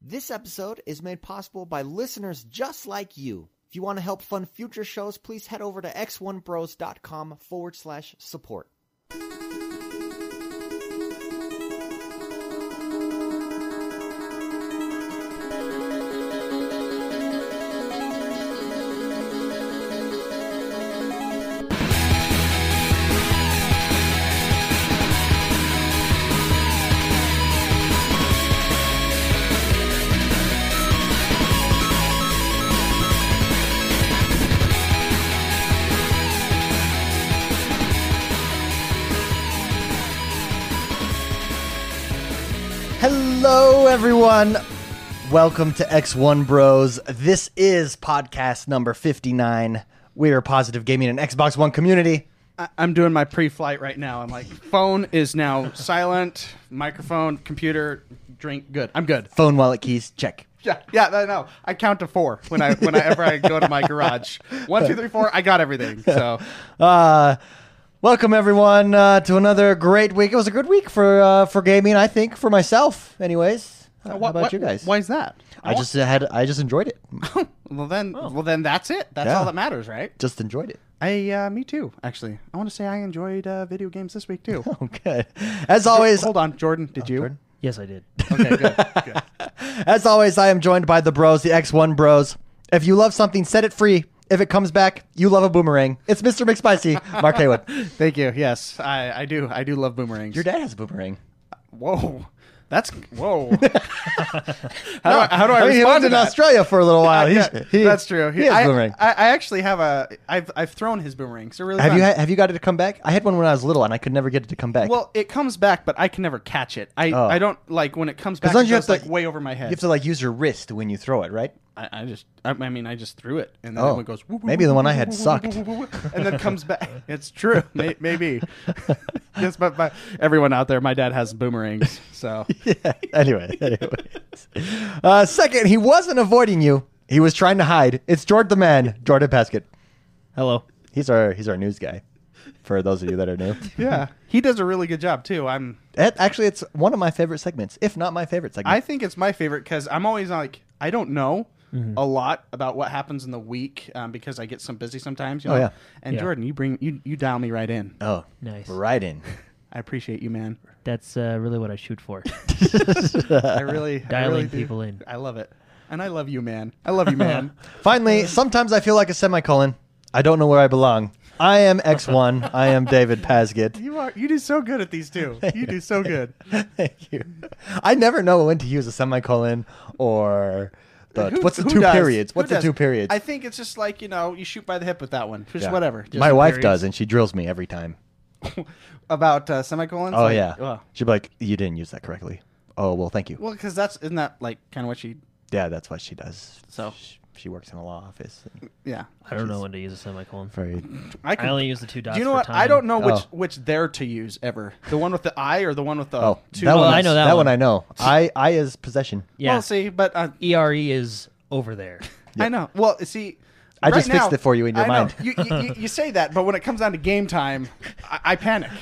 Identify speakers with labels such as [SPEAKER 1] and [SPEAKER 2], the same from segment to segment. [SPEAKER 1] This episode is made possible by listeners just like you. If you want to help fund future shows, please head over to x1bros.com forward slash support. Hello, everyone. Welcome to X1 Bros. This is podcast number 59. We are Positive Gaming and Xbox One community.
[SPEAKER 2] I- I'm doing my pre-flight right now. I'm like, phone is now silent, microphone, computer, drink, good. I'm good.
[SPEAKER 1] Phone, wallet, keys, check.
[SPEAKER 2] Yeah, yeah, I know. I count to four when I whenever I go to my garage. One, two, three, four. I got everything. So
[SPEAKER 1] Uh, welcome, everyone, uh, to another great week. It was a good week for uh, for gaming, I think, for myself, anyways. Uh, How
[SPEAKER 2] Wha-
[SPEAKER 1] about
[SPEAKER 2] what-
[SPEAKER 1] you guys?
[SPEAKER 2] Why is that?
[SPEAKER 1] I just had I just enjoyed it.
[SPEAKER 2] well then well then that's it. That's
[SPEAKER 1] Yeah.
[SPEAKER 2] all that matters, right?
[SPEAKER 1] Just enjoyed it.
[SPEAKER 2] I uh, me too. Actually, I want to say I enjoyed uh, video games this week too.
[SPEAKER 1] Okay. As always,
[SPEAKER 2] Hold on, Oh, Jordan. Did you?
[SPEAKER 1] Jordan?
[SPEAKER 3] Yes, I did.
[SPEAKER 2] Okay, good. good.
[SPEAKER 1] As always, I am joined by the bros, the X1 bros. If you love something, set it free. If it comes back, you love a boomerang. It's Mr. McSpicy, Mark Haywood.
[SPEAKER 2] Thank you. Yes, I, I do. I do love boomerangs.
[SPEAKER 1] Your dad has a boomerang.
[SPEAKER 2] Whoa. That's whoa. how, do I, how do I,
[SPEAKER 1] I mean, he lived
[SPEAKER 2] respond to
[SPEAKER 1] in
[SPEAKER 2] that?
[SPEAKER 1] Australia for a little while. He-
[SPEAKER 2] Yeah,
[SPEAKER 1] he-
[SPEAKER 2] that's true.
[SPEAKER 1] He has
[SPEAKER 2] I,
[SPEAKER 1] boomerang.
[SPEAKER 2] I, I actually have a. I've I've thrown his boomerang. So really,
[SPEAKER 1] have
[SPEAKER 2] fun.
[SPEAKER 1] you had, have you got it to come back? I had one when I was little, and I could never get it to come back.
[SPEAKER 2] Well, it comes back, but I can never catch it. I,
[SPEAKER 1] Oh.
[SPEAKER 2] I don't like when it comes back.
[SPEAKER 1] long
[SPEAKER 2] It
[SPEAKER 1] as you have
[SPEAKER 2] goes like
[SPEAKER 1] to-
[SPEAKER 2] way over my head.
[SPEAKER 1] you have to like use your wrist when you throw it, right?
[SPEAKER 2] I, I just. I, I mean, I just threw it, and then
[SPEAKER 1] Oh.
[SPEAKER 2] it goes. woo, woo,
[SPEAKER 1] Maybe the
[SPEAKER 2] woo,
[SPEAKER 1] one I
[SPEAKER 2] woo,
[SPEAKER 1] had
[SPEAKER 2] woo, woo,
[SPEAKER 1] sucked.
[SPEAKER 2] woo, woo, woo, woo, and then comes back. It's true. May, maybe. yes, but my, everyone out there, my dad has boomerangs. So
[SPEAKER 1] yeah. Anyway, anyways. Uh, second, he wasn't avoiding you. He was trying to hide. It's Jordan the man, Jordan Pescott.
[SPEAKER 3] Hello.
[SPEAKER 1] He's our he's our news guy. For those of you that are new.
[SPEAKER 2] yeah, he does a really good job too. I'm.
[SPEAKER 1] That, actually, it's one of my favorite segments, if not my favorite
[SPEAKER 2] I
[SPEAKER 1] segment.
[SPEAKER 2] think it's my favorite because I'm always like I don't know
[SPEAKER 1] Mm-hmm.
[SPEAKER 2] a lot about what happens in the week um, because I get some busy sometimes. You
[SPEAKER 1] Oh,
[SPEAKER 2] know?
[SPEAKER 1] yeah.
[SPEAKER 2] And
[SPEAKER 3] Yeah.
[SPEAKER 2] Jordan, you bring you you dial me right in.
[SPEAKER 1] oh,
[SPEAKER 3] Nice.
[SPEAKER 1] Right in.
[SPEAKER 2] I appreciate you, man.
[SPEAKER 3] That's uh, really what I shoot for.
[SPEAKER 2] I really I
[SPEAKER 3] Dialing
[SPEAKER 2] really do.
[SPEAKER 3] people in.
[SPEAKER 2] I love it, and I love you, man. I love you, man.
[SPEAKER 1] Finally, sometimes I feel like a semicolon. I don't know where I belong. I am X1. I am David Pasgett.
[SPEAKER 2] you are you do so good at these two. You do so good.
[SPEAKER 1] Thank you. I never know when to use a semicolon or the,
[SPEAKER 2] Who-
[SPEAKER 1] what's the
[SPEAKER 2] who
[SPEAKER 1] two
[SPEAKER 2] does?
[SPEAKER 1] periods? What's
[SPEAKER 2] Who
[SPEAKER 1] the
[SPEAKER 2] does?
[SPEAKER 1] two periods?
[SPEAKER 2] I think it's just like you know you shoot by the hip with that one. Just
[SPEAKER 1] Yeah.
[SPEAKER 2] whatever. Just
[SPEAKER 1] My wife
[SPEAKER 3] periods.
[SPEAKER 1] does, and she drills me every time.
[SPEAKER 2] about uh, semicolons.
[SPEAKER 1] Oh,
[SPEAKER 2] like,
[SPEAKER 1] yeah.
[SPEAKER 2] oh.
[SPEAKER 1] She'd be like, You didn't use that correctly. Oh, well, thank you.
[SPEAKER 2] Well, because that's isn't that like kind of what she.
[SPEAKER 1] yeah, that's what she does.
[SPEAKER 2] So.
[SPEAKER 1] She, she works in a law office.
[SPEAKER 2] Yeah.
[SPEAKER 3] I don't know when to use a semicolon.
[SPEAKER 1] Very.
[SPEAKER 2] I
[SPEAKER 3] I only use the two dots.
[SPEAKER 2] Do you know
[SPEAKER 3] for
[SPEAKER 2] what?
[SPEAKER 3] Time.
[SPEAKER 2] I don't know which
[SPEAKER 1] Oh.
[SPEAKER 2] which there to use ever. The one with the I or the one with the
[SPEAKER 1] Oh,
[SPEAKER 2] two.
[SPEAKER 1] that
[SPEAKER 3] Well,
[SPEAKER 1] one
[SPEAKER 3] I
[SPEAKER 1] is-
[SPEAKER 3] know that
[SPEAKER 1] that one.
[SPEAKER 3] one.
[SPEAKER 1] I know. I I is possession.
[SPEAKER 3] Yeah.
[SPEAKER 2] Well, see, but uh,
[SPEAKER 3] ERE is over there.
[SPEAKER 2] I know. Well, see.
[SPEAKER 1] I
[SPEAKER 2] right
[SPEAKER 1] just fixed
[SPEAKER 2] now-
[SPEAKER 1] it for you in your
[SPEAKER 2] I know.
[SPEAKER 1] mind.
[SPEAKER 2] You, you, you- you say that, but when it comes down to game time, I, I panic.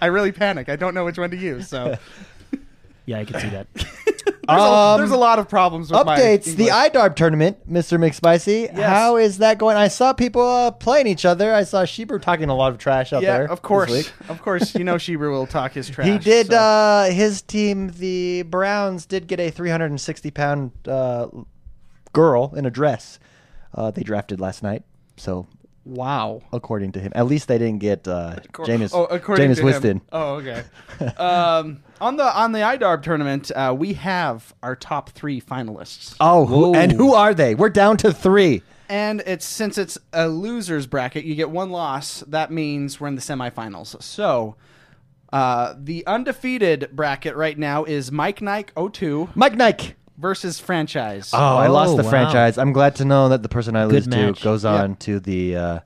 [SPEAKER 2] I really panic. I don't know which one to use. So there's,
[SPEAKER 3] Yeah, I can see that.
[SPEAKER 2] a,
[SPEAKER 1] Um,
[SPEAKER 2] there's a lot of problems with my
[SPEAKER 1] Updates the
[SPEAKER 2] English.
[SPEAKER 1] IDARB tournament, Mr. McSpicy. How is that going? I saw people uh, playing each other. I saw Sheber talking a lot of trash out
[SPEAKER 2] Yeah,
[SPEAKER 1] there.
[SPEAKER 2] of
[SPEAKER 1] this
[SPEAKER 2] course,
[SPEAKER 1] week.
[SPEAKER 2] of course. You know, Shebrew will talk his trash.
[SPEAKER 1] He did.
[SPEAKER 2] so-
[SPEAKER 1] Uh, his team, the Browns, did get a 360 pound uh, girl in a dress. Uh, they drafted last night. So,
[SPEAKER 2] wow.
[SPEAKER 1] according to him, at least they didn't get uh,
[SPEAKER 2] Cor-
[SPEAKER 1] Jameis,
[SPEAKER 2] oh, according
[SPEAKER 1] Jameis
[SPEAKER 2] to him.
[SPEAKER 1] Winston.
[SPEAKER 2] Oh, okay. um, on the on the IDARB tournament, uh, we have our top three finalists,
[SPEAKER 1] Oh, who,
[SPEAKER 3] Whoa.
[SPEAKER 1] and who are they? We're down to three.
[SPEAKER 2] and it's since it's a losers bracket, you get one loss. That means we're in the semifinals. So. Uh, the undefeated bracket right now is Mike Nike 02
[SPEAKER 1] Mike Nike.
[SPEAKER 2] versus franchise.
[SPEAKER 1] Oh, I lost
[SPEAKER 3] Oh,
[SPEAKER 1] the
[SPEAKER 3] wow.
[SPEAKER 1] franchise. I'm glad to know that the person I lose to
[SPEAKER 3] match.
[SPEAKER 1] goes on to the uh,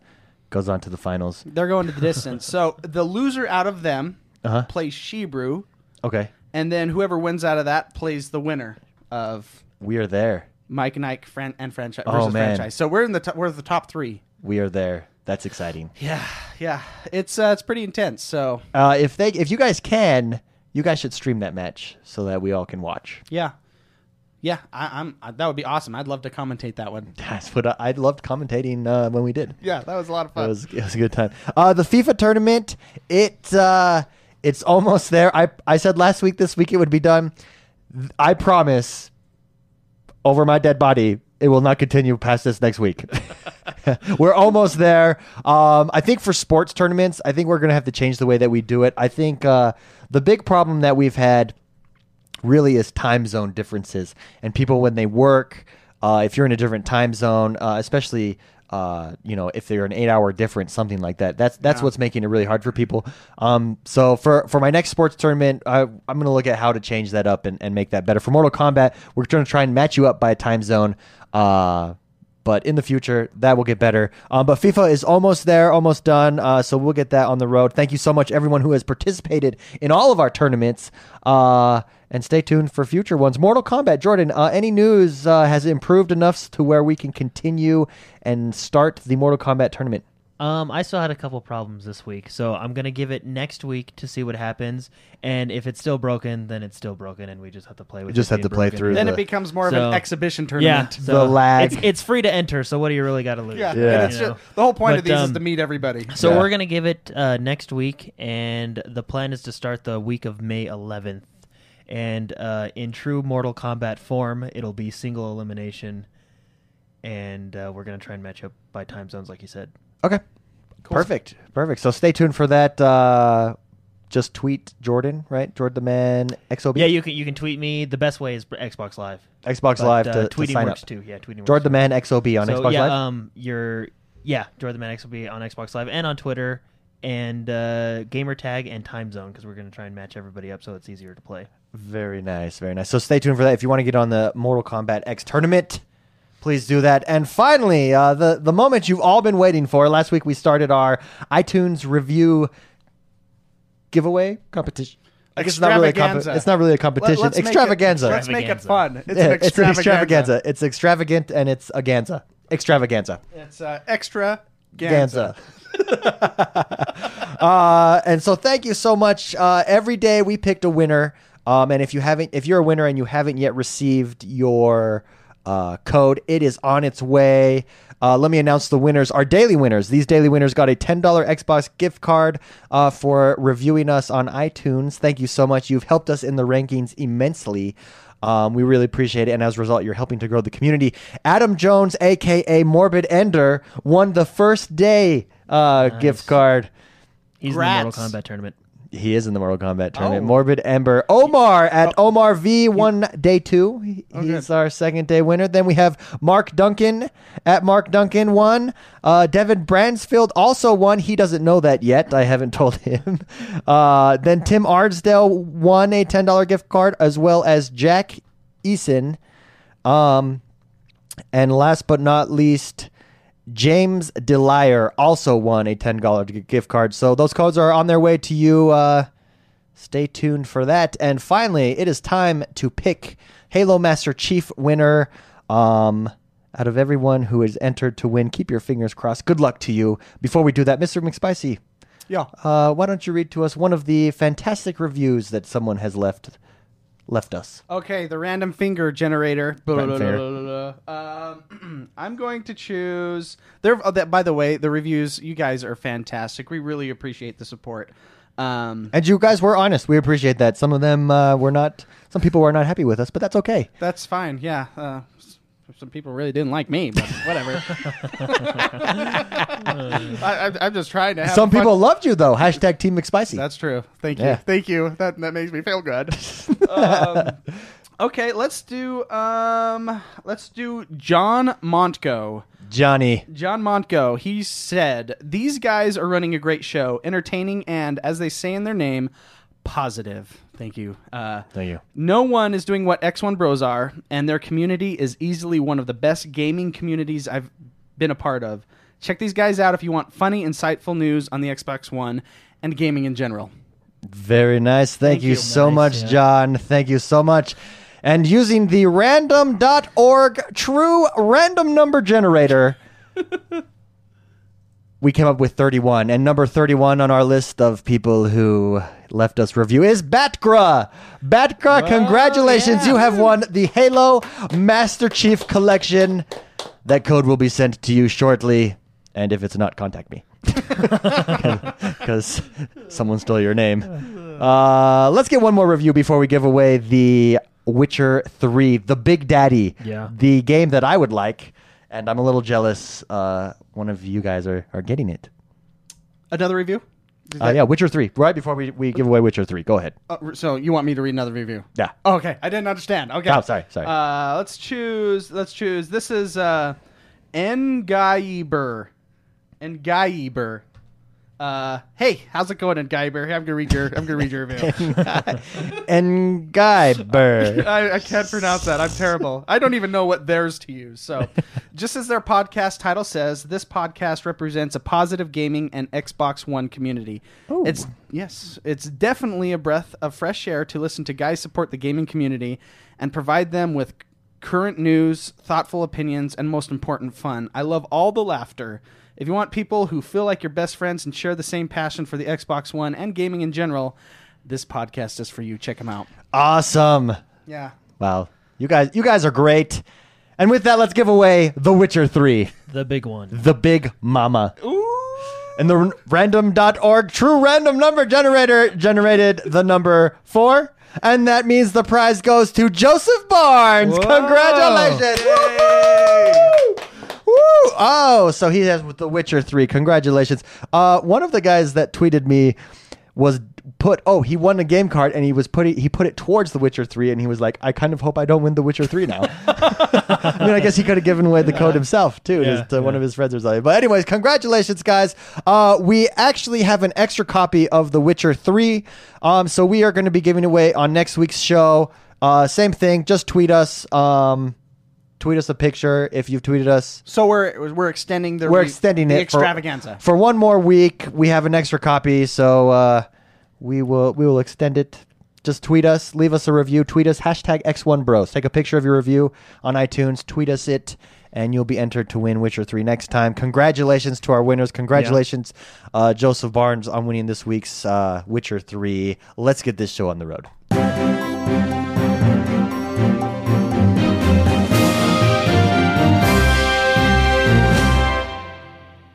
[SPEAKER 1] goes on to the finals.
[SPEAKER 2] They're going to the distance. so the loser out of them
[SPEAKER 1] Uh-huh.
[SPEAKER 2] plays Shebrew,
[SPEAKER 1] Okay,
[SPEAKER 2] and then whoever wins out of that plays the winner of
[SPEAKER 1] we are there.
[SPEAKER 2] Mike Nike fran- and franchise
[SPEAKER 1] Oh,
[SPEAKER 2] versus
[SPEAKER 1] man.
[SPEAKER 2] franchise. So we're in the top, we're the top three.
[SPEAKER 1] We are there. That's exciting.
[SPEAKER 2] Yeah, yeah. It's uh, it's pretty intense. So
[SPEAKER 1] Uh, if they, if you guys can, you guys should stream that match so that we all can watch.
[SPEAKER 2] yeah, Yeah, I, I'm. I, that would be awesome. I'd love to commentate that one.
[SPEAKER 1] That's what I, I loved commentating uh, when we did.
[SPEAKER 2] Yeah, that was a lot of
[SPEAKER 1] It was, it was a good time. Uh, the FIFA tournament, it uh, it's almost there. I I said last week, this week it would be done. Th- I promise, over my dead body, it will not continue past this next week. we're almost there. Um, I think for sports tournaments, I think we're gonna have to change the way that we do it. I think uh, the big problem that we've had really is time zone differences and people when they work uh, if you're in a different time zone uh, especially uh, you know if they're an eight hour difference something like that that's that's what's making it really hard for people um, so for for my next sports tournament I, i'm going to look at how to change that up and, and make that better for mortal kombat we're going to try and match you up by a time zone uh, but in the future that will get better um, but fifa is almost there almost done uh, so we'll get that on the road thank you so much everyone who has participated in all of our tournaments uh, and stay tuned for future ones mortal kombat jordan uh, any news uh, has improved enough to where we can continue and start the mortal kombat tournament
[SPEAKER 3] Um, I still had a couple problems this week, so I'm gonna give it next week to see what happens. And if it's still broken, then it's still broken, and we just have to play with.
[SPEAKER 1] just
[SPEAKER 3] it
[SPEAKER 1] have to
[SPEAKER 3] being
[SPEAKER 1] play
[SPEAKER 3] broken.
[SPEAKER 1] through
[SPEAKER 2] Then
[SPEAKER 1] the-
[SPEAKER 2] it becomes more of
[SPEAKER 3] So-
[SPEAKER 2] an exhibition
[SPEAKER 3] Yeah,
[SPEAKER 2] tournament.
[SPEAKER 3] so
[SPEAKER 1] The lag.
[SPEAKER 3] It's, it's free to enter, so what do you really got to lose?
[SPEAKER 2] Yeah,
[SPEAKER 1] Yeah.
[SPEAKER 2] and it's
[SPEAKER 3] You
[SPEAKER 2] just-
[SPEAKER 3] know?
[SPEAKER 2] the whole point of
[SPEAKER 3] But,
[SPEAKER 2] these is
[SPEAKER 3] um,
[SPEAKER 2] to meet everybody.
[SPEAKER 3] So
[SPEAKER 1] Yeah.
[SPEAKER 3] we're gonna give it uh, next week, and the plan is to start the week of May 11th. And uh, in true Mortal Kombat form, it'll be single elimination, and uh, we're gonna try and match up by time zones, like you said.
[SPEAKER 1] okay perfect perfect so stay tuned for that uh, just tweet jordan right jordan the man xob
[SPEAKER 3] Yeah, you can you can tweet me. The best way is Xbox Live.
[SPEAKER 1] xbox
[SPEAKER 3] But,
[SPEAKER 1] live
[SPEAKER 3] uh,
[SPEAKER 1] to,
[SPEAKER 3] tweeting
[SPEAKER 1] to sign
[SPEAKER 3] works
[SPEAKER 1] up
[SPEAKER 3] too. Yeah, tweeting
[SPEAKER 1] jordan the man
[SPEAKER 3] works.
[SPEAKER 1] xob on
[SPEAKER 3] so,
[SPEAKER 1] xbox
[SPEAKER 3] yeah,
[SPEAKER 1] live
[SPEAKER 3] Um, your yeah, Jordan the Man X will be on Xbox Live and on Twitter and uh, gamer tag and time zone because we're gonna try and match everybody up so it's easier to play.
[SPEAKER 1] Very nice, very nice. So stay tuned for that. If you want to get on the Mortal Kombat X tournament, please do that. And finally, uh, the the moment you've all been waiting for. Last week we started our iTunes review giveaway competition. I guess it's not really a comp-
[SPEAKER 2] Extravaganza.
[SPEAKER 1] it's not really a competition.
[SPEAKER 2] Let- let's make it-
[SPEAKER 1] extravaganza.
[SPEAKER 2] let's make it
[SPEAKER 3] Extravaganza.
[SPEAKER 2] fun. It's,
[SPEAKER 1] Yeah,
[SPEAKER 2] an
[SPEAKER 1] it's an extravaganza. It's extravagant and it's a ganza. Extravaganza.
[SPEAKER 2] It's uh, extra
[SPEAKER 1] Ganza. uh, and so thank you so much. Uh, every day we picked a winner. Um, and if you haven't, if you're a winner and you haven't yet received your uh, code, it is on its way. Uh, let me announce the winners. Our daily winners. These daily winners got a ten dollar Xbox gift card uh, for reviewing us on iTunes. Thank you so much. You've helped us in the rankings immensely. Um, we really appreciate it, and as a result, you're helping to grow the community. Adam Jones, aka Morbid Ender, won the first day uh, gift card.
[SPEAKER 3] He's in the
[SPEAKER 2] Grats.
[SPEAKER 3] Mortal Kombat tournament.
[SPEAKER 1] He is in the Mortal Kombat tournament.
[SPEAKER 2] Oh.
[SPEAKER 1] Morbid Ember, Omar at Omar V one day two. He- He's
[SPEAKER 2] good.
[SPEAKER 1] our second day winner. Then we have Mark Duncan at Mark Duncan one. Uh, Devin Bransfield also won. He doesn't know that yet. I haven't told him. Uh, then Tim Ardsdale won a ten dollar gift card as well as Jack Eason. Um, and last but not least, James Delire also won a ten dollar gift card. So those codes are on their way to you. Uh, stay tuned for that. And finally, it is time to pick Halo Master Chief winner. Um, out of everyone who is entered to win, keep your fingers crossed. Good luck to you. Before we do that, Mr. McSpicy,
[SPEAKER 2] Yeah.
[SPEAKER 1] uh, why don't you read to us one of the fantastic reviews that someone has left left us?
[SPEAKER 2] Okay, the random finger generator. Blah, blah,
[SPEAKER 1] fair.
[SPEAKER 2] blah, blah, blah. Um, I'm going to choose. There. Oh, that, by the way, the reviews. You guys are fantastic. We really appreciate the support. Um,
[SPEAKER 1] And you guys were honest. We appreciate that. Some of them uh, were not. Some people were not happy with us, but that's okay.
[SPEAKER 2] that's fine. Yeah. Uh, s- some people really didn't like me, but whatever. I, I'm, I'm just trying to. Have
[SPEAKER 1] Some
[SPEAKER 2] fun.
[SPEAKER 1] people loved you though. Hashtag Team McSpicy.
[SPEAKER 2] That's true. Thank
[SPEAKER 1] Yeah.
[SPEAKER 2] you. Thank you. That that makes me feel good. um, okay, let's do um let's do John Montgo.
[SPEAKER 1] Johnny.
[SPEAKER 2] John Montgo, he said, "These guys are running a great show, entertaining and as they say in their name, positive." Thank you. Uh
[SPEAKER 1] Thank you.
[SPEAKER 2] no one is doing what X1 Bros are, and their community is easily one of the best gaming communities I've been a part of. Check these guys out if you want funny, insightful news on the Xbox One and gaming in general.
[SPEAKER 1] Very nice. Thank, you,
[SPEAKER 2] you.
[SPEAKER 1] so
[SPEAKER 3] Nice,
[SPEAKER 1] much,
[SPEAKER 3] yeah.
[SPEAKER 1] John. Thank you so much. And using the random.org true random number generator, we came up with 31. And number 31 on our list of people who left us review is Batgra. Batgra, congratulations.
[SPEAKER 2] yeah.
[SPEAKER 1] You have won the Halo Master Chief Collection. That code will be sent to you shortly. And if it's not, contact me. Because someone stole your name. Uh, let's get one more review before we give away the Witcher 3, The Big Daddy.
[SPEAKER 3] Yeah.
[SPEAKER 1] The game that I would like. And I'm a little jealous. Uh, one of you guys are, are getting it.
[SPEAKER 2] Another review? Is
[SPEAKER 1] Uh,
[SPEAKER 2] that-
[SPEAKER 1] yeah, Witcher 3. Right before we, we give away Witcher 3. Go ahead.
[SPEAKER 2] Uh, so you want me to read another review?
[SPEAKER 1] Yeah.
[SPEAKER 2] Oh, okay, I didn't understand. Okay.
[SPEAKER 1] Oh, sorry, sorry.
[SPEAKER 2] Uh, let's choose. Let's choose. This is uh, Ngaiber. Ngaiber. Uh, hey, how's it going, Ngaiber? I'm gonna read your. I'm gonna read your review.
[SPEAKER 1] and Guy Bird.
[SPEAKER 2] I, I can't pronounce that. I'm terrible. I don't even know what theirs to use. So, just as their podcast title says, this podcast represents a positive gaming and Xbox One community. It's yes, it's definitely a breath of fresh air to listen to guys support the gaming community and provide them with current news, thoughtful opinions, and most important, fun. I love all the laughter. If you want people who feel like your best friends and share the same passion for the Xbox One and gaming in general, this podcast is for you. Check them out.
[SPEAKER 1] Awesome.
[SPEAKER 2] Yeah.
[SPEAKER 1] Wow. You guys you guys are great. And with that, let's give away The Witcher 3,
[SPEAKER 3] The big one.
[SPEAKER 1] The Big Mama.
[SPEAKER 2] Ooh.
[SPEAKER 1] And the random.org true random number generator generated the number 4, and that means the prize goes to Joseph Barnes.
[SPEAKER 2] Whoa.
[SPEAKER 1] Congratulations. Woo! Woo! Oh, so he has with The Witcher 3. Congratulations. Uh, one of the guys that tweeted me was put oh he won a game card and he was putting he put it towards the witcher 3 and he was like i kind of hope i don't win the witcher 3 now i mean i guess he could have given away the code himself too
[SPEAKER 3] Yeah,
[SPEAKER 1] to one
[SPEAKER 3] yeah.
[SPEAKER 1] of his friends or something but anyways congratulations guys uh, we actually have an extra copy of the witcher 3 um, so we are going to be giving away on next week's show uh, same thing just tweet us um, tweet us a picture if you've tweeted us
[SPEAKER 2] So we're we're extending the
[SPEAKER 1] we're
[SPEAKER 2] re-
[SPEAKER 1] extending
[SPEAKER 2] the
[SPEAKER 1] it for-
[SPEAKER 2] extravaganza.
[SPEAKER 1] For, one more week. We have an extra copy, so uh, we will we will extend it. Just tweet us, leave us a review, tweet us hashtag X1Bros. Take a picture of your review on iTunes, tweet us it, and you'll be entered to win Witcher Three next time. Congratulations to our winners! Congratulations, uh, Joseph Barnes, on winning this week's uh, Witcher Three. Let's get this show on the road.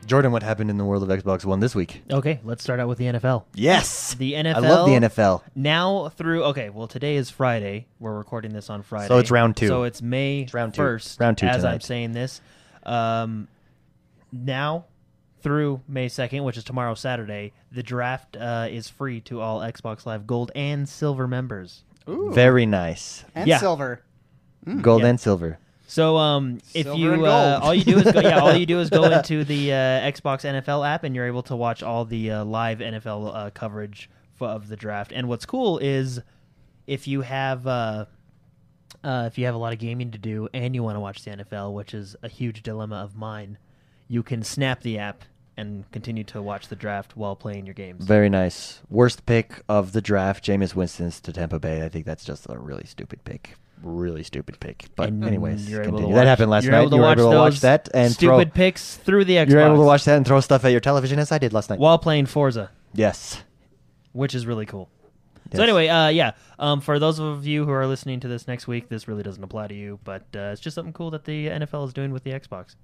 [SPEAKER 1] Jordan, what happened in the world of Xbox One this week?
[SPEAKER 3] Okay, let's start out with the NFL.
[SPEAKER 1] Yes,
[SPEAKER 3] The
[SPEAKER 1] I love the
[SPEAKER 3] NFL.
[SPEAKER 1] NFL.
[SPEAKER 3] Now through okay, well today is Friday. We're recording this on Friday.
[SPEAKER 1] So it's round two.
[SPEAKER 3] So it's May
[SPEAKER 1] round two.
[SPEAKER 3] first.
[SPEAKER 1] Round two
[SPEAKER 3] As
[SPEAKER 1] tonight.
[SPEAKER 3] I'm saying this, um, now through May second, which is tomorrow Saturday, the draft uh, is free to all Xbox Live Gold and Silver members.
[SPEAKER 2] Ooh.
[SPEAKER 1] Very nice.
[SPEAKER 2] and
[SPEAKER 3] yeah.
[SPEAKER 2] silver.
[SPEAKER 1] Gold
[SPEAKER 3] Yeah.
[SPEAKER 1] and silver.
[SPEAKER 3] So um, if
[SPEAKER 2] Silver
[SPEAKER 3] you
[SPEAKER 2] and
[SPEAKER 3] uh,
[SPEAKER 2] gold.
[SPEAKER 3] all you do is go, yeah, all you do is go into the uh, Xbox NFL app and you're able to watch all the uh, live NFL uh, coverage f- of the draft. And what's cool is if you have uh, uh, if you have a lot of gaming to do and you want to watch the NFL, which is a huge dilemma of mine, you can snap the app and continue to watch the draft while playing your games.
[SPEAKER 1] Very nice. Worst pick of the draft, Jameis Winston's to Tampa Bay. I think that's just a really stupid pick. Really stupid pick. But
[SPEAKER 3] And
[SPEAKER 1] anyways,
[SPEAKER 3] you're able to
[SPEAKER 1] continue.
[SPEAKER 3] watch-
[SPEAKER 1] that happened last
[SPEAKER 3] you're
[SPEAKER 1] night.
[SPEAKER 3] Able to
[SPEAKER 1] you were
[SPEAKER 3] watch
[SPEAKER 1] able to
[SPEAKER 3] those
[SPEAKER 1] watch that and
[SPEAKER 3] stupid
[SPEAKER 1] throw,
[SPEAKER 3] picks through the Xbox.
[SPEAKER 1] You're able to watch that and throw stuff at your television as I did last night.
[SPEAKER 3] while playing Forza.
[SPEAKER 1] yes.
[SPEAKER 3] which is really cool.
[SPEAKER 1] Yes.
[SPEAKER 3] So anyway, uh, yeah. Um, for those of you who are listening to this next week, this really doesn't apply to you, but uh, it's just something cool that the NFL is doing with the Xbox.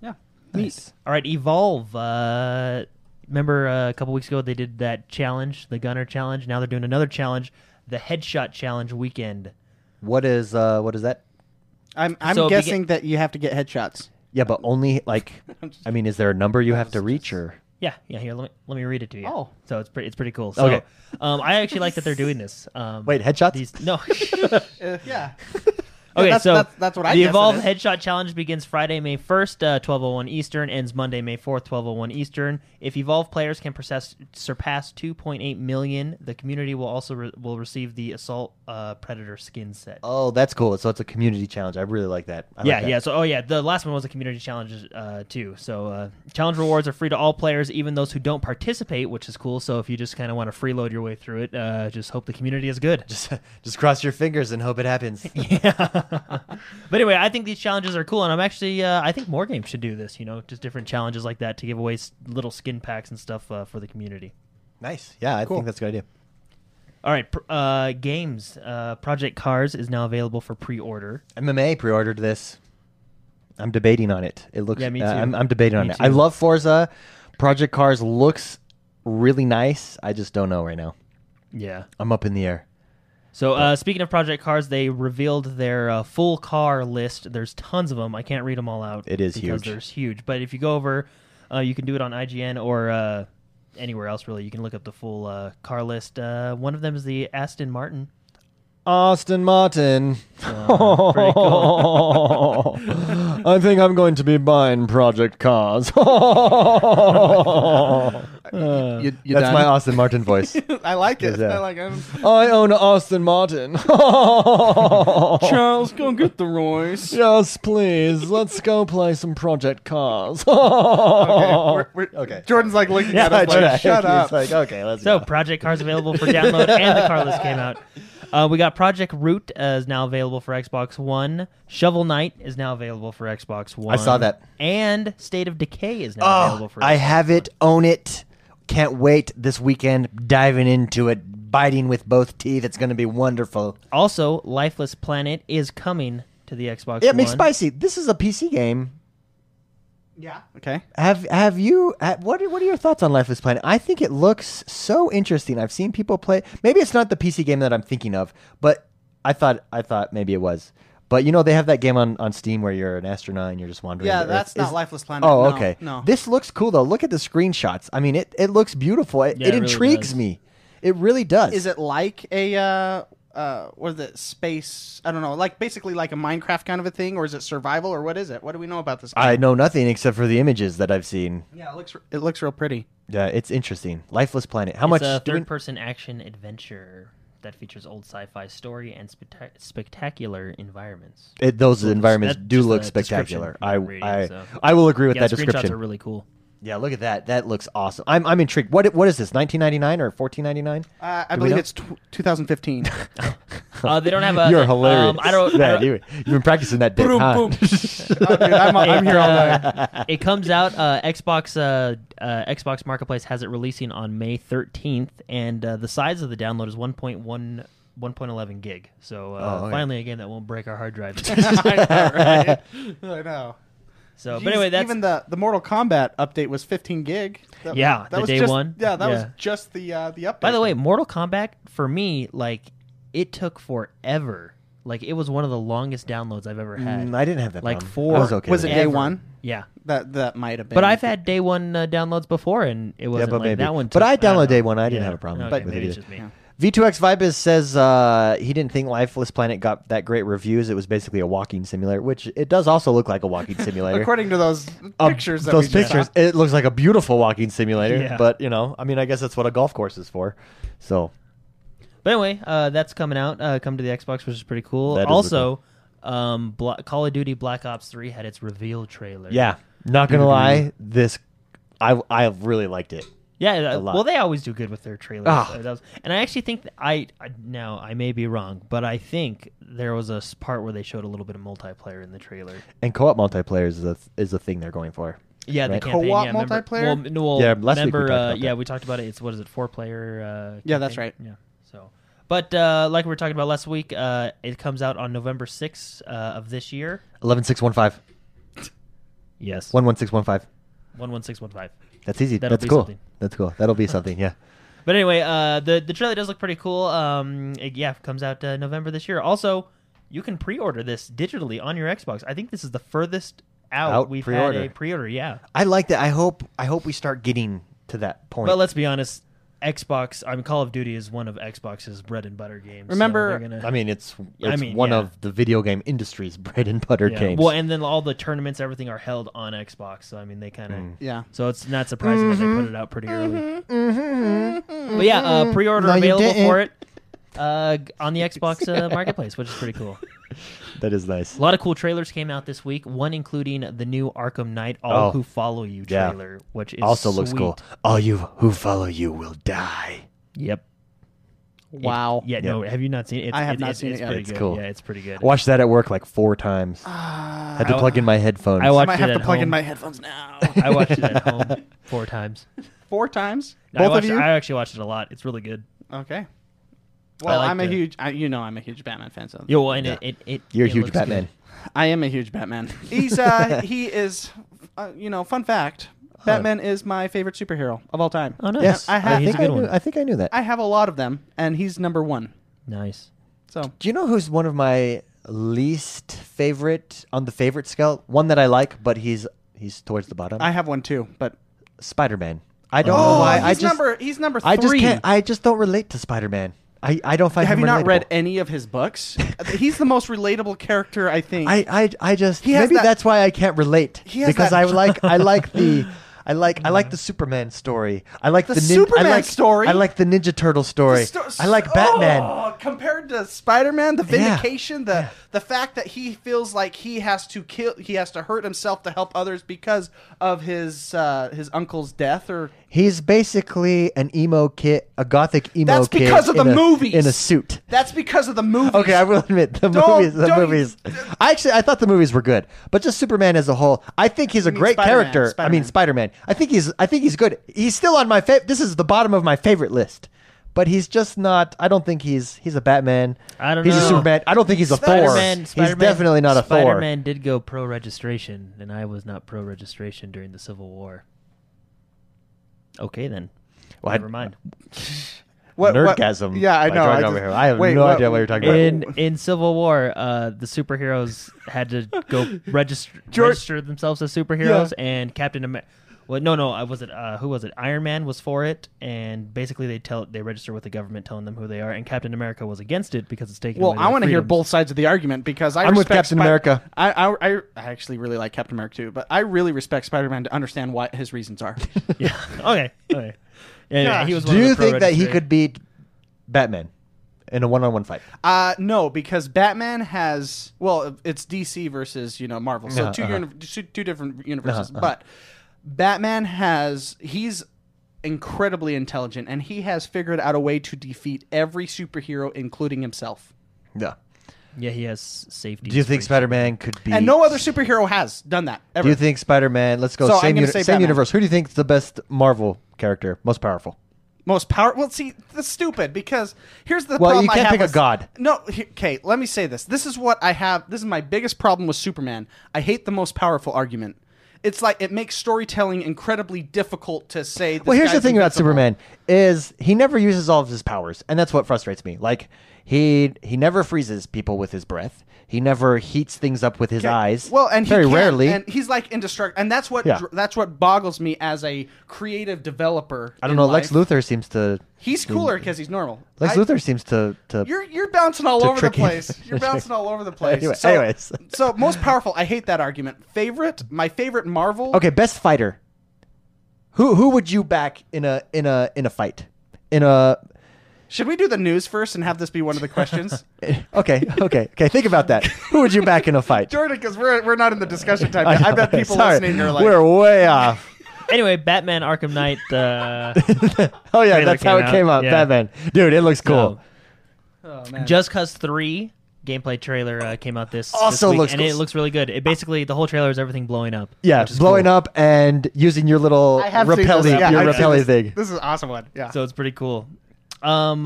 [SPEAKER 2] Yeah.
[SPEAKER 1] Nice.
[SPEAKER 3] All right, Evolve. Uh, remember uh, a couple weeks ago they did that challenge, the Gunner challenge. Now they're doing another challenge, the Headshot Challenge weekend.
[SPEAKER 1] What is uh what is that?
[SPEAKER 2] I'm I'm
[SPEAKER 3] So begin-
[SPEAKER 2] guessing that you have to get headshots.
[SPEAKER 1] Yeah, but only like I mean, is there a number you have to reach or
[SPEAKER 3] Yeah, yeah. Here, let me let me read it to you.
[SPEAKER 2] Oh.
[SPEAKER 3] so it's pretty it's pretty cool. So,
[SPEAKER 1] Okay.
[SPEAKER 3] um, I actually like that they're doing this. Um,
[SPEAKER 1] Wait, headshots?
[SPEAKER 3] These, no.
[SPEAKER 2] Uh, yeah.
[SPEAKER 3] Okay,
[SPEAKER 2] that's,
[SPEAKER 3] so
[SPEAKER 2] that's, that's what I
[SPEAKER 3] the
[SPEAKER 2] guess it
[SPEAKER 3] Evolve
[SPEAKER 2] is.
[SPEAKER 3] Headshot Challenge begins Friday, May first, uh, twelve oh one Eastern, ends Monday, May fourth, twelve oh one Eastern. If Evolve players can process, surpass two point eight million, the community will also re- will receive the Assault uh, Predator skin set.
[SPEAKER 1] Oh, that's cool. So it's a community challenge. I really like that. I like
[SPEAKER 3] yeah,
[SPEAKER 1] that.
[SPEAKER 3] yeah. So, oh yeah, the last one was a community challenge uh, too. So, uh, challenge rewards are free to all players, even those who don't participate, which is cool. So, if you just kind of want to freeload your way through it, uh, just hope the community is good.
[SPEAKER 1] Just just cross your fingers and hope it happens.
[SPEAKER 3] But anyway, I think these challenges are cool, and I'm actually uh, I think more games should do this. You know, just different challenges like that to give away s- little skin packs and stuff uh, for the community.
[SPEAKER 1] nice. Yeah, I
[SPEAKER 2] Cool.
[SPEAKER 1] think that's a good idea.
[SPEAKER 3] All right, pr- uh, games. Uh, Project Cars is now available for pre-order.
[SPEAKER 1] MMA pre-ordered this. I'm debating on it. It looks.
[SPEAKER 3] Yeah, me
[SPEAKER 1] uh,
[SPEAKER 3] too.
[SPEAKER 1] I'm, I'm debating on
[SPEAKER 3] Me
[SPEAKER 1] it. I
[SPEAKER 3] too.
[SPEAKER 1] love Forza. Project Cars looks really nice. I just don't know right now.
[SPEAKER 3] Yeah.
[SPEAKER 1] I'm up in the air.
[SPEAKER 3] So uh, speaking of Project Cars, they revealed their uh, full car list. There's tons of them. I can't read them all out.
[SPEAKER 1] It is
[SPEAKER 3] because
[SPEAKER 1] huge.
[SPEAKER 3] There's huge. But if you go over, uh, you can do it on IGN or uh, anywhere else really. You can look up the full uh, car list. Uh, one of them is the Aston Martin.
[SPEAKER 1] Austin Martin. Oh.
[SPEAKER 3] Uh, pretty cool.
[SPEAKER 1] I think I'm going to be buying Project Cars. That's
[SPEAKER 3] Uh,
[SPEAKER 2] You, you done?
[SPEAKER 1] my Austin Martin voice.
[SPEAKER 2] I like it.
[SPEAKER 1] Yeah.
[SPEAKER 2] I like it.
[SPEAKER 1] I own a Austin Martin. Oh.
[SPEAKER 2] Charles, go get the Royce.
[SPEAKER 1] Yes, please. Let's go play some Project Cars.
[SPEAKER 2] Okay, we're- we're- Jordan's like looking
[SPEAKER 3] Yeah,
[SPEAKER 2] at us like,
[SPEAKER 1] Jack,
[SPEAKER 2] shut
[SPEAKER 1] he's
[SPEAKER 2] up.
[SPEAKER 1] like, okay, let's
[SPEAKER 3] So
[SPEAKER 1] go.
[SPEAKER 3] Project Cars available for download, and the car list came out. Uh, we got Project Root uh, is now available for Xbox One. Shovel Knight is now available for Xbox One.
[SPEAKER 1] saw that.
[SPEAKER 3] And State of Decay is now available
[SPEAKER 1] Oh,
[SPEAKER 3] for.
[SPEAKER 1] I
[SPEAKER 3] Xbox
[SPEAKER 1] have it. Own it. Can't wait this weekend. Diving into it, biting with both teeth. It's going to be wonderful.
[SPEAKER 3] One. Also, Lifeless Planet is coming to the Xbox.
[SPEAKER 1] Yeah,
[SPEAKER 3] One.
[SPEAKER 1] McSpicy. This is a PC game.
[SPEAKER 2] Yeah. Okay.
[SPEAKER 1] Have Have you? ha- What are, What are your thoughts on Lifeless Planet? I think it looks so interesting. I've seen people play. Maybe it's not the PC game that I'm thinking of, but I thought I thought maybe it was. But you know, they have that game on, on Steam where you're an astronaut and you're just wandering.
[SPEAKER 2] Yeah,
[SPEAKER 1] the Earth.
[SPEAKER 2] that's not
[SPEAKER 1] Is-
[SPEAKER 2] Lifeless Planet.
[SPEAKER 1] Oh,
[SPEAKER 2] No,
[SPEAKER 1] okay.
[SPEAKER 2] no.
[SPEAKER 1] This looks cool though. Look at the screenshots. I mean, it, it looks beautiful. It, it
[SPEAKER 3] Yeah, it really
[SPEAKER 1] intrigues
[SPEAKER 3] does.
[SPEAKER 1] me. It really does.
[SPEAKER 2] Is it like a uh uh what is it space I don't know, like basically like a Minecraft kind of a thing, or is it survival or what is it? What do we know about this game?
[SPEAKER 1] I know nothing except for the images that I've seen.
[SPEAKER 2] yeah, it looks it looks real pretty.
[SPEAKER 1] Yeah, it's interesting. Lifeless Planet. How much?
[SPEAKER 3] It's a
[SPEAKER 1] do we-
[SPEAKER 3] third-person action adventure that features old sci-fi story and spectac spectacular environments.
[SPEAKER 1] it, those
[SPEAKER 3] Well,
[SPEAKER 1] environments
[SPEAKER 3] that-
[SPEAKER 1] do
[SPEAKER 3] just
[SPEAKER 1] look
[SPEAKER 3] the description,
[SPEAKER 1] spectacular.
[SPEAKER 3] not
[SPEAKER 1] I
[SPEAKER 3] rating,
[SPEAKER 1] I,
[SPEAKER 3] so.
[SPEAKER 1] I will agree with
[SPEAKER 3] yeah,
[SPEAKER 1] that
[SPEAKER 3] screenshots are
[SPEAKER 1] description.
[SPEAKER 3] really cool.
[SPEAKER 1] yeah, look at that. That looks awesome. I'm I'm intrigued. What what is this? 1999 or 1499?
[SPEAKER 2] Uh, I
[SPEAKER 1] Do we
[SPEAKER 2] believe
[SPEAKER 1] know?
[SPEAKER 2] it's t- 2015.
[SPEAKER 3] Uh, they don't have a.
[SPEAKER 1] You're hilarious.
[SPEAKER 3] Um, I don't. I
[SPEAKER 1] Yeah,
[SPEAKER 3] don't
[SPEAKER 1] you, have been practicing that bit,
[SPEAKER 2] Boom,
[SPEAKER 1] huh?
[SPEAKER 2] boom. Oh, dude, I'm, I'm here all night.
[SPEAKER 3] it comes out uh, Xbox uh, uh, Xbox Marketplace has it releasing on May 13th, and uh, the size of the download is 1.1 1.11 gig. So uh,
[SPEAKER 1] Oh, okay.
[SPEAKER 3] finally, a game that won't break our hard drive.
[SPEAKER 2] I know, right? I know.
[SPEAKER 3] so,
[SPEAKER 2] Jeez,
[SPEAKER 3] but anyway, that's
[SPEAKER 2] even the the Mortal Kombat update was 15 gig. That,
[SPEAKER 3] Yeah,
[SPEAKER 2] that
[SPEAKER 3] the
[SPEAKER 2] was
[SPEAKER 3] day
[SPEAKER 2] just,
[SPEAKER 3] one.
[SPEAKER 2] Yeah, that was
[SPEAKER 3] Yeah.
[SPEAKER 2] just the uh, the update.
[SPEAKER 3] by the way, Mortal Kombat for me, like it took forever. Like it was one of the longest downloads I've ever had.
[SPEAKER 1] Mm, I didn't have that.
[SPEAKER 3] Like
[SPEAKER 1] problem.
[SPEAKER 3] four-
[SPEAKER 1] I was okay.
[SPEAKER 2] was it
[SPEAKER 1] with
[SPEAKER 2] day
[SPEAKER 3] Ever.
[SPEAKER 2] one?
[SPEAKER 3] Yeah,
[SPEAKER 2] That that might have been.
[SPEAKER 3] but I've had day one uh, downloads before, and it wasn't
[SPEAKER 1] but
[SPEAKER 3] like
[SPEAKER 1] maybe.
[SPEAKER 3] that one.
[SPEAKER 1] But
[SPEAKER 3] took-
[SPEAKER 1] I
[SPEAKER 3] don't
[SPEAKER 1] downloaded
[SPEAKER 3] know.
[SPEAKER 1] day one. I didn't have a problem
[SPEAKER 3] Okay,
[SPEAKER 1] with
[SPEAKER 3] maybe
[SPEAKER 1] it
[SPEAKER 3] it's
[SPEAKER 1] either.
[SPEAKER 3] just me.
[SPEAKER 2] Yeah.
[SPEAKER 1] V2X Vibus says uh, he didn't think Lifeless Planet got that great reviews. It was basically a walking simulator, which it does also look like a walking simulator.
[SPEAKER 2] according to those
[SPEAKER 1] Um,
[SPEAKER 2] pictures. That
[SPEAKER 1] those
[SPEAKER 2] we just
[SPEAKER 1] pictures,
[SPEAKER 2] saw.
[SPEAKER 1] it looks like a beautiful walking simulator.
[SPEAKER 3] Yeah.
[SPEAKER 1] But you know, I mean, I guess that's what a golf course is for. So
[SPEAKER 3] But anyway, uh, that's coming out. Uh, come to the Xbox, which is pretty cool.
[SPEAKER 1] That is
[SPEAKER 3] also, um, Bla- Call of Duty Black Ops Three had its reveal trailer.
[SPEAKER 1] yeah, not gonna lie, this I I really liked it.
[SPEAKER 3] yeah.
[SPEAKER 1] A
[SPEAKER 3] uh,
[SPEAKER 1] lot.
[SPEAKER 3] Well, they always do good with their trailers.
[SPEAKER 1] Ah.
[SPEAKER 3] So that was- and I actually think that I, I now I may be wrong, but I think there was a s- part where they showed a little bit of multiplayer in the trailer.
[SPEAKER 1] And co-op multiplayer is a is the thing they're going for.
[SPEAKER 3] Yeah, the
[SPEAKER 1] Right.
[SPEAKER 3] campaign,
[SPEAKER 2] Co-op
[SPEAKER 3] yeah, remember-
[SPEAKER 2] multiplayer?
[SPEAKER 3] well, m- well,
[SPEAKER 1] Yeah, last week we
[SPEAKER 3] remember,
[SPEAKER 1] talked
[SPEAKER 3] uh,
[SPEAKER 1] about
[SPEAKER 3] yeah,
[SPEAKER 1] that.
[SPEAKER 3] we talked about it. It's what is it, four player? Uh,
[SPEAKER 2] Yeah, that's right.
[SPEAKER 3] Yeah. So, but uh, like we were talking about last week, uh, it comes out on November sixth uh, of this year.
[SPEAKER 1] Eleven six one five.
[SPEAKER 3] Yes.
[SPEAKER 1] One one six one five.
[SPEAKER 3] One one six one five.
[SPEAKER 1] That's easy.
[SPEAKER 3] That'll
[SPEAKER 1] that's
[SPEAKER 3] be
[SPEAKER 1] cool.
[SPEAKER 3] something.
[SPEAKER 1] That's cool. That'll be something. Yeah.
[SPEAKER 3] But anyway, uh, the the trailer does look pretty cool. Um, it, yeah, comes out uh, November this year. Also, you can pre-order this digitally on your Xbox. I think this is the furthest out,
[SPEAKER 1] Out
[SPEAKER 3] we've had
[SPEAKER 1] pre-order.
[SPEAKER 3] a pre-order. Yeah,
[SPEAKER 1] I like that. I hope I hope we start getting to that point.
[SPEAKER 3] but let's be honest. Xbox, I mean, Call of Duty is one of Xbox's bread and butter games. so
[SPEAKER 2] Remember-
[SPEAKER 3] they're gonna-
[SPEAKER 1] I mean, it's
[SPEAKER 3] I
[SPEAKER 1] it's
[SPEAKER 3] mean,
[SPEAKER 1] one
[SPEAKER 3] yeah.
[SPEAKER 1] of the video game industry's bread and butter
[SPEAKER 3] yeah.
[SPEAKER 1] games.
[SPEAKER 3] Well, and then all the tournaments, everything are held on Xbox. So I mean, they kind of.
[SPEAKER 1] Mm.
[SPEAKER 2] Yeah.
[SPEAKER 3] So it's not surprising
[SPEAKER 2] Mm-hmm.
[SPEAKER 3] that they put it out pretty early. But yeah, uh, pre-order
[SPEAKER 1] Mm-hmm. No, you
[SPEAKER 3] available
[SPEAKER 1] didn't.
[SPEAKER 3] for it uh, g- on the Xbox uh, Marketplace, which is pretty cool.
[SPEAKER 1] that is nice.
[SPEAKER 3] A lot of cool trailers came out this week. One including the new Arkham Knight All
[SPEAKER 1] Oh.
[SPEAKER 3] Who Follow You
[SPEAKER 1] Yeah.
[SPEAKER 3] trailer, which is
[SPEAKER 1] also looks
[SPEAKER 3] sweet.
[SPEAKER 1] cool. All you who follow you will die.
[SPEAKER 3] Yep.
[SPEAKER 2] Wow.
[SPEAKER 3] Yeah. No. Have you not seen it? It's,
[SPEAKER 2] Oh. I have
[SPEAKER 3] it-
[SPEAKER 2] not
[SPEAKER 3] it's-
[SPEAKER 2] seen
[SPEAKER 3] it's
[SPEAKER 2] it yet.
[SPEAKER 3] Pretty
[SPEAKER 1] It's
[SPEAKER 3] good.
[SPEAKER 1] cool.
[SPEAKER 3] Yeah, it's pretty good.
[SPEAKER 1] Watched that at work like four times.
[SPEAKER 2] Uh,
[SPEAKER 1] Had to
[SPEAKER 3] I-
[SPEAKER 1] plug in my headphones.
[SPEAKER 3] I
[SPEAKER 2] I
[SPEAKER 3] watched
[SPEAKER 2] might
[SPEAKER 3] it
[SPEAKER 2] have
[SPEAKER 3] at
[SPEAKER 2] to plug in
[SPEAKER 3] home.
[SPEAKER 2] my headphones now.
[SPEAKER 3] I watched it at home four times.
[SPEAKER 2] Four times.
[SPEAKER 3] I
[SPEAKER 2] Both
[SPEAKER 3] watched,
[SPEAKER 2] of you.
[SPEAKER 3] I actually watched it a lot. It's really good.
[SPEAKER 2] Okay. Well,
[SPEAKER 3] like
[SPEAKER 2] I'm a
[SPEAKER 3] the-
[SPEAKER 2] huge. I, you know, I'm a huge Batman fan. So
[SPEAKER 3] Yeah, well, and
[SPEAKER 1] Yeah.
[SPEAKER 3] it, it, it
[SPEAKER 1] You're a
[SPEAKER 3] it
[SPEAKER 1] huge
[SPEAKER 3] looks
[SPEAKER 1] Batman.
[SPEAKER 3] good.
[SPEAKER 2] I am a huge Batman. He's uh, he is. Uh, you know, fun fact: Batman is my favorite superhero of all time.
[SPEAKER 3] Oh, nice.
[SPEAKER 1] Yes,
[SPEAKER 2] I have-
[SPEAKER 1] I,
[SPEAKER 3] he's
[SPEAKER 1] think
[SPEAKER 3] a
[SPEAKER 1] I,
[SPEAKER 3] good
[SPEAKER 1] knew,
[SPEAKER 3] one.
[SPEAKER 1] I think I knew that.
[SPEAKER 2] I have a lot of them, and he's number one.
[SPEAKER 3] Nice.
[SPEAKER 2] So
[SPEAKER 1] Do you know who's one of my least favorite on the favorite scale? One that I like, but he's he's towards the bottom.
[SPEAKER 2] I have one too, but
[SPEAKER 1] Spider Man. I don't
[SPEAKER 3] Oh,
[SPEAKER 1] know why.
[SPEAKER 2] he's
[SPEAKER 1] I just
[SPEAKER 2] number he's number three.
[SPEAKER 1] I just can't. I just don't relate to Spider Man. I, I don't find.
[SPEAKER 2] have
[SPEAKER 1] him
[SPEAKER 2] you not read
[SPEAKER 1] relatable.
[SPEAKER 2] any of his books? he's the most relatable character, I think.
[SPEAKER 1] I, I I just
[SPEAKER 2] He has
[SPEAKER 1] maybe
[SPEAKER 2] that-
[SPEAKER 1] that's why I can't relate
[SPEAKER 2] He has
[SPEAKER 1] because
[SPEAKER 2] that-
[SPEAKER 1] I like I like the. I like I like the Superman story. I like the,
[SPEAKER 2] The
[SPEAKER 1] nin-
[SPEAKER 2] Superman
[SPEAKER 1] I like,
[SPEAKER 2] story?
[SPEAKER 1] I like the Ninja Turtle story.
[SPEAKER 2] Sto-
[SPEAKER 1] I like Batman.
[SPEAKER 2] Oh, compared to Spider-Man, the
[SPEAKER 1] Yeah.
[SPEAKER 2] vindication, the the fact that he feels like he has to kill, he has to hurt himself to help others because of his uh, his uncle's death, or
[SPEAKER 1] He's basically an emo kid, a gothic emo
[SPEAKER 2] That's
[SPEAKER 1] kid.
[SPEAKER 2] because of
[SPEAKER 1] in
[SPEAKER 2] the
[SPEAKER 1] a-
[SPEAKER 2] movies.
[SPEAKER 1] in a suit.
[SPEAKER 2] that's because of the movie.
[SPEAKER 1] Okay, I will admit the
[SPEAKER 2] Don't-
[SPEAKER 1] movies. The
[SPEAKER 2] don't e- you-
[SPEAKER 1] movies. I actually I thought the movies were good, but just Superman as a whole, I think he's a
[SPEAKER 2] mean
[SPEAKER 1] great
[SPEAKER 2] Spider-Man,
[SPEAKER 1] character. I mean
[SPEAKER 2] Spider-Man.
[SPEAKER 1] Spider-Man. I think he's I think he's good. He's still on my favorite. This is the bottom of my favorite list, but he's just not. I don't think he's he's a Batman.
[SPEAKER 3] I don't
[SPEAKER 1] he's
[SPEAKER 3] know.
[SPEAKER 1] a Superman. I don't think he's a
[SPEAKER 3] Spider-Man,
[SPEAKER 1] Thor. he's
[SPEAKER 3] Spider-Man,
[SPEAKER 1] definitely not a
[SPEAKER 3] Spider-Man did go pro registration, and I was not pro registration during the Civil War. Okay then.
[SPEAKER 1] Well, I-
[SPEAKER 3] Never mind.
[SPEAKER 1] Thor.
[SPEAKER 2] What- what-
[SPEAKER 1] Nerdgasm.
[SPEAKER 2] yeah, I
[SPEAKER 1] by
[SPEAKER 2] know.
[SPEAKER 1] Jordan
[SPEAKER 2] I, just-
[SPEAKER 1] over here. I have
[SPEAKER 2] wait,
[SPEAKER 1] no
[SPEAKER 2] what-
[SPEAKER 1] idea what you're talking about.
[SPEAKER 3] In in Civil War, uh, the superheroes had to go register
[SPEAKER 2] George-
[SPEAKER 3] register themselves as superheroes, and Captain America. Well, no, no, I was it. Uh, who was it? Iron Man was for it, and basically they tell they register with the government, telling them who they are, and Captain America was against it because it's taking.
[SPEAKER 2] Well,
[SPEAKER 3] away
[SPEAKER 2] I
[SPEAKER 3] want to
[SPEAKER 2] hear both sides of the argument because I
[SPEAKER 1] I'm with
[SPEAKER 2] respect
[SPEAKER 1] Captain America.
[SPEAKER 2] I, I I I actually really like Captain America too, but I really respect Spider-Man to understand what his reasons are.
[SPEAKER 3] Yeah. Okay. Okay. Yeah, yeah, he was
[SPEAKER 1] Do
[SPEAKER 3] one of
[SPEAKER 1] you
[SPEAKER 3] the pro
[SPEAKER 1] think that he
[SPEAKER 3] registrar-
[SPEAKER 1] could beat Batman in a one-on-one fight?
[SPEAKER 2] Uh, no, because Batman has well, it's DC versus you know Marvel, so
[SPEAKER 1] Uh-huh,
[SPEAKER 2] 2
[SPEAKER 1] uh-huh.
[SPEAKER 2] uni- two two different universes. But Batman has he's incredibly intelligent, and he has figured out a way to defeat every superhero, including himself.
[SPEAKER 1] No.
[SPEAKER 3] Yeah, he has safety.
[SPEAKER 1] Do you think
[SPEAKER 3] inspiration.
[SPEAKER 1] Spider-Man could be?
[SPEAKER 2] And no other superhero has done that ever.
[SPEAKER 1] Do you think Spider-Man? Let's go
[SPEAKER 2] So I'm
[SPEAKER 1] same
[SPEAKER 2] gonna
[SPEAKER 1] uni-
[SPEAKER 2] say
[SPEAKER 1] same
[SPEAKER 2] Batman.
[SPEAKER 1] universe. Who do you think is the best Marvel character, most powerful?
[SPEAKER 2] most powerful? Well, see, that's stupid because here's the
[SPEAKER 1] Well,
[SPEAKER 2] problem.
[SPEAKER 1] you can't
[SPEAKER 2] I have
[SPEAKER 1] pick a
[SPEAKER 2] with-
[SPEAKER 1] god.
[SPEAKER 2] No, he- okay. Let me say this. This is what I have. This is my biggest problem with Superman. I hate the most powerful argument. It's like it makes storytelling incredibly difficult to say. This
[SPEAKER 1] Well, here's the
[SPEAKER 2] guy's
[SPEAKER 1] thing about
[SPEAKER 2] invincible.
[SPEAKER 1] Superman is he never uses all of his powers, and that's what frustrates me. Like he he never freezes people with his breath. He never heats things up with his
[SPEAKER 2] Okay.
[SPEAKER 1] eyes.
[SPEAKER 2] Well, and he
[SPEAKER 1] very
[SPEAKER 2] can't,
[SPEAKER 1] rarely.
[SPEAKER 2] and he's like indestructible. And that's what
[SPEAKER 1] Yeah.
[SPEAKER 2] dr- that's what boggles me as a creative developer.
[SPEAKER 1] I don't
[SPEAKER 2] in
[SPEAKER 1] know. Lex
[SPEAKER 2] life.
[SPEAKER 1] Luthor seems to
[SPEAKER 2] He's cooler because he's normal.
[SPEAKER 1] Lex
[SPEAKER 2] I-
[SPEAKER 1] Luthor seems to to
[SPEAKER 2] You're you're bouncing all
[SPEAKER 1] To
[SPEAKER 2] over the
[SPEAKER 1] trick you.
[SPEAKER 2] place. You're bouncing all over the place.
[SPEAKER 1] Anyway-
[SPEAKER 2] so,
[SPEAKER 1] anyways.
[SPEAKER 2] so most powerful. I hate that argument. Favorite, my favorite Marvel.
[SPEAKER 1] okay. Best fighter. Who who would you back in a in a in a fight in a
[SPEAKER 2] Should we do the news first and have this be one of the questions,
[SPEAKER 1] okay okay okay think about that who would you back in a fight
[SPEAKER 2] Jordan? Because we're we're not in the discussion time.
[SPEAKER 1] I
[SPEAKER 2] yet. I,
[SPEAKER 1] know.
[SPEAKER 2] bet people
[SPEAKER 1] Sorry.
[SPEAKER 2] listening are like,
[SPEAKER 1] we're way off.
[SPEAKER 3] Anyway, Batman Arkham Knight. Uh,
[SPEAKER 1] oh yeah,
[SPEAKER 3] Trailer
[SPEAKER 1] that's how
[SPEAKER 3] came
[SPEAKER 1] it came
[SPEAKER 3] out,
[SPEAKER 1] out.
[SPEAKER 3] yeah.
[SPEAKER 1] Batman, dude, it looks cool.
[SPEAKER 3] no.
[SPEAKER 2] oh, man.
[SPEAKER 3] Just Cause Three gameplay trailer uh, came out this this
[SPEAKER 1] Also
[SPEAKER 3] week,
[SPEAKER 1] looks
[SPEAKER 3] and
[SPEAKER 1] cool.
[SPEAKER 3] it looks really good. It basically the whole trailer is everything blowing up.
[SPEAKER 1] yeah,
[SPEAKER 3] which is
[SPEAKER 1] blowing
[SPEAKER 3] cool.
[SPEAKER 1] up and using your little
[SPEAKER 2] I have seen
[SPEAKER 1] repelly,
[SPEAKER 2] this. Yeah,
[SPEAKER 1] your
[SPEAKER 2] I've seen
[SPEAKER 1] repelly
[SPEAKER 2] this.
[SPEAKER 1] thing.
[SPEAKER 2] This is an awesome one. Yeah.
[SPEAKER 3] So it's pretty cool. Um,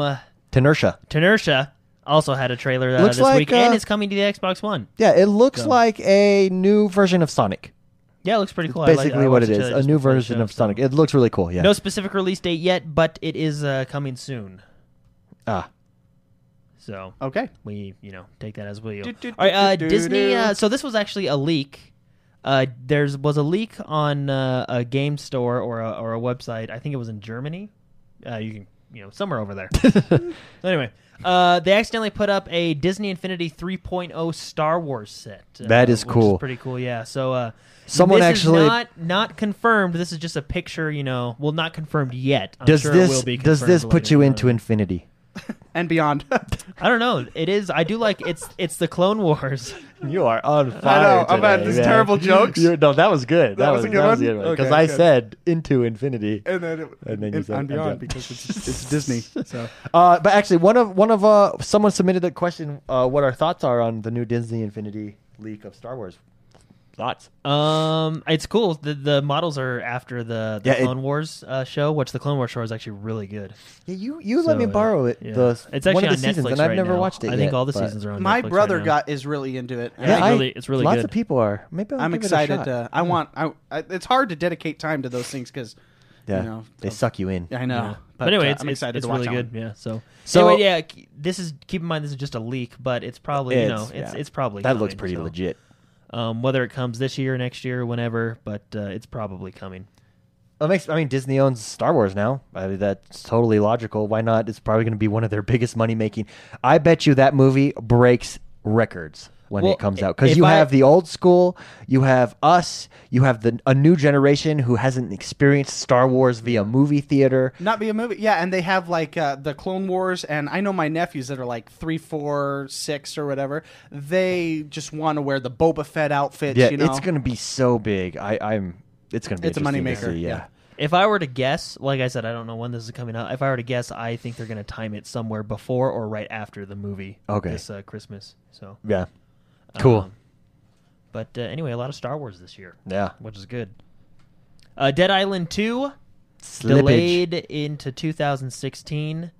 [SPEAKER 1] Tenertia.
[SPEAKER 3] Tenertia also had a trailer uh,
[SPEAKER 1] Looks
[SPEAKER 3] this
[SPEAKER 1] like,
[SPEAKER 3] week, and
[SPEAKER 1] uh,
[SPEAKER 3] it's coming to the Xbox One.
[SPEAKER 1] Yeah, it looks like a new version of Sonic.
[SPEAKER 3] Yeah, it looks pretty cool. I like- I
[SPEAKER 1] Basically, what
[SPEAKER 3] watched
[SPEAKER 1] it
[SPEAKER 3] the
[SPEAKER 1] is,
[SPEAKER 3] trailer
[SPEAKER 1] a
[SPEAKER 3] just
[SPEAKER 1] new
[SPEAKER 3] before the
[SPEAKER 1] version
[SPEAKER 3] show,
[SPEAKER 1] of
[SPEAKER 3] so-
[SPEAKER 1] Sonic. It looks really cool. Yeah.
[SPEAKER 3] No specific release date yet, but it is uh, coming soon.
[SPEAKER 1] ah.
[SPEAKER 3] So
[SPEAKER 2] okay.
[SPEAKER 3] we you know take that as we will.
[SPEAKER 2] Do, do,
[SPEAKER 3] All right, uh,
[SPEAKER 2] do, do,
[SPEAKER 3] Disney.
[SPEAKER 2] do.
[SPEAKER 3] Uh, so this was actually a leak. Uh, there's was a leak on uh, a game store or a, or a website. I think it was in Germany. Uh, you can you know somewhere over there. so anyway, uh, they accidentally put up a Disney Infinity 3.0 Star Wars set. Uh,
[SPEAKER 1] That is
[SPEAKER 3] which
[SPEAKER 1] cool.
[SPEAKER 3] pretty cool. Yeah. So uh,
[SPEAKER 1] Someone
[SPEAKER 3] this
[SPEAKER 1] actually-
[SPEAKER 3] is not not confirmed. This is just a picture. You know, well, not confirmed yet. I'm
[SPEAKER 1] Does
[SPEAKER 3] sure it
[SPEAKER 1] this
[SPEAKER 3] will be
[SPEAKER 1] does
[SPEAKER 3] confirmed
[SPEAKER 1] this put
[SPEAKER 3] later,
[SPEAKER 1] you
[SPEAKER 3] but-
[SPEAKER 1] into infinity?
[SPEAKER 2] and beyond.
[SPEAKER 3] I don't know. It is. I do like it's. It's the Clone Wars.
[SPEAKER 1] You are on fire.
[SPEAKER 2] I know, I'm at
[SPEAKER 1] today,
[SPEAKER 2] these
[SPEAKER 1] man.
[SPEAKER 2] terrible jokes.
[SPEAKER 1] You're- no, that was good. That,
[SPEAKER 2] was a good one?
[SPEAKER 1] Because
[SPEAKER 2] Okay,
[SPEAKER 1] I
[SPEAKER 2] good.
[SPEAKER 1] said into infinity.
[SPEAKER 2] and then, it,
[SPEAKER 1] And then you
[SPEAKER 2] and-
[SPEAKER 1] said,
[SPEAKER 2] and
[SPEAKER 1] "I'm done."
[SPEAKER 2] beyond because it's, it's Disney. So
[SPEAKER 1] Uh, but actually, one of one of uh, someone submitted a question: uh, what our thoughts are on the new Disney Infinity leak of Star Wars Thoughts?
[SPEAKER 3] Um, it's cool. The the models are after the, the
[SPEAKER 1] Yeah, it-
[SPEAKER 3] Clone Wars uh, show, which the Clone Wars show is actually really good.
[SPEAKER 1] Yeah, you you let me
[SPEAKER 3] So, uh,
[SPEAKER 1] borrow it.
[SPEAKER 3] yeah.
[SPEAKER 1] The,
[SPEAKER 3] it's actually
[SPEAKER 1] one of
[SPEAKER 3] on
[SPEAKER 1] the seasons,
[SPEAKER 3] Netflix
[SPEAKER 1] and I've
[SPEAKER 3] right
[SPEAKER 1] never
[SPEAKER 3] now.
[SPEAKER 1] watched it.
[SPEAKER 3] I think all the seasons are on.
[SPEAKER 2] My
[SPEAKER 3] Netflix right
[SPEAKER 2] brother
[SPEAKER 3] now.
[SPEAKER 2] got is really into it. and
[SPEAKER 3] Yeah,
[SPEAKER 2] I-
[SPEAKER 3] it's
[SPEAKER 1] I-
[SPEAKER 3] really- it's really
[SPEAKER 1] lots
[SPEAKER 3] good.
[SPEAKER 1] of people are. Maybe I'll
[SPEAKER 2] I'm
[SPEAKER 1] give it a
[SPEAKER 2] excited.
[SPEAKER 1] shot.
[SPEAKER 2] To, I want. I, I. It's hard to dedicate time to those things because,
[SPEAKER 1] yeah,
[SPEAKER 2] you know,
[SPEAKER 1] they
[SPEAKER 2] so-
[SPEAKER 1] suck you in.
[SPEAKER 2] I know.
[SPEAKER 3] Yeah. But, anyway,
[SPEAKER 2] uh,
[SPEAKER 3] it's,
[SPEAKER 2] I'm
[SPEAKER 3] it's,
[SPEAKER 2] excited
[SPEAKER 3] it's
[SPEAKER 2] to watch
[SPEAKER 3] really
[SPEAKER 2] that
[SPEAKER 3] good.
[SPEAKER 2] one.
[SPEAKER 3] Yeah. So,
[SPEAKER 1] So-
[SPEAKER 3] anyway, yeah. k- This is keep in mind this is just a leak, but it's probably you know
[SPEAKER 1] It's-
[SPEAKER 3] it's
[SPEAKER 1] yeah.
[SPEAKER 3] it's probably
[SPEAKER 1] that looks
[SPEAKER 3] coming,
[SPEAKER 1] pretty
[SPEAKER 3] so.
[SPEAKER 1] legit.
[SPEAKER 3] Um, whether it comes this year, next year, whenever, but uh, it's probably coming.
[SPEAKER 1] It makes, I mean, Disney owns Star Wars now. I mean, that's totally logical. Why not? It's probably going to be one of their biggest money making. I bet you that movie breaks records when
[SPEAKER 3] Well,
[SPEAKER 1] it comes out
[SPEAKER 3] if
[SPEAKER 1] because you
[SPEAKER 3] I-
[SPEAKER 1] have the old school, you have us, you have the a new generation who hasn't experienced Star Wars via movie theater.
[SPEAKER 2] Not be a movie. Yeah, and they have like uh, the Clone Wars, and I know my nephews that are like three, four, six, or whatever. They just want to wear the Boba Fett outfits.
[SPEAKER 1] Yeah,
[SPEAKER 2] you know?
[SPEAKER 1] it's going to be so big. I, I'm. It's going to be.
[SPEAKER 2] It's a
[SPEAKER 1] interesting to
[SPEAKER 2] moneymaker,
[SPEAKER 1] see,
[SPEAKER 2] yeah.
[SPEAKER 3] If I were to guess, like I said, I don't know when this is coming out. If I were to guess, I think they're going to time it somewhere before or right after the movie.
[SPEAKER 1] Okay.
[SPEAKER 3] This uh, Christmas. So.
[SPEAKER 1] yeah, Cool.
[SPEAKER 3] um, but uh, anyway, a lot of Star Wars this year,
[SPEAKER 1] yeah.
[SPEAKER 3] which is good. Uh, Dead Island Two
[SPEAKER 1] Slippage.
[SPEAKER 3] delayed into 2016.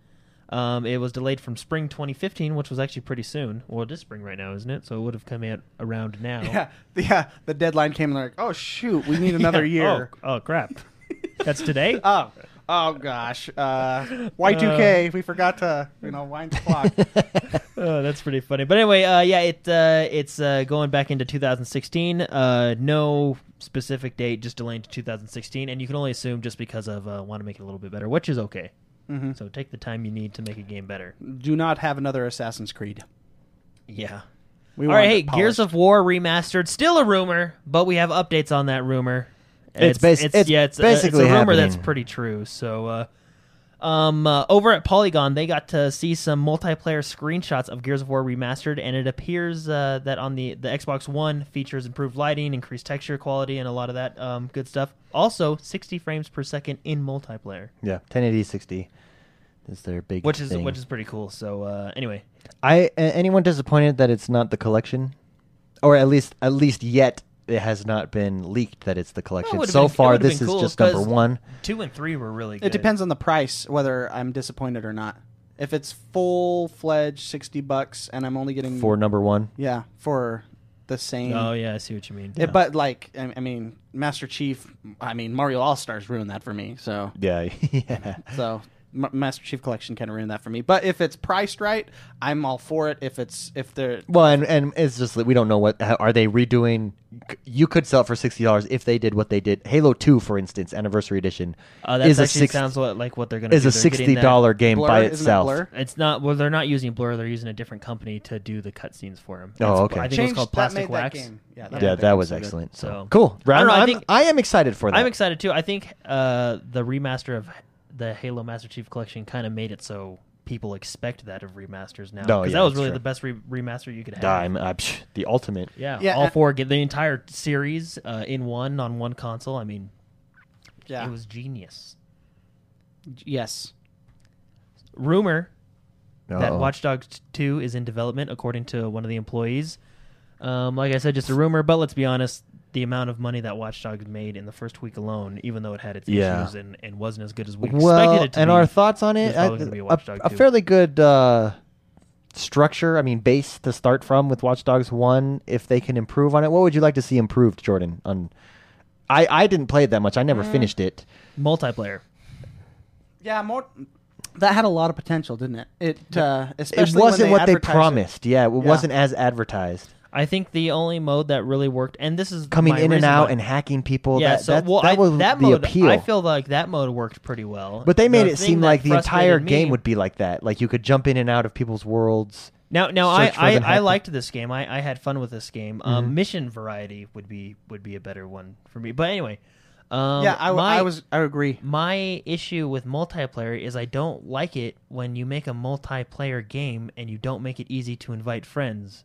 [SPEAKER 3] Um, it was delayed from spring 2015, which was actually pretty soon. Well, it is spring right now, isn't it? So it would have come out around now.
[SPEAKER 2] Yeah, yeah. The deadline came, and they're like, "Oh shoot, we need another
[SPEAKER 3] Yeah.
[SPEAKER 2] year."
[SPEAKER 3] Oh, oh, crap. That's today?
[SPEAKER 2] Oh, oh gosh. Uh, Y two K. We forgot to, you know, wind the clock.
[SPEAKER 3] oh, that's pretty funny. But anyway, uh, yeah, it uh, it's uh, going back into 2016. Uh, no specific date, just delaying to 2016, and you can only assume just because of uh, want to make it a little bit better, which is okay.
[SPEAKER 2] Mhm.
[SPEAKER 3] So take the time you need to make a game better.
[SPEAKER 2] Do not have another Assassin's Creed.
[SPEAKER 3] Yeah.
[SPEAKER 2] We
[SPEAKER 3] All
[SPEAKER 2] want
[SPEAKER 3] right, hey,
[SPEAKER 2] it
[SPEAKER 3] Gears
[SPEAKER 2] polished.
[SPEAKER 3] of War remastered, still a rumor, but we have updates on that rumor.
[SPEAKER 1] It's basi- it's
[SPEAKER 3] yeah, it's, uh,
[SPEAKER 1] basically
[SPEAKER 3] it's a rumor
[SPEAKER 1] happening.
[SPEAKER 3] that's pretty true. So, uh, um, uh, over at Polygon, they got to see some multiplayer screenshots of Gears of War remastered, and it appears uh, that on the the Xbox One features improved lighting, increased texture quality, and a lot of that um, good stuff. Also, 60 frames per second in multiplayer,
[SPEAKER 1] Yeah, 1080 60 is their big
[SPEAKER 3] which is
[SPEAKER 1] thing.
[SPEAKER 3] which is pretty cool. So, uh, anyway,
[SPEAKER 1] I a- anyone disappointed that it's not the collection, or at least at least yet it has not been leaked that it's the collection.
[SPEAKER 3] would've
[SPEAKER 1] so
[SPEAKER 3] been- it
[SPEAKER 1] far,
[SPEAKER 3] would've
[SPEAKER 1] this
[SPEAKER 3] been
[SPEAKER 1] is
[SPEAKER 3] cool,
[SPEAKER 1] just number
[SPEAKER 3] 'cause-
[SPEAKER 1] one.
[SPEAKER 3] two and three were really. good.
[SPEAKER 2] It depends on the price whether I'm disappointed or not. If it's full fledged sixty bucks and I'm only getting
[SPEAKER 1] For number one,
[SPEAKER 2] yeah for the same.
[SPEAKER 3] Oh yeah, I see what you mean.
[SPEAKER 2] It- but like I, I mean, Master Chief. I mean, Mario All Stars ruined that for me. So
[SPEAKER 1] yeah, yeah.
[SPEAKER 2] so. M- Master Chief Collection kind of ruined that for me, but if it's priced right, I'm all for it. If it's if they're
[SPEAKER 1] Well, and, and it's just that we don't know what how- are they redoing. c- You could sell it for sixty dollars if they did what they did. Halo Two, for instance, Anniversary Edition
[SPEAKER 3] Uh, that
[SPEAKER 1] is a
[SPEAKER 3] actually
[SPEAKER 1] six,
[SPEAKER 3] sounds what, like what they're going to
[SPEAKER 1] is
[SPEAKER 3] do.
[SPEAKER 1] a
[SPEAKER 3] They're getting
[SPEAKER 1] sixty
[SPEAKER 3] that-
[SPEAKER 1] dollar game
[SPEAKER 2] Blur,
[SPEAKER 1] by
[SPEAKER 2] isn't it
[SPEAKER 1] itself.
[SPEAKER 2] Blur?
[SPEAKER 3] It's not well. They're not using Blur. They're using a different company to do the cutscenes for them.
[SPEAKER 1] Oh, okay.
[SPEAKER 3] I think
[SPEAKER 2] Change-
[SPEAKER 3] it's called
[SPEAKER 2] that
[SPEAKER 3] Plastic
[SPEAKER 2] made that
[SPEAKER 3] Wax.
[SPEAKER 2] game. Yeah, that
[SPEAKER 3] yeah.
[SPEAKER 2] made
[SPEAKER 1] Yeah,
[SPEAKER 2] that
[SPEAKER 1] that
[SPEAKER 2] game
[SPEAKER 1] was
[SPEAKER 2] so good.
[SPEAKER 1] excellent. So,
[SPEAKER 3] So-
[SPEAKER 1] cool.
[SPEAKER 3] I don't know, I
[SPEAKER 1] I, am
[SPEAKER 3] think-
[SPEAKER 1] I am excited for that.
[SPEAKER 3] I'm excited too. I think uh, the remaster of the Halo Master Chief Collection kind of made it so people expect that of remasters now.
[SPEAKER 1] No,
[SPEAKER 3] because
[SPEAKER 1] Oh, yeah,
[SPEAKER 3] that was
[SPEAKER 1] that's
[SPEAKER 3] really
[SPEAKER 1] true.
[SPEAKER 3] the best re- remaster you could have.
[SPEAKER 1] I'm uh, psh, the ultimate.
[SPEAKER 3] Yeah,
[SPEAKER 2] Yeah,
[SPEAKER 3] all
[SPEAKER 2] and-
[SPEAKER 3] four get the entire series uh, in one on one console. I mean,
[SPEAKER 2] Yeah.
[SPEAKER 3] it was genius.
[SPEAKER 2] yes.
[SPEAKER 3] Rumor that
[SPEAKER 1] Uh-oh.
[SPEAKER 3] Watch Dogs 2 is in development, according to one of the employees. Um, like I said, just a rumor, but let's be honest, the amount of money that Watch Dogs made in the first week alone, even though it had its
[SPEAKER 1] Yeah.
[SPEAKER 3] issues and, and wasn't as good as we
[SPEAKER 1] well,
[SPEAKER 3] expected it to
[SPEAKER 1] and
[SPEAKER 3] be.
[SPEAKER 1] our thoughts on it.
[SPEAKER 3] there's
[SPEAKER 1] I-
[SPEAKER 3] probably gonna be a Watch Dogs
[SPEAKER 1] a
[SPEAKER 3] 2.
[SPEAKER 1] fairly good uh, structure. I mean, base to start from with Watch Dogs One. If they can improve on it, what would you like to see improved, Jordan? On I, I didn't play it that much. I never
[SPEAKER 2] Mm.
[SPEAKER 1] finished it.
[SPEAKER 3] multiplayer.
[SPEAKER 2] Yeah, more. That had a lot of potential, didn't it? It uh,
[SPEAKER 1] It
[SPEAKER 2] especially
[SPEAKER 1] wasn't
[SPEAKER 2] when
[SPEAKER 1] what they
[SPEAKER 2] advertised it.
[SPEAKER 1] promised. Yeah, it wasn't as advertised.
[SPEAKER 3] I think the only mode that really worked, and this is
[SPEAKER 1] Coming
[SPEAKER 3] my
[SPEAKER 1] in and
[SPEAKER 3] reason
[SPEAKER 1] out
[SPEAKER 3] why-
[SPEAKER 1] and hacking people.
[SPEAKER 3] yeah,
[SPEAKER 1] that,
[SPEAKER 3] so
[SPEAKER 1] that,
[SPEAKER 3] well,
[SPEAKER 1] that
[SPEAKER 3] I,
[SPEAKER 1] was
[SPEAKER 3] that
[SPEAKER 1] the
[SPEAKER 3] mode,
[SPEAKER 1] appeal.
[SPEAKER 3] I feel like that mode worked pretty well.
[SPEAKER 1] but they made
[SPEAKER 3] The
[SPEAKER 1] it
[SPEAKER 3] thing
[SPEAKER 1] seem
[SPEAKER 3] that
[SPEAKER 1] like the
[SPEAKER 3] frustrated
[SPEAKER 1] entire game
[SPEAKER 3] me-
[SPEAKER 1] would be like that. Like you could jump in and out of people's worlds.
[SPEAKER 3] Now, now I,
[SPEAKER 1] Search for
[SPEAKER 3] I,
[SPEAKER 1] them,
[SPEAKER 3] I
[SPEAKER 1] hack Mm-hmm.
[SPEAKER 3] liked this game. I, I had fun with this game. Um, Mission variety would be would be a better one for me. But anyway, um,
[SPEAKER 2] Yeah, I, w-
[SPEAKER 3] my,
[SPEAKER 2] I was. I agree.
[SPEAKER 3] My issue with multiplayer is I don't like it when you make a multiplayer game and you don't make it easy to invite friends.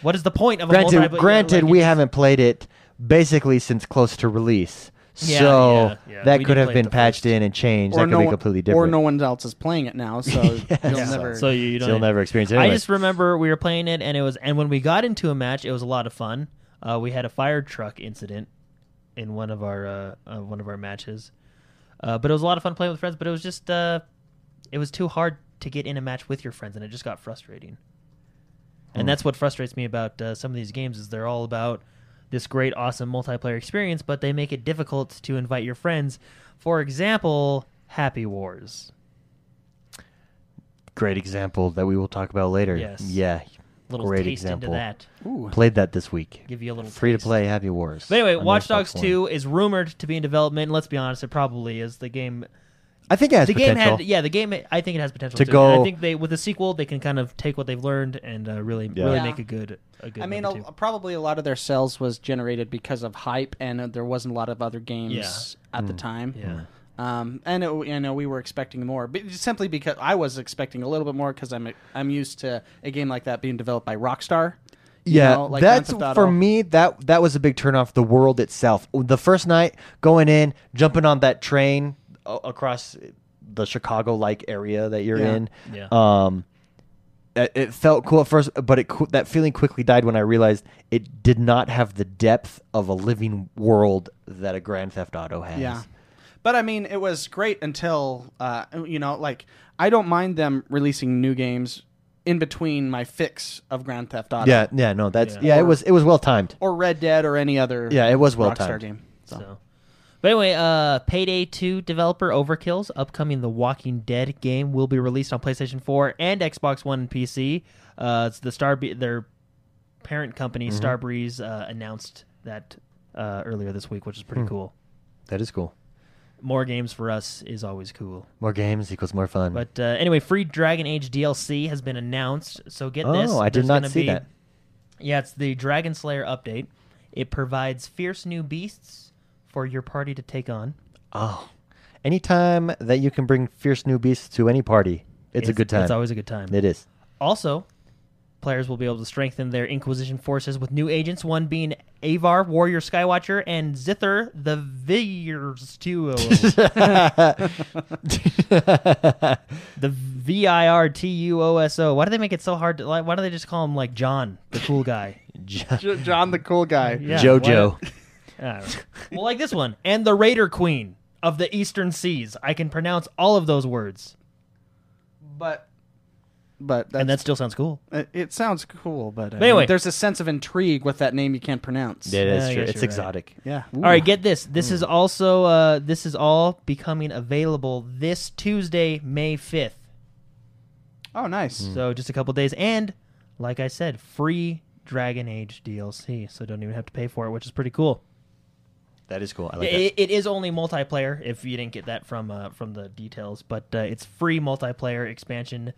[SPEAKER 3] What is the point of a multiplayer?
[SPEAKER 1] Hmm. granted, granted,
[SPEAKER 3] like,
[SPEAKER 1] we
[SPEAKER 3] it's-
[SPEAKER 1] haven't played it basically since close to release.
[SPEAKER 3] Yeah,
[SPEAKER 1] so
[SPEAKER 3] yeah, yeah.
[SPEAKER 1] that
[SPEAKER 3] We
[SPEAKER 1] could
[SPEAKER 3] did
[SPEAKER 1] have
[SPEAKER 3] play it
[SPEAKER 1] been
[SPEAKER 3] the
[SPEAKER 1] patched
[SPEAKER 3] first.
[SPEAKER 1] in and changed. that could be
[SPEAKER 2] one-
[SPEAKER 1] completely different.
[SPEAKER 2] Or no one else is playing it now, so you'll
[SPEAKER 1] Yeah.
[SPEAKER 2] never.
[SPEAKER 3] So you, you don't.
[SPEAKER 1] You'll never experience it
[SPEAKER 3] I
[SPEAKER 1] anyway.
[SPEAKER 3] just remember we were playing it, and it was, and when we got into a match, it was a lot of fun. Uh, we had a fire truck incident in one of our uh, uh, one of our matches, uh, but it was a lot of fun playing with friends. But it was just uh, it was too hard to get in a match with your friends, and it just got frustrating.
[SPEAKER 1] Hmm.
[SPEAKER 3] And that's what frustrates me about uh, some of these games is they're all about this great, awesome multiplayer experience, but they make it difficult to invite your friends. For example, Happy Wars.
[SPEAKER 1] Great example that we will talk about later.
[SPEAKER 3] Yes.
[SPEAKER 1] Yeah.
[SPEAKER 3] Little
[SPEAKER 1] great
[SPEAKER 3] taste
[SPEAKER 1] example.
[SPEAKER 3] into that.
[SPEAKER 2] Ooh.
[SPEAKER 1] Played that this week.
[SPEAKER 3] Give you a little
[SPEAKER 1] Free to
[SPEAKER 3] taste.
[SPEAKER 1] play Happy Wars.
[SPEAKER 3] But anyway,
[SPEAKER 1] on the
[SPEAKER 3] Watch
[SPEAKER 1] Xbox
[SPEAKER 3] Dogs
[SPEAKER 1] One.
[SPEAKER 3] 2 is rumored to be in development. and Let's be honest, it probably is. The game,
[SPEAKER 1] I think it has
[SPEAKER 3] the game
[SPEAKER 1] potential.
[SPEAKER 3] had, yeah, the game. I think it has potential
[SPEAKER 1] To
[SPEAKER 3] too. And
[SPEAKER 1] go-
[SPEAKER 3] I think they with the sequel they can kind of take what they've learned and uh, really,
[SPEAKER 1] Yeah.
[SPEAKER 3] really
[SPEAKER 2] Yeah.
[SPEAKER 3] make a good, a good.
[SPEAKER 2] I mean,
[SPEAKER 3] number
[SPEAKER 2] a,
[SPEAKER 3] two.
[SPEAKER 2] probably a lot of their sales was generated because of hype, and uh, there wasn't a lot of other games at
[SPEAKER 1] Mm.
[SPEAKER 2] the time.
[SPEAKER 3] yeah,
[SPEAKER 2] Um, and it, you know we were expecting more, but just simply because I was expecting a little bit more because I'm I'm used to a game like that being developed by Rockstar. you
[SPEAKER 1] yeah,
[SPEAKER 2] know, like
[SPEAKER 1] that's
[SPEAKER 2] Grand Theft
[SPEAKER 1] for
[SPEAKER 2] Auto.
[SPEAKER 1] me. That that was a big turnoff. The world itself. The first night going in, jumping on that train a- across the Chicago-like area that you're
[SPEAKER 2] Yeah.
[SPEAKER 1] in.
[SPEAKER 3] Yeah.
[SPEAKER 1] Um, it, it felt cool at first, but it qu- that feeling quickly died when I realized it did not have the depth of a living world that a Grand Theft Auto has.
[SPEAKER 2] Yeah. But I mean, it was great until, uh, you know, like, I don't mind them releasing new games in between my fix of Grand Theft Auto.
[SPEAKER 1] Yeah, yeah, no, that's
[SPEAKER 3] Yeah.
[SPEAKER 1] yeah. it was it was well timed.
[SPEAKER 2] Or Red Dead or any other
[SPEAKER 1] Yeah, it was well
[SPEAKER 2] Rockstar
[SPEAKER 1] timed.
[SPEAKER 2] game. So.
[SPEAKER 3] So, but anyway, uh, Payday 2 developer Overkill's upcoming The Walking Dead game will be released on PlayStation 4 and Xbox One and PC. Uh, it's the Starbe- their parent company
[SPEAKER 1] Mm-hmm.
[SPEAKER 3] Starbreeze uh, announced that uh, earlier this week, which is
[SPEAKER 1] Hmm.
[SPEAKER 3] pretty cool.
[SPEAKER 1] That is cool.
[SPEAKER 3] More games for us is always cool.
[SPEAKER 1] More games equals more fun.
[SPEAKER 3] But uh, anyway, free Dragon Age DLC has been announced. So get
[SPEAKER 1] oh,
[SPEAKER 3] this.
[SPEAKER 1] I did
[SPEAKER 3] There's
[SPEAKER 1] not
[SPEAKER 3] gonna
[SPEAKER 1] see
[SPEAKER 3] be-
[SPEAKER 1] that.
[SPEAKER 3] Yeah, it's the Dragon Slayer update. It provides fierce new beasts for your party to take on.
[SPEAKER 1] Oh, anytime that you can bring fierce new beasts to any party, it's, a good time.
[SPEAKER 3] It's always a good time.
[SPEAKER 1] It is.
[SPEAKER 3] Also, players will be able to strengthen their Inquisition forces with new agents, one being Avar, Warrior Skywatcher, and Zither, the Virs Duo. uh, the V I R T U O S O. Why do they make it so hard to like why don't they just call him like John, the cool guy?
[SPEAKER 1] Jo-
[SPEAKER 2] John the cool guy.
[SPEAKER 3] Yeah,
[SPEAKER 1] Jojo.
[SPEAKER 3] I don't know. Uh, well, like this one. And the Raider Queen of the Eastern Seas. I can pronounce all of those words.
[SPEAKER 2] But. But that's,
[SPEAKER 3] and that still sounds cool.
[SPEAKER 2] it, it sounds cool, but, uh,
[SPEAKER 3] anyway.
[SPEAKER 2] there's a sense of intrigue with that name you can't pronounce.
[SPEAKER 1] It is
[SPEAKER 3] I
[SPEAKER 1] true.
[SPEAKER 3] guess
[SPEAKER 1] It's
[SPEAKER 3] you're right.
[SPEAKER 1] exotic.
[SPEAKER 2] Yeah.
[SPEAKER 3] All right, get this. This
[SPEAKER 1] Hmm.
[SPEAKER 3] is also uh, this is all becoming available this Tuesday, May fifth.
[SPEAKER 2] Oh, nice.
[SPEAKER 1] Mm. Hmm.
[SPEAKER 3] So just a couple days, and like I said, free Dragon Age DLC. So don't even have to pay for it, which is pretty cool.
[SPEAKER 1] That is cool. I like
[SPEAKER 3] it, it is only multiplayer. If you didn't get that from uh, from the details, but uh, it's free multiplayer expansion,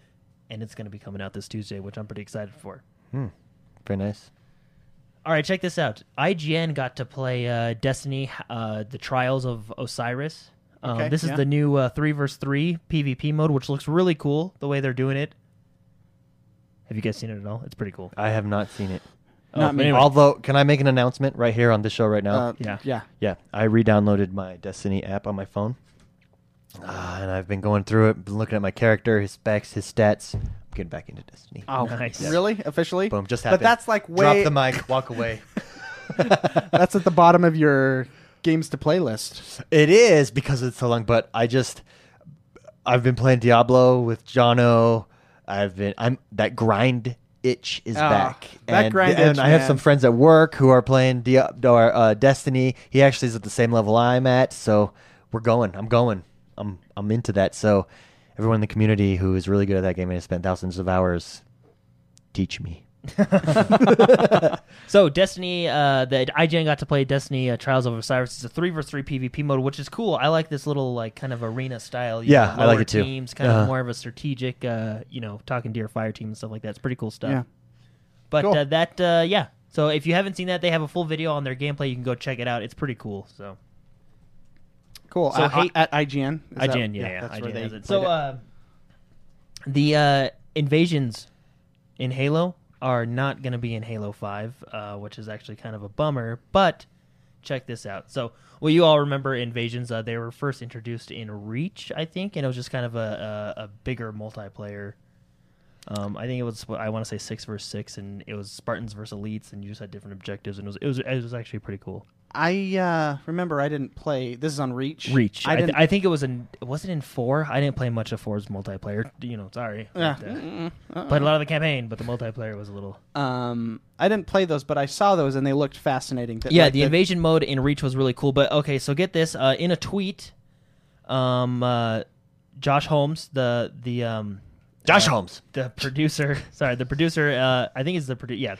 [SPEAKER 3] and it's going to be coming out this Tuesday, which I'm pretty excited for.
[SPEAKER 1] that. Very nice.
[SPEAKER 3] All right, check this out. IGN got to play uh, Destiny, uh, the Trials of Osiris. Um,
[SPEAKER 2] Okay,
[SPEAKER 3] this is
[SPEAKER 2] yeah.
[SPEAKER 3] the new uh, three versus three PvP mode, which looks really cool. The way they're doing it. Have you guys seen it at all? It's pretty cool.
[SPEAKER 1] I have not seen it.
[SPEAKER 2] Not
[SPEAKER 3] but
[SPEAKER 2] me.
[SPEAKER 3] anyway,
[SPEAKER 1] Although, can I make an announcement right here on this show right now?
[SPEAKER 2] Uh,
[SPEAKER 3] Yeah.
[SPEAKER 2] Yeah.
[SPEAKER 1] yeah, I re-downloaded my Destiny app on my phone, Ah, and I've been going through it, been looking at my character, his specs, his stats. I'm getting back into Destiny.
[SPEAKER 2] Oh,
[SPEAKER 3] Nice.
[SPEAKER 2] Really? Officially?
[SPEAKER 1] Boom, just
[SPEAKER 2] But
[SPEAKER 1] happened.
[SPEAKER 2] that's like way.
[SPEAKER 1] Drop the mic, walk away.
[SPEAKER 2] that's at the bottom of your games to playlist.
[SPEAKER 1] It is because it's so long, but I just I've been playing Diablo with Jono. I've been I'm that grind itch is
[SPEAKER 2] Ah,
[SPEAKER 1] back.
[SPEAKER 2] that
[SPEAKER 1] and,
[SPEAKER 2] grind
[SPEAKER 1] and
[SPEAKER 2] itch,
[SPEAKER 1] I have
[SPEAKER 2] man.
[SPEAKER 1] some friends at work who are playing Dia- or, uh, Destiny. He actually is at the same level I'm at, so we're going. I'm going. I'm I'm into that. So everyone in the community who is really good at that game and has spent thousands of hours, teach me.
[SPEAKER 3] so Destiny, uh, the IGN got to play Destiny uh, Trials of Osiris. It's a three versus three PvP mode, which is cool. I like this little like kind of arena style. you
[SPEAKER 1] Yeah,
[SPEAKER 3] know,
[SPEAKER 1] I like
[SPEAKER 3] lower
[SPEAKER 1] it too.
[SPEAKER 3] Teams, kind
[SPEAKER 1] Uh-huh.
[SPEAKER 3] of more of a strategic, uh, you know, talking to your fire team and stuff like that. It's pretty cool stuff.
[SPEAKER 2] Yeah.
[SPEAKER 3] But
[SPEAKER 2] Cool.
[SPEAKER 3] uh, that, uh, yeah. So if you haven't seen that, they have a full video on their gameplay. You can go check it out. It's pretty cool. So
[SPEAKER 2] Cool.
[SPEAKER 3] So
[SPEAKER 2] at,
[SPEAKER 3] hate-
[SPEAKER 2] at IGN. Is that-
[SPEAKER 3] IGN, yeah, yeah,
[SPEAKER 2] that's
[SPEAKER 3] IGN
[SPEAKER 2] where they
[SPEAKER 3] has it.
[SPEAKER 2] played
[SPEAKER 3] So uh, the uh, invasions in Halo are not going to be in Halo Five, uh, which is actually kind of a bummer. But check this out. So, well, you all remember invasions? Uh, they were first introduced in Reach, I think, and it was just kind of a a, a bigger multiplayer Um, I think it was what I want to say six versus six, and it was Spartans versus elites, and you just had different objectives, and it was it was, it was actually pretty cool.
[SPEAKER 2] I uh, remember I didn't play. This is on Reach.
[SPEAKER 3] Reach. I,
[SPEAKER 2] I
[SPEAKER 3] th-
[SPEAKER 2] didn't.
[SPEAKER 3] I think it was in was it in four? I didn't play much of four's multiplayer. You know, sorry.
[SPEAKER 2] Yeah.
[SPEAKER 3] But, uh,
[SPEAKER 2] Mm-mm. Uh-uh.
[SPEAKER 3] played a lot of the campaign, but the multiplayer was a little.
[SPEAKER 2] um, I didn't play those, but I saw those and they looked fascinating. That,
[SPEAKER 3] yeah,
[SPEAKER 2] like,
[SPEAKER 3] the, invasion mode in Reach was really cool. But okay, so get this. Uh, in a tweet, um, uh, Josh Holmes, the the um,
[SPEAKER 1] Josh
[SPEAKER 3] uh,
[SPEAKER 1] Holmes.
[SPEAKER 3] the producer. sorry, the producer. Uh, I think he's the producer. Yeah,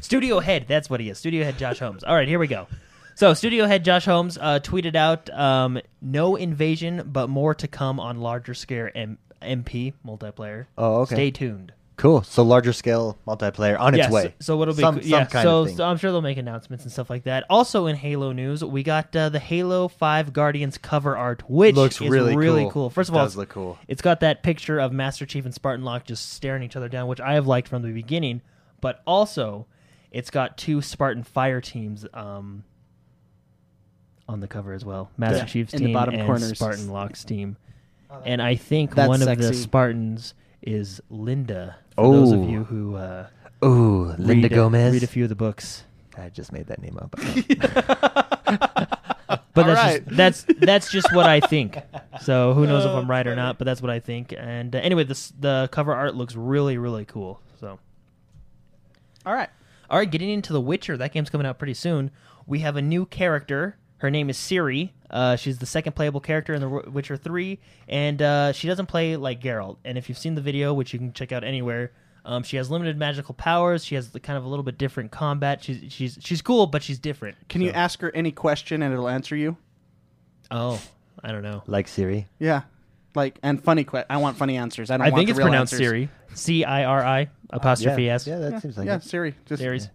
[SPEAKER 3] studio head. That's what he is. Studio head Josh Holmes. All right, here we go. So, studio head Josh Holmes uh, tweeted out, um, "No invasion, but more to come on larger scale M- MP multiplayer.
[SPEAKER 1] Oh, okay.
[SPEAKER 3] Stay tuned."
[SPEAKER 1] Cool. So larger scale multiplayer on
[SPEAKER 3] yeah,
[SPEAKER 1] its
[SPEAKER 3] so-
[SPEAKER 1] way.
[SPEAKER 3] So, it'll be
[SPEAKER 1] some,
[SPEAKER 3] coo-
[SPEAKER 1] some
[SPEAKER 3] yeah.
[SPEAKER 1] kind
[SPEAKER 3] so,
[SPEAKER 1] of thing.
[SPEAKER 3] so I'm sure they'll make announcements and stuff like that. Also in Halo news, we got uh, the Halo Five Guardians cover art, which
[SPEAKER 1] looks
[SPEAKER 3] is
[SPEAKER 1] really
[SPEAKER 3] really
[SPEAKER 1] cool.
[SPEAKER 3] First of
[SPEAKER 1] It
[SPEAKER 3] all,
[SPEAKER 1] does
[SPEAKER 3] it's-
[SPEAKER 1] look cool.
[SPEAKER 3] It's got that picture of Master Chief and Spartan Locke just staring each other down, which I have liked from the beginning. But also, it's got two Spartan fire teams um, on the cover as well. Master
[SPEAKER 1] Yeah.
[SPEAKER 3] Chief's
[SPEAKER 2] In the
[SPEAKER 3] team
[SPEAKER 2] bottom
[SPEAKER 3] and
[SPEAKER 2] corners.
[SPEAKER 3] Spartan Locke's team. And I think
[SPEAKER 2] That's
[SPEAKER 3] one of the
[SPEAKER 2] sexy.
[SPEAKER 3] Spartans is Linda. For those of
[SPEAKER 1] Oh.
[SPEAKER 3] you who uh,
[SPEAKER 1] Ooh, Linda
[SPEAKER 3] read a-
[SPEAKER 1] Gomez.
[SPEAKER 3] read a few of the books.
[SPEAKER 1] I just made that name up.
[SPEAKER 3] But
[SPEAKER 2] All
[SPEAKER 3] that's
[SPEAKER 2] right.
[SPEAKER 3] just, that's that's just what I think. So who knows if
[SPEAKER 2] Oh,
[SPEAKER 3] I'm right or not? But that's what I think. And uh, anyway, this the cover art looks really really cool. So
[SPEAKER 2] all right.
[SPEAKER 3] all right, getting into The Witcher, that game's coming out pretty soon. We have a new character. Her name is Ciri. Uh, she's the second playable character in The Wi- Witcher Three, and uh, she doesn't play like Geralt. And if you've seen the video, which you can check out anywhere, um, she has limited magical powers. She has the kind of a little bit different combat. She's she's she's cool, but she's different.
[SPEAKER 2] Can you
[SPEAKER 3] So-
[SPEAKER 2] ask her any question and it'll answer you?
[SPEAKER 3] Oh, I don't know.
[SPEAKER 1] like Siri.
[SPEAKER 2] Yeah. Like and funny. Que- I want funny answers. I don't.
[SPEAKER 3] I
[SPEAKER 2] want
[SPEAKER 3] think
[SPEAKER 2] the
[SPEAKER 3] it's
[SPEAKER 2] real
[SPEAKER 3] pronounced
[SPEAKER 2] answers.
[SPEAKER 3] Siri. C I R I apostrophe
[SPEAKER 1] yeah.
[SPEAKER 3] S.
[SPEAKER 1] Yeah, that
[SPEAKER 2] Yeah,
[SPEAKER 1] seems like
[SPEAKER 2] yeah
[SPEAKER 1] it.
[SPEAKER 2] Siri. Just
[SPEAKER 3] Series.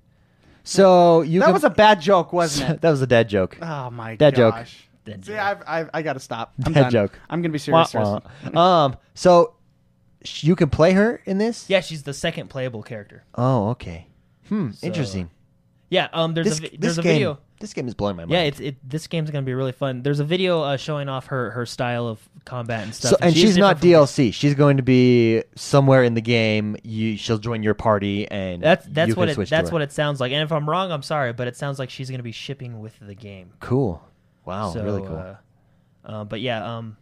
[SPEAKER 1] So you
[SPEAKER 2] that
[SPEAKER 1] can-
[SPEAKER 2] was a bad joke, wasn't it?
[SPEAKER 1] that was a dad joke.
[SPEAKER 2] Oh my
[SPEAKER 1] Dad joke.
[SPEAKER 2] gosh.
[SPEAKER 3] Dad
[SPEAKER 2] See,
[SPEAKER 3] joke.
[SPEAKER 2] I've, I've, I gotta stop. I'm
[SPEAKER 1] Dad
[SPEAKER 2] done.
[SPEAKER 1] joke.
[SPEAKER 2] I'm gonna be
[SPEAKER 1] Wah,
[SPEAKER 2] serious.
[SPEAKER 1] wah. um. So sh- you can play her in this.
[SPEAKER 3] Yeah, she's the second playable character.
[SPEAKER 1] Oh, okay. Hmm.
[SPEAKER 3] So-
[SPEAKER 1] interesting.
[SPEAKER 3] Yeah, um, there's
[SPEAKER 1] This,
[SPEAKER 3] a vi-
[SPEAKER 1] this
[SPEAKER 3] there's a
[SPEAKER 1] game.
[SPEAKER 3] video.
[SPEAKER 1] This game is blowing my mind.
[SPEAKER 3] Yeah, it's it. This game's gonna be really fun. There's a video uh, showing off her her style of combat and stuff.
[SPEAKER 1] So, and
[SPEAKER 3] she is
[SPEAKER 1] she's not
[SPEAKER 3] different
[SPEAKER 1] DLC. She's going to be somewhere in the game. You, she'll join your party, and
[SPEAKER 3] from- That's
[SPEAKER 1] you
[SPEAKER 3] that's
[SPEAKER 1] can
[SPEAKER 3] what it,
[SPEAKER 1] switch
[SPEAKER 3] that's
[SPEAKER 1] to
[SPEAKER 3] what it sounds like. And if I'm wrong, I'm sorry, but it sounds like she's gonna be shipping with the game.
[SPEAKER 1] Cool. Wow,
[SPEAKER 3] so,
[SPEAKER 1] Oh, really cool.
[SPEAKER 3] Uh, uh, but yeah, um,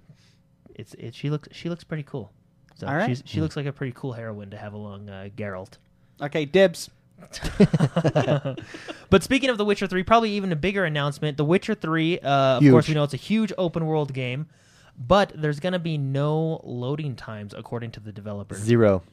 [SPEAKER 3] it's it. She looks she looks pretty cool. So
[SPEAKER 2] All right.
[SPEAKER 3] she's,
[SPEAKER 1] Hmm.
[SPEAKER 3] she looks like a pretty cool heroine to have along uh, Geralt.
[SPEAKER 2] Okay, dibs.
[SPEAKER 3] But speaking of The Witcher 3, probably even a bigger announcement. The Witcher 3, uh, of
[SPEAKER 1] Huge.
[SPEAKER 3] course, we know it's a huge open world game, but there's going to be no loading times according to the developer.
[SPEAKER 1] Zero.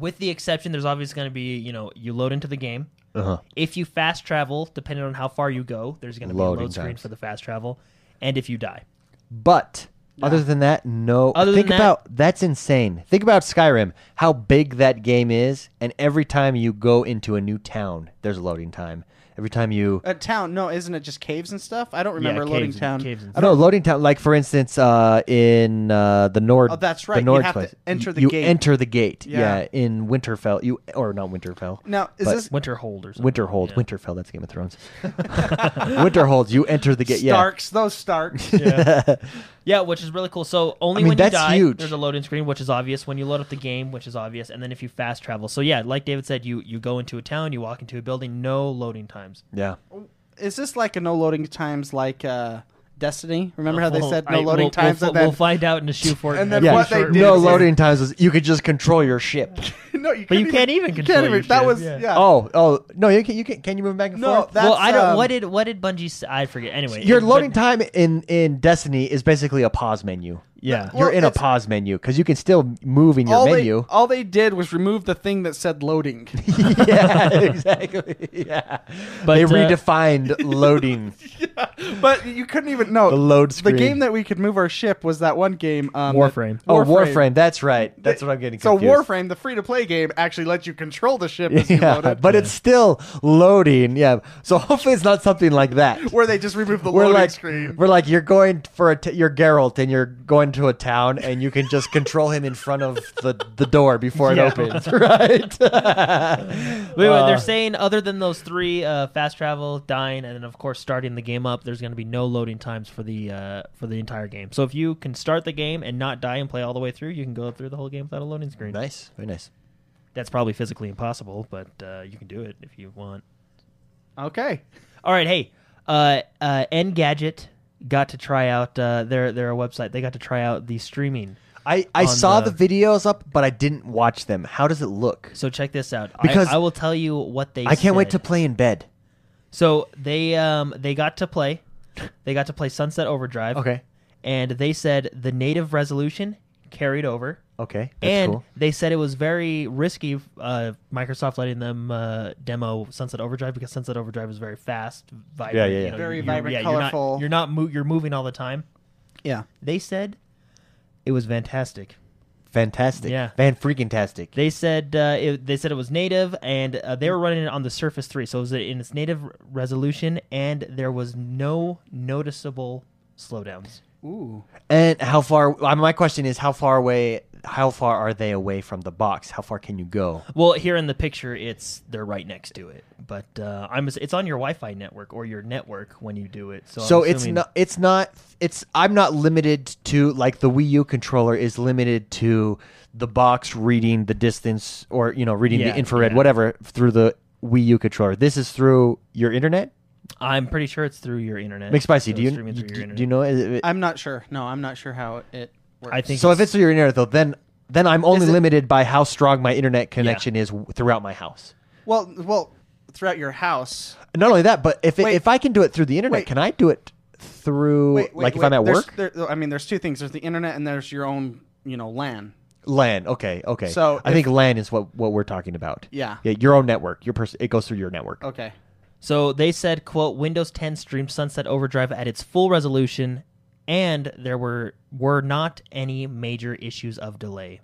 [SPEAKER 3] With the exception, there's obviously going to be, you know, you load into the game.
[SPEAKER 1] Uh-huh.
[SPEAKER 3] If you fast travel, depending on how far you go, there's going to be a
[SPEAKER 1] Loading
[SPEAKER 3] load screen
[SPEAKER 1] times.
[SPEAKER 3] for the fast travel. And if you die,
[SPEAKER 1] But other than that, no.
[SPEAKER 3] Other than
[SPEAKER 1] Think
[SPEAKER 3] that-
[SPEAKER 1] about that's insane. Think about Skyrim, how big that game is, and every time you go into a new town, there's a loading time. Every time you
[SPEAKER 2] A town? No, isn't it just caves and stuff? I don't remember
[SPEAKER 3] yeah,
[SPEAKER 2] loading
[SPEAKER 3] caves and-
[SPEAKER 2] town.
[SPEAKER 3] caves and
[SPEAKER 1] I no loading time. Like for instance, uh, in uh, the Nord.
[SPEAKER 2] Oh, that's
[SPEAKER 1] The
[SPEAKER 2] right. You
[SPEAKER 1] Nord
[SPEAKER 2] have to
[SPEAKER 1] place,
[SPEAKER 2] enter the
[SPEAKER 1] you
[SPEAKER 2] gate.
[SPEAKER 1] enter the gate. Yeah.
[SPEAKER 2] Yeah.
[SPEAKER 1] in Winterfell, you or not Winterfell.
[SPEAKER 2] Now, is
[SPEAKER 1] But-
[SPEAKER 2] this
[SPEAKER 3] Winterhold or something.
[SPEAKER 1] Winterhold,
[SPEAKER 3] Yeah.
[SPEAKER 1] Winterfell. That's Game of Thrones. Winterhold, you enter the gate.
[SPEAKER 2] Starks? Those Starks.
[SPEAKER 1] Yeah.
[SPEAKER 3] Yeah, which is really cool. So
[SPEAKER 1] I
[SPEAKER 3] only
[SPEAKER 1] mean,
[SPEAKER 3] when
[SPEAKER 1] that's
[SPEAKER 3] you die,
[SPEAKER 1] huge.
[SPEAKER 3] there's a loading screen, which is obvious. When you load up the game, which is obvious, and then if you fast travel, so yeah, like David said, you you go into a town, you walk into a building, no loading times.
[SPEAKER 1] yeah.
[SPEAKER 2] is this like a no loading times like uh, Destiny? Remember how they
[SPEAKER 3] We'll-
[SPEAKER 2] said
[SPEAKER 3] I-
[SPEAKER 2] no loading
[SPEAKER 3] we'll,
[SPEAKER 2] times?
[SPEAKER 3] We'll,
[SPEAKER 2] and then,
[SPEAKER 3] we'll find out in the shoe for it.
[SPEAKER 2] And then
[SPEAKER 1] Yeah.
[SPEAKER 2] what they did
[SPEAKER 1] no
[SPEAKER 2] was-
[SPEAKER 1] loading times was you could just control your ship.
[SPEAKER 2] no, you
[SPEAKER 3] But you
[SPEAKER 2] couldn't
[SPEAKER 3] can't even
[SPEAKER 2] you
[SPEAKER 3] control
[SPEAKER 2] can't
[SPEAKER 3] your
[SPEAKER 2] even- That
[SPEAKER 3] ship,
[SPEAKER 2] was
[SPEAKER 3] yeah.
[SPEAKER 2] yeah.
[SPEAKER 1] Oh, oh no! You can you can can you move back and
[SPEAKER 2] No,
[SPEAKER 1] forth?
[SPEAKER 2] that-
[SPEAKER 3] well,
[SPEAKER 2] that's,
[SPEAKER 3] I don't.
[SPEAKER 2] um,
[SPEAKER 3] what did what did Bungie? s- I forget. Anyway,
[SPEAKER 1] Your
[SPEAKER 3] it-
[SPEAKER 1] loading
[SPEAKER 3] but-
[SPEAKER 1] time in in Destiny is basically a pause menu.
[SPEAKER 3] Yeah.
[SPEAKER 1] You're in a
[SPEAKER 2] it's-
[SPEAKER 1] pause menu because you can still move in your
[SPEAKER 2] all
[SPEAKER 1] menu.
[SPEAKER 2] They, all they did was remove the thing that said loading.
[SPEAKER 1] yeah, exactly. Yeah,
[SPEAKER 3] But,
[SPEAKER 1] they
[SPEAKER 3] uh,
[SPEAKER 1] redefined loading.
[SPEAKER 2] but you couldn't even know
[SPEAKER 1] The load
[SPEAKER 2] The
[SPEAKER 1] screen.
[SPEAKER 2] game that we could move our ship was that one game. Um,
[SPEAKER 3] Warframe.
[SPEAKER 2] that-
[SPEAKER 1] Oh, Warframe. That's right. That's what I'm getting.
[SPEAKER 2] So
[SPEAKER 1] confused.
[SPEAKER 2] Warframe, the free to play game, actually lets you control the ship as you load
[SPEAKER 1] Yeah,
[SPEAKER 2] it.
[SPEAKER 1] but it's still loading. Yeah. So hopefully it's not something like that.
[SPEAKER 2] where they just remove the
[SPEAKER 1] we're
[SPEAKER 2] loading
[SPEAKER 1] like
[SPEAKER 2] screen.
[SPEAKER 1] we're like you're going for a t- you're Geralt and you're going to a town and you can just control him in front of the, the door before it
[SPEAKER 3] Yeah.
[SPEAKER 1] opens, right?
[SPEAKER 3] Wait, wait,
[SPEAKER 1] Uh,
[SPEAKER 3] they're saying other than those three, uh, fast travel, dying, and then of course starting the game up, there's going to be no loading times for the uh, for the entire game. So if you can start the game and not die and play all the way through, you can go through the whole game without a loading screen.
[SPEAKER 1] nice, very nice.
[SPEAKER 3] That's probably physically impossible, but uh, you can do it if you want.
[SPEAKER 2] Okay.
[SPEAKER 3] All right, hey, uh, uh, Engadget got to try out uh, their their website. They got to try out the streaming.
[SPEAKER 1] I, I
[SPEAKER 3] On
[SPEAKER 1] saw the...
[SPEAKER 3] the-
[SPEAKER 1] videos up, but I didn't watch them. How does it look?
[SPEAKER 3] So check this out.
[SPEAKER 1] Because-
[SPEAKER 3] I, I will tell you what they.
[SPEAKER 1] I can't wait to
[SPEAKER 3] said.
[SPEAKER 1] play in bed.
[SPEAKER 3] So they um they got to play, they got to play Sunset Overdrive. and they said the native resolution carried over.
[SPEAKER 1] Okay. That's
[SPEAKER 3] and
[SPEAKER 1] cool.
[SPEAKER 3] they said it was very risky, uh, Microsoft letting them uh, demo Sunset Overdrive because Sunset Overdrive is very fast, vibrant,
[SPEAKER 1] yeah, yeah.
[SPEAKER 3] you know,
[SPEAKER 2] Very
[SPEAKER 3] you-
[SPEAKER 2] vibrant,
[SPEAKER 3] yeah, you're not-
[SPEAKER 2] colorful.
[SPEAKER 3] You're not, mo- you're moving all the time.
[SPEAKER 2] Yeah.
[SPEAKER 3] They said it was fantastic.
[SPEAKER 1] Fantastic.
[SPEAKER 3] Yeah.
[SPEAKER 1] Van freaking tastic.
[SPEAKER 3] They said uh, it, they said it was native, and uh, they were running it on the Surface Three, so it was in its native r- resolution, and there was no noticeable slowdowns.
[SPEAKER 2] Ooh.
[SPEAKER 1] And how far? uh, My question is, how far away? How far are they away from the box? How far can you go?
[SPEAKER 3] Well, here in the picture, it's they're right next to it, but uh, I'm it's on your Wi-Fi network or your network when you do it. So, I'm
[SPEAKER 1] So it's
[SPEAKER 3] assuming-
[SPEAKER 1] not. It's not. It's. I'm not limited to like the Wii U controller is limited to the box reading the distance or you know reading
[SPEAKER 3] Yeah,
[SPEAKER 1] the infrared
[SPEAKER 3] yeah.
[SPEAKER 1] whatever through the Wii U controller. This is through your internet.
[SPEAKER 3] I'm pretty sure it's through your internet.
[SPEAKER 1] Make spicy.
[SPEAKER 3] So
[SPEAKER 1] do you,
[SPEAKER 3] it's streaming through your
[SPEAKER 1] do,
[SPEAKER 3] internet.
[SPEAKER 1] you know? is it-
[SPEAKER 2] I'm not sure. No, I'm not sure how it works.
[SPEAKER 3] I think
[SPEAKER 1] so if it's through your internet though, then then I'm only
[SPEAKER 2] Is it-
[SPEAKER 1] limited by how strong my internet connection is w- throughout my house.
[SPEAKER 2] well, well, throughout your house.
[SPEAKER 1] Not only that, but if it,
[SPEAKER 2] Wait.
[SPEAKER 1] if I can do it through the internet,
[SPEAKER 2] Wait.
[SPEAKER 1] can I do it through
[SPEAKER 2] Wait, wait,
[SPEAKER 1] like if
[SPEAKER 2] wait,
[SPEAKER 1] I'm at
[SPEAKER 2] there's-
[SPEAKER 1] work?
[SPEAKER 2] there- I mean, there's two things. There's the internet and there's your own, you know, LAN.
[SPEAKER 1] LAN. Okay, okay.
[SPEAKER 2] So
[SPEAKER 1] I
[SPEAKER 2] if-
[SPEAKER 1] think LAN is what what we're talking about.
[SPEAKER 2] Yeah. Oh,
[SPEAKER 1] Yeah, your own network. Your person. It goes through your network.
[SPEAKER 2] Okay.
[SPEAKER 3] So they said, "quote Windows 10 streamed Sunset Overdrive at its full resolution, and there were were not any major issues of delay."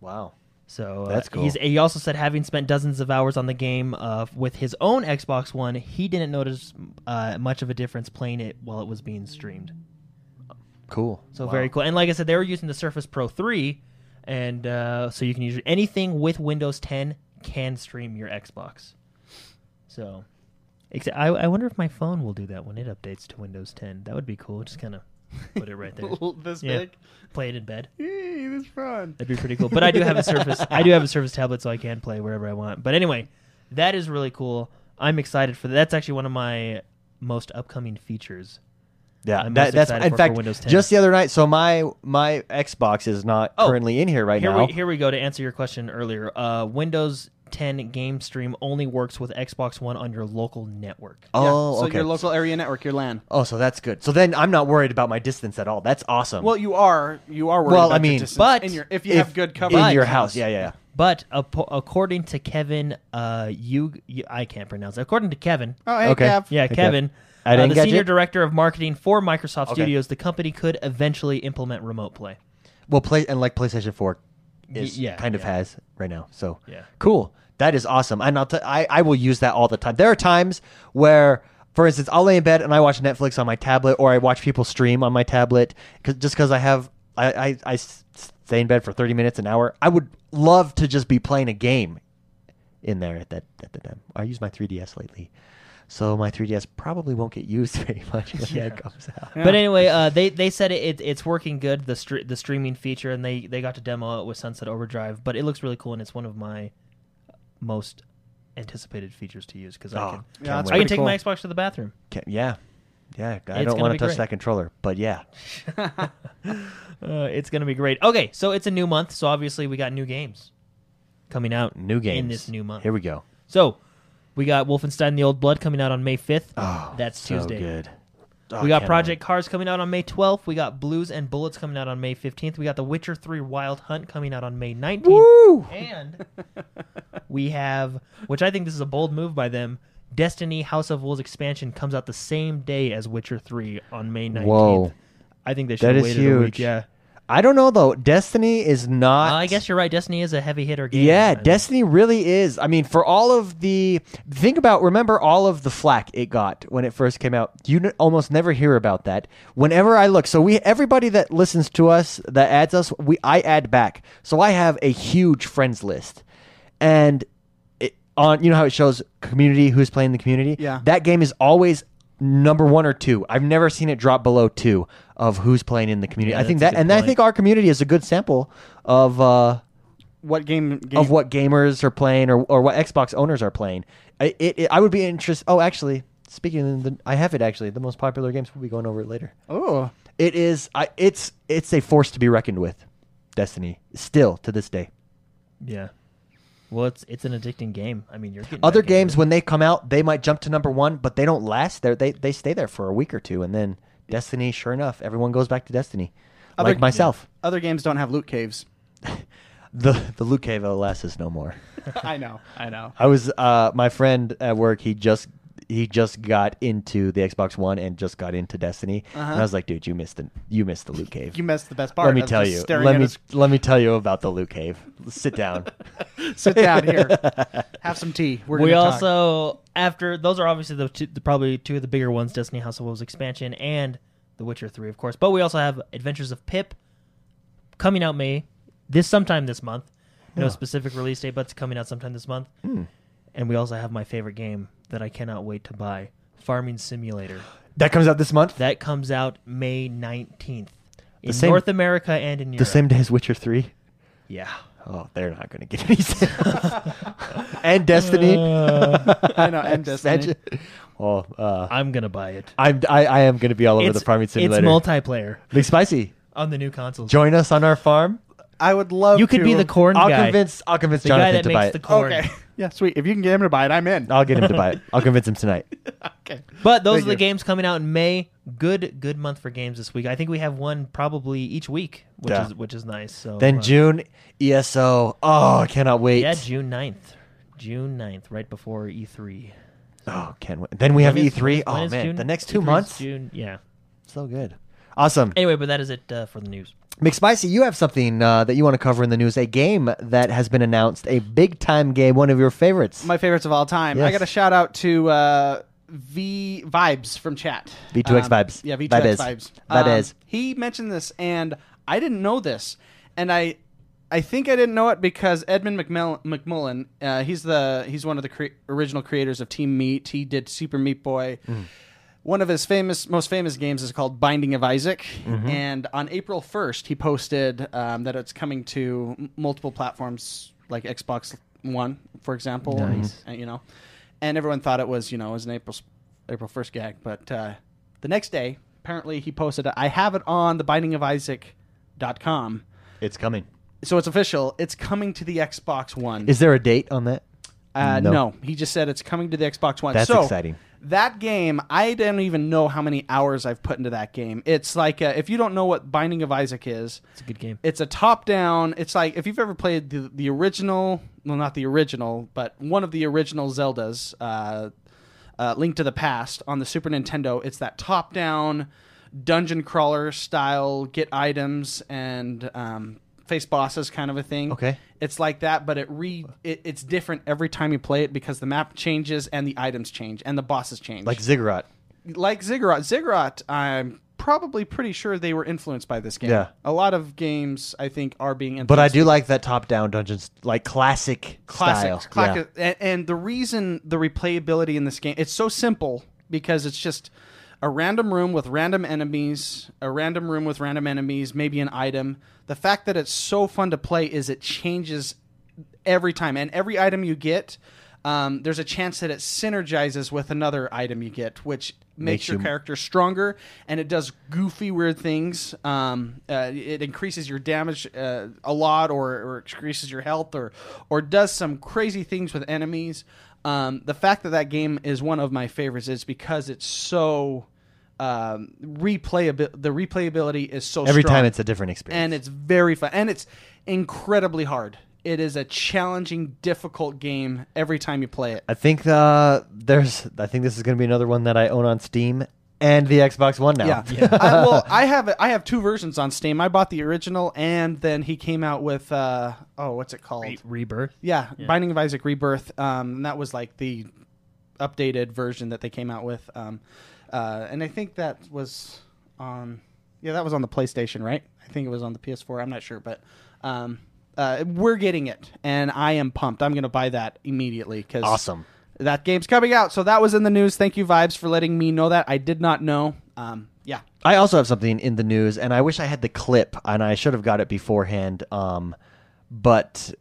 [SPEAKER 1] Wow.
[SPEAKER 3] So uh,
[SPEAKER 1] That's cool.
[SPEAKER 3] He's, he also said, having spent dozens of hours on the game uh, with his own Xbox One, he didn't notice uh, much of a difference playing it while it was being streamed.
[SPEAKER 1] Cool.
[SPEAKER 3] So
[SPEAKER 1] Wow.
[SPEAKER 3] very cool. And like I said, they were using the Surface Pro 3, and uh, so you can use anything with Windows 10 can stream your Xbox. So, except I, I wonder if my phone will do that when it updates to Windows 10. That would be cool. Just kind of put it right there.
[SPEAKER 2] this
[SPEAKER 3] Yeah.
[SPEAKER 2] big.
[SPEAKER 3] Play it in bed.
[SPEAKER 2] Yee, this fun.
[SPEAKER 3] That'd be pretty cool. But I do have a Surface. I do have a Surface tablet, so I can play wherever I want. But anyway, that is really cool. I'm excited for that. That's actually one of my most upcoming features.
[SPEAKER 1] Yeah.
[SPEAKER 3] I'm
[SPEAKER 1] That,
[SPEAKER 3] most
[SPEAKER 1] that's
[SPEAKER 3] excited
[SPEAKER 1] in
[SPEAKER 3] for- for
[SPEAKER 1] fact
[SPEAKER 3] Windows 10.
[SPEAKER 1] just the other night. So my my Xbox is not
[SPEAKER 3] Oh,
[SPEAKER 1] currently in here right
[SPEAKER 3] here
[SPEAKER 1] now.
[SPEAKER 3] we here we go to answer your question earlier. Uh, Windows 10 game stream only works with Xbox One on your local network.
[SPEAKER 1] oh,
[SPEAKER 2] yeah. So
[SPEAKER 1] okay.
[SPEAKER 2] your local area network, your LAN.
[SPEAKER 1] oh, so that's good. So then I'm not worried about my distance at all. That's awesome.
[SPEAKER 2] Well, you are you are worried
[SPEAKER 1] Well,
[SPEAKER 2] about
[SPEAKER 1] I
[SPEAKER 2] your
[SPEAKER 1] mean,
[SPEAKER 2] distance
[SPEAKER 3] but
[SPEAKER 2] in your, if you
[SPEAKER 1] If-
[SPEAKER 2] have good coverage
[SPEAKER 1] in your house. Yeah, yeah, yeah.
[SPEAKER 3] But apo- according to Kevin, uh, you, you I can't pronounce. It. According to Kevin,
[SPEAKER 2] Oh, hey,
[SPEAKER 1] Okay.
[SPEAKER 2] Kev.
[SPEAKER 3] Yeah,
[SPEAKER 1] Okay.
[SPEAKER 3] Kevin,
[SPEAKER 1] I
[SPEAKER 3] uh,
[SPEAKER 1] didn't
[SPEAKER 3] the
[SPEAKER 1] get
[SPEAKER 3] senior
[SPEAKER 1] you.
[SPEAKER 3] director of marketing for Microsoft
[SPEAKER 1] Okay.
[SPEAKER 3] Studios, the company could eventually implement remote play.
[SPEAKER 1] Well, play and like PlayStation Four, is,
[SPEAKER 3] Y- yeah,
[SPEAKER 1] kind of
[SPEAKER 3] yeah.
[SPEAKER 1] has right now. So
[SPEAKER 3] Yeah.
[SPEAKER 1] cool. That is awesome. And I'll t- I I will use that all the time. There are times where, for instance, I'll lay in bed and I watch Netflix on my tablet, or I watch people stream on my tablet, cause, just because I have I, I I s- stay in bed for thirty minutes an hour. I would love to just be playing a game in there at that at the time. I use my 3ds lately. So my 3ds probably won't get used very much when that comes out.
[SPEAKER 2] Yeah.
[SPEAKER 3] But anyway, uh, they they said it, it it's working good the str- the streaming feature, and they they got to demo it with Sunset Overdrive. But it looks really cool, and it's one of my most anticipated features to use because
[SPEAKER 1] Oh,
[SPEAKER 3] I can
[SPEAKER 1] can't
[SPEAKER 2] Yeah, that's
[SPEAKER 1] wait.
[SPEAKER 3] I can
[SPEAKER 2] pretty
[SPEAKER 3] take
[SPEAKER 2] cool.
[SPEAKER 3] my Xbox to the bathroom.
[SPEAKER 1] Ca- yeah, yeah. I
[SPEAKER 3] It's
[SPEAKER 1] don't
[SPEAKER 3] gonna
[SPEAKER 1] want to
[SPEAKER 3] be
[SPEAKER 1] touch
[SPEAKER 3] great.
[SPEAKER 1] that controller, but yeah,
[SPEAKER 3] Uh, it's gonna be great. Okay, so it's a new month, so obviously we got new games coming out
[SPEAKER 1] new games
[SPEAKER 3] in this new month.
[SPEAKER 1] Here we go.
[SPEAKER 3] So we got Wolfenstein: The Old Blood coming out on May fifth.
[SPEAKER 1] Oh,
[SPEAKER 3] That's
[SPEAKER 1] so
[SPEAKER 3] Tuesday.
[SPEAKER 1] good. Oh,
[SPEAKER 3] we got
[SPEAKER 1] can't
[SPEAKER 3] Project Cars coming out on May 12th. We got Blues and Bullets coming out on May 15th. We got The Witcher 3 Wild Hunt coming out on May 19th.
[SPEAKER 1] Woo!
[SPEAKER 3] And we have, which I think this is a bold move by them, Destiny House of Wolves expansion comes out the same day as Witcher 3 on May 19th.
[SPEAKER 1] Whoa.
[SPEAKER 3] I think they should
[SPEAKER 1] That
[SPEAKER 3] have
[SPEAKER 1] is
[SPEAKER 3] waited a
[SPEAKER 1] huge.
[SPEAKER 3] week. Yeah.
[SPEAKER 1] I don't know though. Destiny is
[SPEAKER 3] Uh,
[SPEAKER 1] not.
[SPEAKER 3] I guess you're right. Destiny is a heavy hitter game.
[SPEAKER 1] Yeah,
[SPEAKER 3] I mean,
[SPEAKER 1] Destiny really is. I mean, for all of the think about, remember all of the flack it got when it first came out. You n- almost never hear about that. Whenever I look, so we everybody that listens to us that adds us, we I add back. So I have a huge friends list, and it, on you know how it shows community who's playing the community.
[SPEAKER 2] Yeah.
[SPEAKER 1] that game is always number one or two. I've never seen it drop below two of who's playing in the community.
[SPEAKER 3] Yeah,
[SPEAKER 1] I think
[SPEAKER 3] that's
[SPEAKER 1] that,
[SPEAKER 3] a good
[SPEAKER 1] and I
[SPEAKER 3] point.
[SPEAKER 1] think our community is a good sample of. uh
[SPEAKER 2] what game, game
[SPEAKER 1] of what gamers are playing or, or what Xbox owners are playing. I, it, it, I would be interested. Oh, actually, speaking of the, I have it actually. The most popular games. We'll be going over it later.
[SPEAKER 2] Oh,
[SPEAKER 1] It is. I, it's it's a force to be reckoned with. Destiny still to this day.
[SPEAKER 3] Yeah. Well, it's it's an addicting game. I mean, you're getting
[SPEAKER 1] Other
[SPEAKER 3] back into
[SPEAKER 1] games
[SPEAKER 3] it.
[SPEAKER 1] when they come out, they might jump to number one, but they don't last. They they they stay there for a week or two, and then Destiny. Sure enough, everyone goes back to Destiny.
[SPEAKER 2] Other-
[SPEAKER 1] like myself,
[SPEAKER 2] other games don't have loot caves.
[SPEAKER 1] the the Luke Cave OLS is no more.
[SPEAKER 2] I know, I know.
[SPEAKER 1] I was uh, my friend at work. He just he just got into the Xbox One and just got into Destiny. And I
[SPEAKER 2] Uh-huh.
[SPEAKER 1] was like, dude, you missed the you missed the loot cave.
[SPEAKER 2] You missed the best part.
[SPEAKER 1] let me
[SPEAKER 2] I was
[SPEAKER 1] tell
[SPEAKER 2] just
[SPEAKER 1] you.
[SPEAKER 2] staring
[SPEAKER 1] Let
[SPEAKER 2] at
[SPEAKER 1] me
[SPEAKER 2] his-
[SPEAKER 1] let me tell you about the loot cave. Sit down.
[SPEAKER 2] sit down here, have some tea. We're
[SPEAKER 3] we
[SPEAKER 2] gonna talk.
[SPEAKER 3] also after those are obviously the, two, the probably two of the bigger ones: Destiny House of Wolves expansion and The Witcher Three, of course. But we also have Adventures of Pip coming out May this sometime this month. No
[SPEAKER 1] Yeah. Hmm.
[SPEAKER 3] specific release date, but it's coming out sometime this month. And we also have my favorite game that I cannot wait to buy: Farming Simulator.
[SPEAKER 1] That comes out this month.
[SPEAKER 3] That comes out May nineteenth in
[SPEAKER 1] same-
[SPEAKER 3] North America and in Europe.
[SPEAKER 1] the same day as Witcher Three.
[SPEAKER 3] yeah.
[SPEAKER 1] Oh, they're not going to get any sales. and Destiny.
[SPEAKER 2] I know, and Destiny.
[SPEAKER 1] Imagine- Well, uh,
[SPEAKER 3] I'm gonna buy it.
[SPEAKER 1] I'm I, I am going to be all over the farming simulator.
[SPEAKER 3] It's multiplayer
[SPEAKER 1] Big Spicy,
[SPEAKER 3] on the new consoles.
[SPEAKER 1] join us on our farm.
[SPEAKER 2] I would love.
[SPEAKER 3] you could be
[SPEAKER 2] to-
[SPEAKER 3] the corn
[SPEAKER 1] I'll
[SPEAKER 3] guy.
[SPEAKER 1] convince I'll convince
[SPEAKER 3] the guy
[SPEAKER 1] Jonathan
[SPEAKER 3] that
[SPEAKER 1] to
[SPEAKER 3] makes
[SPEAKER 1] buy it.
[SPEAKER 3] the corn.
[SPEAKER 2] Okay, yeah, sweet. If you can get him to buy it, I'm in.
[SPEAKER 1] I'll get him to buy it. I'll convince him tonight.
[SPEAKER 2] okay.
[SPEAKER 3] But those
[SPEAKER 2] Thank
[SPEAKER 3] are the
[SPEAKER 2] you.
[SPEAKER 3] games coming out in May. Good, good month for games this week. I think we have one probably each week, which
[SPEAKER 1] Yeah.
[SPEAKER 3] is which is nice. So
[SPEAKER 1] Then
[SPEAKER 3] uh,
[SPEAKER 1] June ESO. Oh, I cannot wait.
[SPEAKER 3] yeah, June 9th. June 9th, right before E3.
[SPEAKER 1] oh, can wait. Then we have
[SPEAKER 3] When is-
[SPEAKER 1] E3.
[SPEAKER 3] when
[SPEAKER 1] oh
[SPEAKER 3] is
[SPEAKER 1] man,
[SPEAKER 3] June?
[SPEAKER 1] the next two
[SPEAKER 3] E3 is
[SPEAKER 1] months.
[SPEAKER 3] June, yeah.
[SPEAKER 1] So good. Awesome.
[SPEAKER 3] Anyway, but that is it uh, for the news.
[SPEAKER 1] McSpicy, you have something uh, that you want to cover in the news. A game that has been announced. A big time game. One of your favorites.
[SPEAKER 2] My favorites of all time. I
[SPEAKER 1] Yes.
[SPEAKER 2] got a shout out to uh, V Vibes from chat. Um,
[SPEAKER 1] V2X Vibes.
[SPEAKER 2] Yeah, V2X
[SPEAKER 1] Vibes.
[SPEAKER 2] Vibes. Um,
[SPEAKER 1] Vibes.
[SPEAKER 2] he mentioned this, and I didn't know this, and I. I think I didn't know it because Edmund McMill- McMullen, uh, he's the he's one of the cre- original creators of Team Meat. He did Super Meat Boy. One of his famous, most famous games is called Binding of Isaac, and on April first, he posted um, that it's coming to m- multiple platforms like Xbox One, for example.
[SPEAKER 3] Nice.
[SPEAKER 2] and, uh, you know, and everyone thought it was you know it was an April s- April first gag, but uh, the next day, apparently, he posted, "I have it on the Binding of Isaac." Dot com.
[SPEAKER 1] It's coming.
[SPEAKER 2] So it's official. It's coming to the Xbox One.
[SPEAKER 1] Is there a date on that?
[SPEAKER 2] uh,
[SPEAKER 1] no.
[SPEAKER 2] no. he just said it's coming to the Xbox One.
[SPEAKER 1] That's
[SPEAKER 2] So,
[SPEAKER 1] exciting.
[SPEAKER 2] That game, I don't even know how many hours I've put into that game. It's like uh, if you don't know what Binding of Isaac is,
[SPEAKER 3] It's a good game.
[SPEAKER 2] it's a top down. It's like if you've ever played the the original, well, not the original, but one of the original Zeldas, uh, uh, Link to the Past on the Super Nintendo. It's that top down dungeon crawler style, get items and um, face bosses kind of a thing.
[SPEAKER 1] Okay.
[SPEAKER 2] It's like that, but it re it, it's different every time you play it because the map changes and the items change and the bosses change
[SPEAKER 1] Like Ziggurat.
[SPEAKER 2] like Ziggurat. Ziggurat, I'm probably pretty sure they were influenced by this game.
[SPEAKER 1] Yeah.
[SPEAKER 2] A lot of games, I think, are being influenced.
[SPEAKER 1] But I do like that top down dungeons, like classic style.
[SPEAKER 2] classics. Clack-
[SPEAKER 1] Yeah.
[SPEAKER 2] and, and the reason the replayability in this game, it's so simple because it's just a random room with random enemies, a random room with random enemies, maybe an item. The fact that it's so fun to play is it changes every time, and every item you get. Um, there's a chance that it synergizes with another item you get, which makes,
[SPEAKER 1] Makes
[SPEAKER 2] your
[SPEAKER 1] you-
[SPEAKER 2] character stronger, and it does goofy, weird things. Um, uh, it increases your damage uh, a lot, or, or increases your health, or or does some crazy things with enemies. Um, the fact that that game is one of my favorites is because it's so um, replayable. The replayability is so
[SPEAKER 1] Every
[SPEAKER 2] strong
[SPEAKER 1] time it's a different experience.
[SPEAKER 2] and it's very fun and it's incredibly hard it is a challenging difficult game every time you play it
[SPEAKER 1] I think uh, there's. I think this is going to be another one that I own on Steam and the Xbox One now.
[SPEAKER 2] yeah, I, well i have I have two versions on steam i bought the original and then he came out with uh oh what's it called
[SPEAKER 3] Rebirth.
[SPEAKER 2] yeah, binding of isaac rebirth um and that was like the updated version that they came out with um uh and i think that was on yeah that was on the playstation right i think it was on the ps4 i'm not sure but um uh, we're getting it, and I am pumped. I'm going to buy that immediately because
[SPEAKER 1] Awesome.
[SPEAKER 2] that game's coming out. So that was in the news. Thank you, Vibes, for letting me know that. I did not know. Um, yeah,
[SPEAKER 1] I also have something in the news, and I wish I had the clip, and I should have got it beforehand. Um, but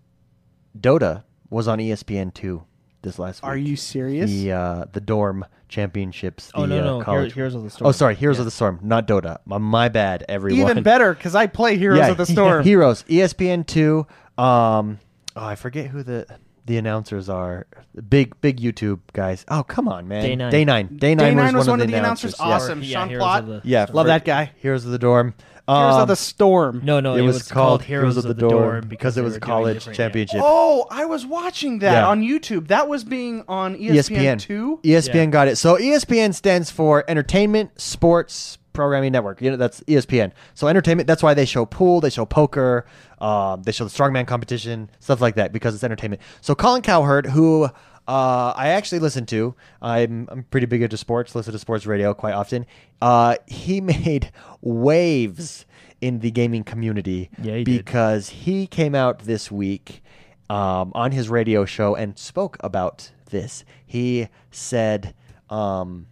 [SPEAKER 1] Dota was on E ESPN two this last week.
[SPEAKER 2] Are you serious?
[SPEAKER 1] the uh, the dorm championships? The,
[SPEAKER 3] Oh, no,
[SPEAKER 1] uh,
[SPEAKER 3] no, Hero-
[SPEAKER 1] college-
[SPEAKER 3] Heroes of the Storm.
[SPEAKER 1] Oh, sorry, Heroes
[SPEAKER 3] Yeah.
[SPEAKER 1] of the Storm, not Dota. My, my bad, everyone.
[SPEAKER 2] Even better because I play Heroes
[SPEAKER 1] Yeah,
[SPEAKER 2] of the Storm.
[SPEAKER 1] Heroes, E ESPN two. Um, oh, I forget who the the announcers are. Big big YouTube guys. Oh, come on, man.
[SPEAKER 3] Day nine.
[SPEAKER 1] Day nine. Day nine,
[SPEAKER 2] Day nine
[SPEAKER 1] was, one of the announcers. Yeah.
[SPEAKER 2] Awesome,
[SPEAKER 3] Yeah,
[SPEAKER 2] Sean
[SPEAKER 3] Heroes
[SPEAKER 2] Plott.
[SPEAKER 3] of the-
[SPEAKER 1] Yeah,
[SPEAKER 2] Love that guy.
[SPEAKER 1] Heroes of the Dorm.
[SPEAKER 2] Heroes
[SPEAKER 1] Um,
[SPEAKER 2] of the Storm.
[SPEAKER 3] No, no,
[SPEAKER 1] it, was, called, Heroes of the, Dorm, because
[SPEAKER 3] they
[SPEAKER 1] it was
[SPEAKER 3] were
[SPEAKER 1] a
[SPEAKER 3] doing
[SPEAKER 1] college
[SPEAKER 3] different- yeah.
[SPEAKER 1] championship.
[SPEAKER 2] Oh, I was watching that
[SPEAKER 1] Yeah. E
[SPEAKER 2] on YouTube. That was being on E ESPN,
[SPEAKER 1] ESPN.
[SPEAKER 2] two.
[SPEAKER 1] ESPN
[SPEAKER 3] Yeah.
[SPEAKER 1] got it. So E ESPN stands for Entertainment Sports Programming Network. You know that's E ESPN. So entertainment. That's why they show pool, they show poker, um, they show the strongman competition, stuff like that because it's entertainment. So Colin Cowherd, who uh, I actually listen to, I'm I'm pretty big into sports. Listen to sports radio quite often. Uh, he made waves in the gaming community
[SPEAKER 3] Yeah, he did.
[SPEAKER 1] because he came out this week um, on his radio show and spoke about this. He said um,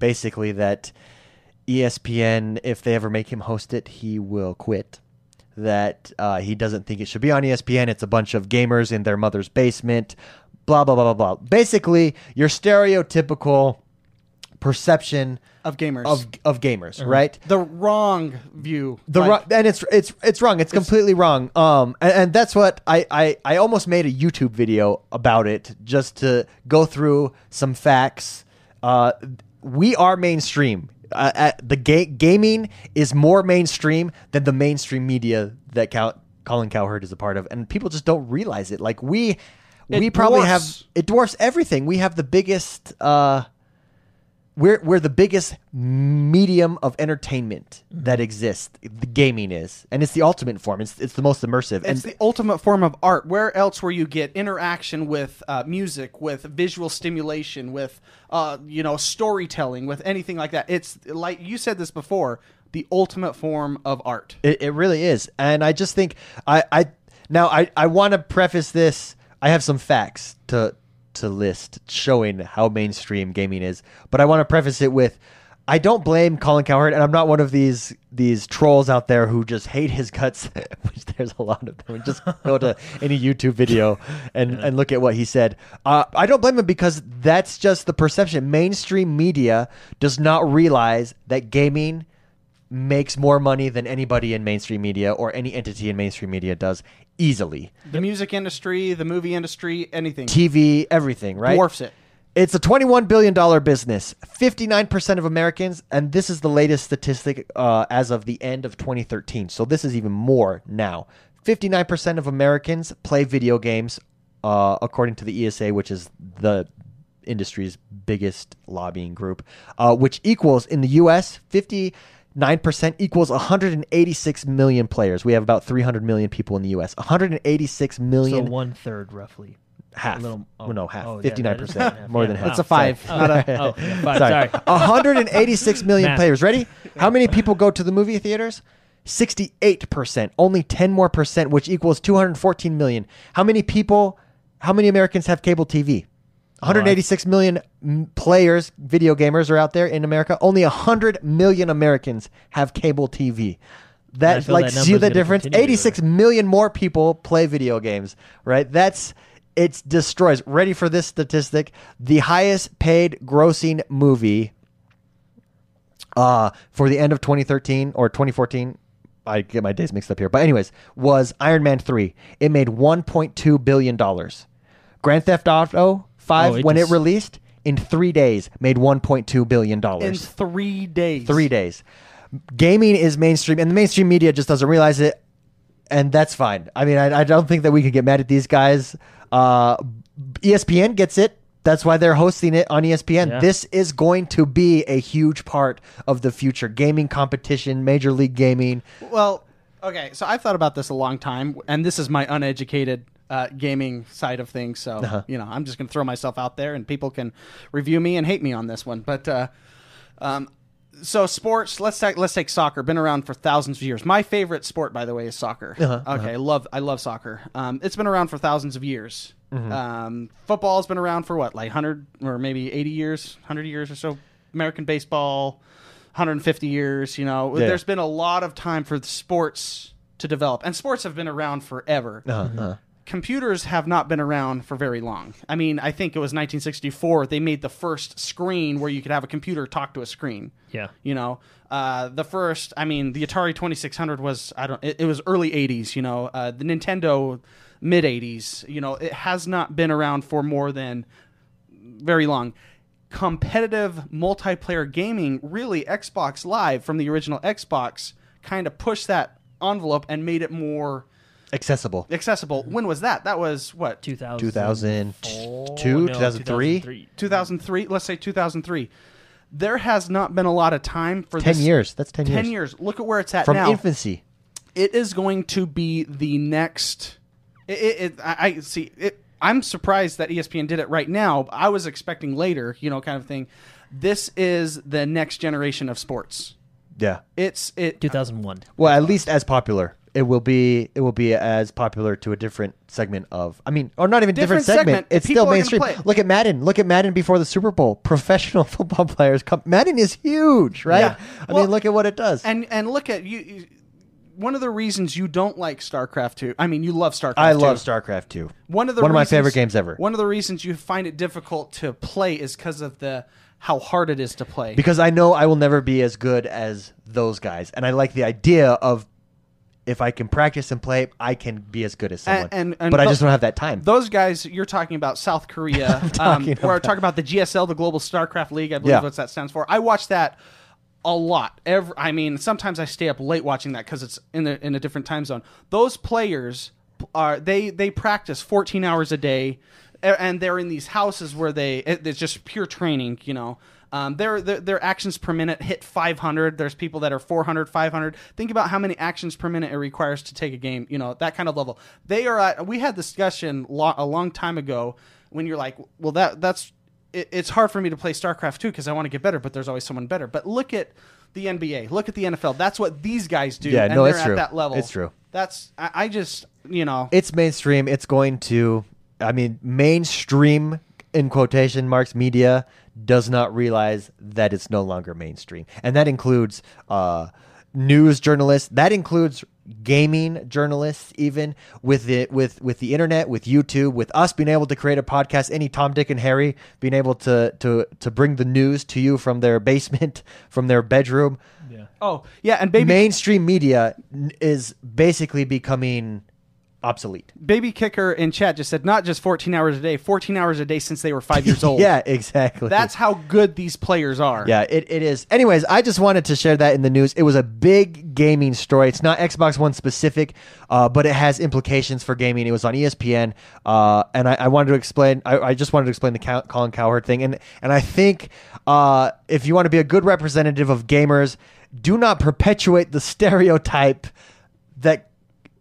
[SPEAKER 1] basically that E ESPN, if they ever make him host it, he will quit. That uh, he doesn't think it should be on E ESPN. It's a bunch of gamers in their mother's basement. Blah blah blah blah blah. Basically, your stereotypical perception
[SPEAKER 2] of gamers.
[SPEAKER 1] of of gamers,
[SPEAKER 3] Uh-huh.
[SPEAKER 1] right?
[SPEAKER 2] the wrong view.
[SPEAKER 1] the
[SPEAKER 2] Like,
[SPEAKER 1] wrong, and it's it's it's wrong. It's, completely wrong. Um, and, and that's what I, I I almost made a YouTube video about it just to go through some facts. Uh, we are mainstream. Uh, uh, the ga- gaming is more mainstream than the mainstream media that Cal- Colin Cowherd is a part of, and people just don't realize it. Like we, we probably have
[SPEAKER 2] dwarfs.
[SPEAKER 1] it dwarfs everything. We have the biggest. Uh, we're we're the biggest medium of entertainment that exists. The gaming is, and it's the ultimate form. It's it's the most immersive.
[SPEAKER 2] It's
[SPEAKER 1] and
[SPEAKER 2] the ultimate form of art. Where else where you get interaction with uh, music, with visual stimulation, with uh, you know storytelling, with anything like that? It's like you said this before. The ultimate form of art.
[SPEAKER 1] it, it really is. And I just think I I now I I want to preface this. I have some facts to to list showing how mainstream gaming is, but I want to preface it with. I don't blame Colin Cowherd, and I'm not one of these these trolls out there who just hate his guts, which there's a lot of them. Just go to any YouTube video and, and look at what he said. Uh, I don't blame him because that's just the perception. Mainstream media does not realize that gaming makes more money than anybody in mainstream media or any entity in mainstream media does easily.
[SPEAKER 2] The music industry, the movie industry, anything
[SPEAKER 1] TV, everything, right?
[SPEAKER 2] dwarfs it.
[SPEAKER 1] It's a $21 billion business. 59% of Americans, and this is the latest statistic uh, as of the end of 2013. So this is even more now. 59% of Americans play video games, uh, according to the ESA, which is the industry's biggest lobbying group, uh, which equals in the US 59% equals 186 million players. We have about 300 million people in the US. 186
[SPEAKER 3] So
[SPEAKER 1] million
[SPEAKER 3] one third, roughly.
[SPEAKER 1] half.
[SPEAKER 3] A little- oh,
[SPEAKER 1] no, half.
[SPEAKER 3] oh, yeah, that is
[SPEAKER 1] 59%.
[SPEAKER 3] half,
[SPEAKER 1] More
[SPEAKER 3] yeah.
[SPEAKER 1] than half.
[SPEAKER 3] That's a
[SPEAKER 1] Sorry.
[SPEAKER 2] five, not a-
[SPEAKER 3] Oh, yeah, five, sorry.
[SPEAKER 1] 186 million
[SPEAKER 3] Math.
[SPEAKER 1] players. Ready? How many people go to the movie theaters? 68%. Only 10 more percent, which equals 214 million. How many people, how many Americans have cable
[SPEAKER 3] Oh,
[SPEAKER 1] TV? 186 million m- players, video gamers are out there in America. Only 100 million Americans have cable TV.
[SPEAKER 3] I
[SPEAKER 1] That
[SPEAKER 3] feel
[SPEAKER 1] like
[SPEAKER 3] that
[SPEAKER 1] see
[SPEAKER 3] number's
[SPEAKER 1] the
[SPEAKER 3] gonna
[SPEAKER 1] difference.
[SPEAKER 3] continue to go
[SPEAKER 1] 86 million more people play video games, right? That's it destroys. Ready for this statistic? The highest paid grossing movie uh, for the end of 2013 or 2014. I get my days mixed up here, but anyways, was Iron Man three? It made 1.2 billion dollars. Grand Theft Auto five,
[SPEAKER 3] Oh, it
[SPEAKER 1] when
[SPEAKER 3] just-
[SPEAKER 1] it released in three days, made 1.2 billion
[SPEAKER 2] In
[SPEAKER 1] dollars
[SPEAKER 2] three days.
[SPEAKER 1] three days. Gaming is mainstream, and the mainstream media just doesn't realize it, and that's fine. I mean, I, I don't think that we can get mad at these guys. Uh, ESPN gets it. That's why they're hosting it on E ESPN.
[SPEAKER 3] Yeah.
[SPEAKER 1] This is going to be a huge part of the future gaming competition, Major League Gaming.
[SPEAKER 2] Well, okay, so I've thought about this a long time, and this is my uneducated uh, gaming side of things. So you know, I'm just going to throw myself out there, and people can review me and hate me on this one. But uh, um, so sports. Let's take let's take soccer. Been around for thousands of years. My favorite sport, by the way, is soccer.
[SPEAKER 1] Uh-huh,
[SPEAKER 2] okay, love I love soccer. Um, it's been around for thousands of years.
[SPEAKER 1] Mm-hmm.
[SPEAKER 2] Um, football's been around for what, like hundred or maybe eighty years, hundred years or so. American baseball, 150 years. You know,
[SPEAKER 1] Yeah.
[SPEAKER 2] there's been a lot of time for the sports to develop, and sports have been around forever.
[SPEAKER 1] Uh-huh.
[SPEAKER 2] computers have not been around for very long. I mean, I think it was 1964 they made the first screen where you could have a computer talk to a screen.
[SPEAKER 3] Yeah.
[SPEAKER 2] You know, uh, the first, I mean, the Atari 2600 was, I don't, it, it was early 80s, you know, uh, the Nintendo mid 80s, you know, it has not been around for more than very long. Competitive multiplayer gaming, really, Xbox Live from the original Xbox kind of pushed that envelope and made it more
[SPEAKER 1] Accessible.
[SPEAKER 2] accessible.
[SPEAKER 1] Mm-hmm.
[SPEAKER 2] When was that? That was what?
[SPEAKER 3] 2000 Oh,
[SPEAKER 1] 2002, 2003?
[SPEAKER 2] 2003. Let's say 2003. There has not been a lot of time for
[SPEAKER 1] Ten
[SPEAKER 2] this-
[SPEAKER 1] years. That's ten,
[SPEAKER 2] 10 years. Look at where it's at
[SPEAKER 1] from
[SPEAKER 2] now.
[SPEAKER 1] infancy.
[SPEAKER 2] it is going to be the next. It, it, it, I, I see. It, I'm surprised that E ESPN did it right now. I was expecting later, you know, kind of thing. This is the next generation of sports.
[SPEAKER 1] Yeah.
[SPEAKER 2] It's it.
[SPEAKER 3] 2001.
[SPEAKER 1] Well, at least as popular. It will be. It will be as popular to a different segment of. I mean, or not even different,
[SPEAKER 2] Different segment.
[SPEAKER 1] It's
[SPEAKER 2] People
[SPEAKER 1] still
[SPEAKER 2] are gonna
[SPEAKER 1] mainstream.
[SPEAKER 2] play it.
[SPEAKER 1] Look at Madden. Look at Madden before the Super Bowl. Professional football players come. Madden is huge, right?
[SPEAKER 2] Yeah.
[SPEAKER 1] I
[SPEAKER 2] Well,
[SPEAKER 1] mean, look at what it does.
[SPEAKER 2] And and look at you. you one of the reasons you don't like StarCraft 2. I mean, you love StarCraft
[SPEAKER 1] I
[SPEAKER 2] 2.
[SPEAKER 1] love StarCraft too.
[SPEAKER 2] One of the
[SPEAKER 1] one of my
[SPEAKER 2] reasons-
[SPEAKER 1] favorite games ever.
[SPEAKER 2] One of the reasons you find it difficult to play is because of the how hard it is to play.
[SPEAKER 1] because I know I will never be as good as those guys, and I like the idea of if I can practice and play, I can be as good as someone.
[SPEAKER 2] and- and
[SPEAKER 1] but I
[SPEAKER 2] tho-
[SPEAKER 1] just don't have that time.
[SPEAKER 2] Those guys you're talking about, South Korea. um,
[SPEAKER 1] talking
[SPEAKER 2] we're
[SPEAKER 1] about-
[SPEAKER 2] talking about the GSL, the Global StarCraft League. I believe
[SPEAKER 1] Yeah.
[SPEAKER 2] what that stands for. I watch that a lot. Every, I mean, sometimes I stay up late watching that because it's in a, in a different time zone. Those players are they they practice 14 hours a day, a- and they're in these houses where they it, it's just pure training. You know. Um, their, their their actions per minute hit 500. There's people that are 400, 500. Think about how many actions per minute it requires to take a game. You know that kind of level. They are. At, we had this discussion lo- a long time ago when you're like, well, that that's it, it's hard for me to play StarCraft 2 because I want to get better, but there's always someone better. But look at the NBA, look at the NFL. That's what these guys do.
[SPEAKER 1] Yeah,
[SPEAKER 2] and
[SPEAKER 1] no,
[SPEAKER 2] they're
[SPEAKER 1] it's
[SPEAKER 2] at
[SPEAKER 1] true.
[SPEAKER 2] that level.
[SPEAKER 1] It's true.
[SPEAKER 2] That's I, I just you know
[SPEAKER 1] it's mainstream. It's going to, I mean, mainstream in quotation marks media does not realize that it's no longer mainstream, and that includes uh, news journalists. That includes gaming journalists, even with the with with the internet, with YouTube, with us being able to create a podcast. Any Tom, Dick, and Harry being able to to to bring the news to you from their basement, from their bedroom
[SPEAKER 3] Yeah.
[SPEAKER 2] oh yeah, and baby
[SPEAKER 1] mainstream media n- is basically becoming obsolete.
[SPEAKER 2] baby kicker in chat just said not just 14 hours a day, 14 hours a day since they were five years old.
[SPEAKER 1] Yeah, exactly.
[SPEAKER 2] that's how good these players are.
[SPEAKER 1] yeah, it, it is. Anyways, I just wanted to share that in the news. It was a big gaming story. It's not Xbox One specific, uh, but it has implications for gaming. It was on E ESPN, uh, and I, I wanted to explain. I, I just wanted to explain the Cow- Colin Cowherd thing, and and I think uh, if you want to be a good representative of gamers, do not perpetuate the stereotype that